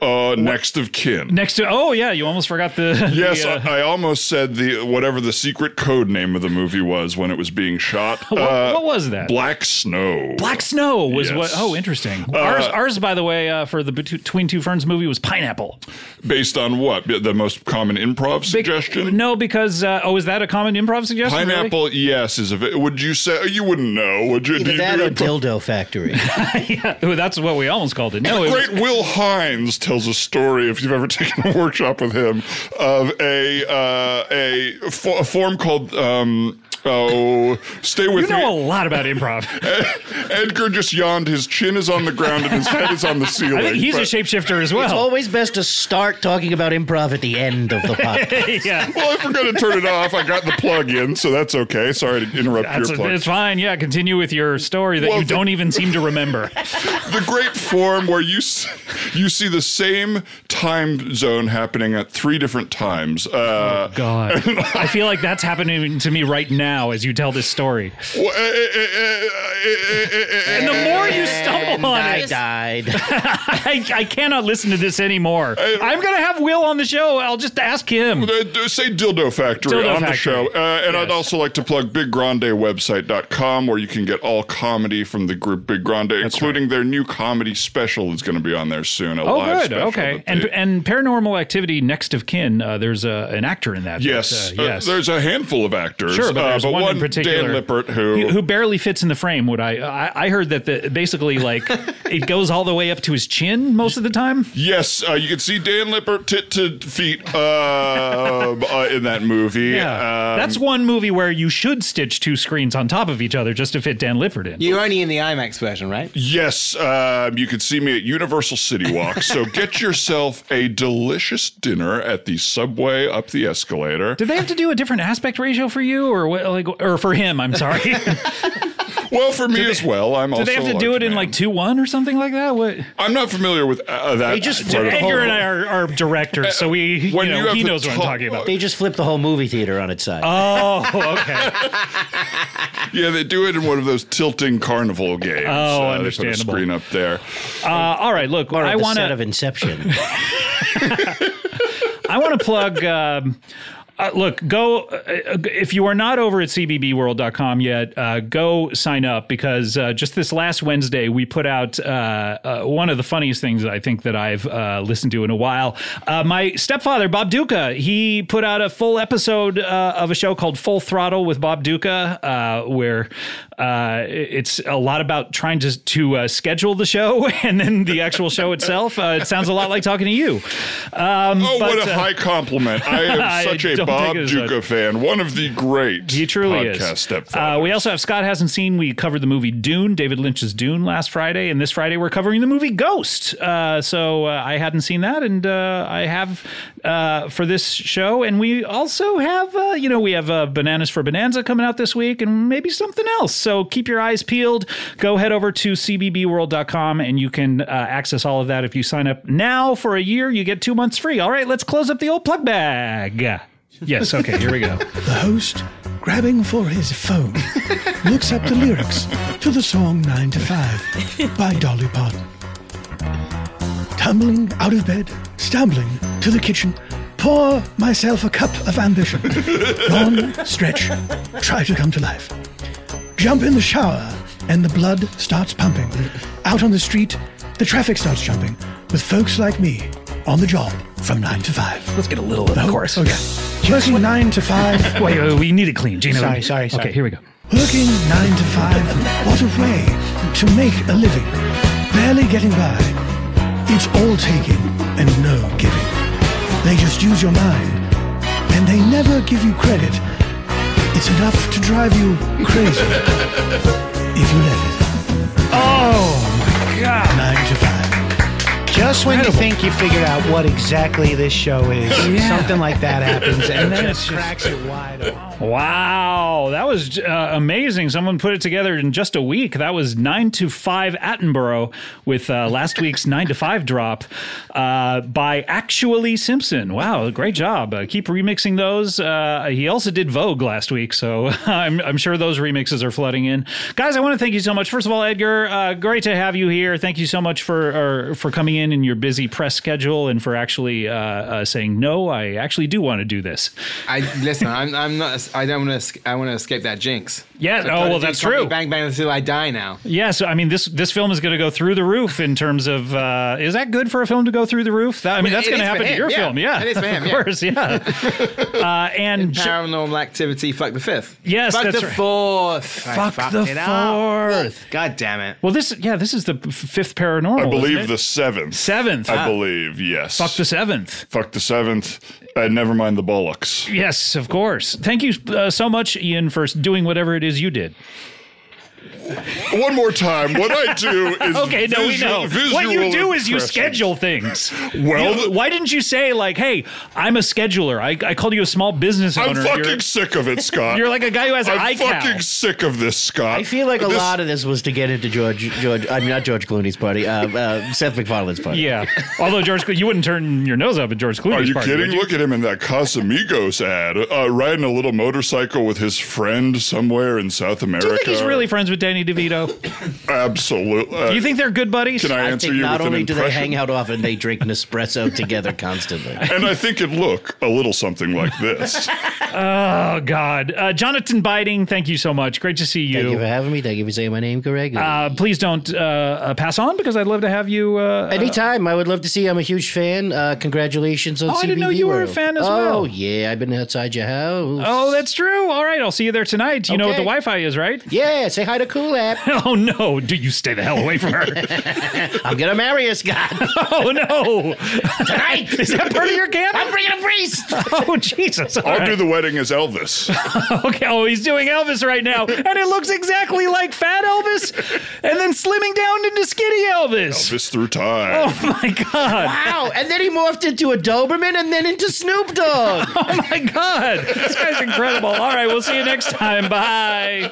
uh, Next of Kin.
Next to, oh, yeah, you almost forgot the.
Yes,
the, uh,
I, I almost said the whatever the secret code name of the movie was when it was being shot.
[laughs] what,
Uh,
what was that?
Black Snow.
Black Snow was
Yes. Uh,
what. Oh, interesting. ours, ours, by the way, uh, for the Between Two Ferns movie was pineapple.
Based on what? The most common improv
Bec-
suggestion?
No, because uh, oh, is that a common improv suggestion? really?
Pineapple, yes, is a. vi- Would you say you wouldn't know? Would you? do
Either
you
that
do
or
improv?
[laughs]
dildo factory.
yeah, well, that's what we almost called it. No, it was,
Great Will Hines tells a story, if you've ever [laughs] taken a workshop with him, of a uh, a, fo- a form called um, So stay with
You know a
me. E-,
lot about improv.
[laughs] Edgar just yawned. His chin is on the ground and his head is on the ceiling.
[laughs] I think he's a
but-
shapeshifter as
It's
well.
always best to start talking about improv at the end of the
[laughs]
podcast.
yeah.
Well, if we're going to turn it off, I got the plug in, so that's okay. Sorry to interrupt
That's
your plug.
it's fine. Yeah, continue with your story that
Well,
you
the-
don't even seem to
[laughs]
remember.
the great form where you s- you see the same time zone happening at three different times. Uh,
Oh, God. I
[laughs]
feel like that's happening to me right now as you tell this story. [laughs]
w- eh, eh, eh, eh, eh, eh, eh, eh,
And the more you stumble on
I
it,
died.
I, I cannot listen to this anymore. I'm going to have Will on the show. I'll just ask him.
Uh, d- Say Dildo Factory
Dildo
on the
Factory.
show. Uh, and I'd
Yes.
also like to plug biggrandewebsite.com where you can get all comedy from the group Big Grande, including their new comedy special is going to be on there soon. A
Oh,
live
good.
special
Okay.
that
And
they-
and Paranormal Activity Next of Kin, uh, there's a, an actor in that.
yes,
that,
uh,
uh, yes.
there's a handful of actors.
Sure, but
uh,
there's one, in particular,
Dan Lippert who,
who barely fits in the frame. Would I? I, I heard that the, basically,
[laughs]
like it goes all the way up to his chin most of the time.
Yes, uh, you can see Dan Lippert tit to feet uh, uh, in that movie. Um,
that's one movie where you should stitch two screens on top of each other just to fit Dan Lippert in.
You're only in the IMAX version, right?
yes, um, you can see me at Universal City Walk.
[laughs]
so get yourself a delicious dinner at the subway up the escalator.
Did they have to do a different aspect ratio for you, or what, like, or for him? I'm sorry. [laughs] Did
Well, for me as well. I'm also
they have
a
to do
large
it in
man.
like two one or something like that? What?
I'm not familiar with uh, that.
They just
part of
did-
it.
Edgar and I are, are directors, so we
When
you know,
you have
he
the
knows what I'm
top-
talking about.
They just flipped the whole movie theater on its side.
Oh, okay.
Yeah, they do it in one of those tilting carnival games.
Oh,
uh, they put a
understandable.
screen up there.
Uh, all right. Look,
or
I
the
want
set
to.
of Inception.
I want to plug. Um, uh, look, go uh, if you are not over at cbbworld.com yet. Uh, go sign up because uh, just this last Wednesday we put out uh, uh, one of the funniest things I think that I've uh, listened to in a while. Uh, my stepfather Bob Duca he put out a full episode uh, of a show called Full Throttle with Bob Duca, uh, where uh, it's a lot about trying to to uh, schedule the show [laughs] and then the actual show itself. Uh, it sounds a lot like talking to you. Um,
Oh,
but,
what a
uh,
high compliment!
[laughs]
I
I
am such a
don't
Bob
take it as
Duca
much.
fan, one of the great.
He truly
podcast
is.
stepfathers.
Uh, we also have Scott hasn't seen. We covered the movie Dune, David Lynch's Dune, last Friday, and this Friday we're covering the movie Ghost. Uh, so uh, I hadn't seen that, and uh, I have uh, for this show. And we also have, uh, you know, we have uh, Bananas for Bonanza coming out this week, and maybe something else. So keep your eyes peeled. Go head over to cbbworld.com, and you can uh, access all of that if you sign up now for a year. You get two months free. All right, let's close up the old plug bag. Yes. Okay. Here we go.
The host, grabbing for
[laughs]
his phone, looks up the lyrics to the song 9 to 5 by Dolly Parton. Tumbling out of bed, stumbling to the kitchen, pour myself a cup
[laughs]
of ambition. Yawn, stretch, try to come to life. Jump in the shower, and the blood starts pumping. Out on the street, the traffic starts jumping, with folks like me on the job from 9 to 5.
Let's get a little of the chorus. [laughs]
Okay. Working 9 to 5.
Wait, wait, we need it clean, Gina.
Sorry, sorry, sorry.
Okay, here we go.
Working nine to five, what a way to make a living. Barely getting by. It's all taking and no giving. They just use your mind, and they never give you credit. It's enough to drive you crazy if you let
Oh my
it.
god.
Nine to five.
Just when you think you figured out what exactly this show
[laughs]
is, something like that happens, and then it cracks it wide open.
Wow, that was uh, amazing. Someone put it together in just a week. That was 9 to 5 Attenborough with uh, last week's 9 to 5 drop uh, by Actually Simpson. Wow, great job. Uh, keep remixing those. Uh, he also did Vogue last week, so [laughs] I'm, I'm sure those remixes are flooding in. Guys, I want to thank you so much. First of all, Edgar, uh, great to have you here. Thank you so much for, uh, for coming in in your busy press schedule and for actually uh, uh, saying, no, I actually do want to do this.
I listen. I'm, I'm not. I don't want to. I want to escape that jinx.
Yeah,
So
oh,
I've gotta
well,
do
that's
Comedy
true.
Bang bang until I die. Now
Yeah, so I mean, this this film is going to go through the roof in terms of uh, is that good for a film to go through the roof? That, I mean,
Well,
that's
it
going to
is for
happen to
him,
your
yeah.
film, yeah.
It is for
[laughs]
him,
of
yeah.
course, yeah. uh,
[laughs]
and ju-
paranormal activity. Fuck the fifth.
Yes,
fuck
that's
the
right.
fourth.
fuck the fourth.
God damn it.
Well, this yeah, this is the f- fifth paranormal.
I
isn't
believe
it?
the seventh.
seventh.
I believe yes.
Fuck the seventh.
Fuck the seventh. Uh, Uh, never mind the bollocks.
Yes, of course. Thank you uh, so much, Ian, for doing whatever it is you did.
One more time, what I do
[laughs]
is
okay. No, we
visual-
know what you
visual
do is you
impressions.
schedule things.
Well,
You- why didn't you say like, "Hey, I'm a scheduler. I, I called you a small business owner."
I'm
You're-
fucking sick of it,
[laughs]
Scott.
You're like a guy who has an
I'm
iCal.
fucking sick of this, Scott.
I feel like a lot of this was to get into George, George. I mean, not George Clooney's party. Uh, uh, Seth MacFarlane's party.
Yeah. Although George, Clo- you wouldn't turn your nose up at George Clooney's
Are you
party,
kidding?
would you?
Look at him in that Casamigos ad, uh, riding a little motorcycle with his friend somewhere in South America.
Do you think he's really friends with Danny DeVito?
Absolutely.
Do you think they're good buddies?
Uh, Can I
I
answer
think
you
not
with an
only do they
impression?
hang out often, they drink Nespresso
[laughs]
together constantly.
and I think it'd look a little something like this.
Oh God, uh, Jonathan Biding, thank you so much. Great to see you.
Thank you for having me. Thank you for saying my name correctly.
Uh, please don't uh, uh, pass on because I'd love to have you. Uh,
Anytime, I would love to see. you. I'm a huge fan. Uh, congratulations on
Oh,
CBB
I didn't know you were a
World.
fan as
oh,
well.
yeah, I've been outside your house.
Oh, that's true. All right, I'll see you there tonight. You know what the
Okay.
Wi-Fi is, right? [laughs]
Yeah, say hi to Cool App.
oh no, do you stay the hell away
[laughs]
from her?
I'm gonna marry a Scott.
oh no,
tonight
[laughs] is that part of your camp?
I'm bringing a priest.
Oh Jesus! All
I'll
right.
do the wedding as Elvis.
okay, oh, he's doing Elvis right now, and it looks exactly like Fat Elvis, and then slimming down into Skinny Elvis.
Elvis through time.
[laughs] Oh my God!
Wow, and then he morphed into a Doberman and then into Snoop Dogg.
Oh my God! This guy's incredible. All right, we'll see you next time. Bye.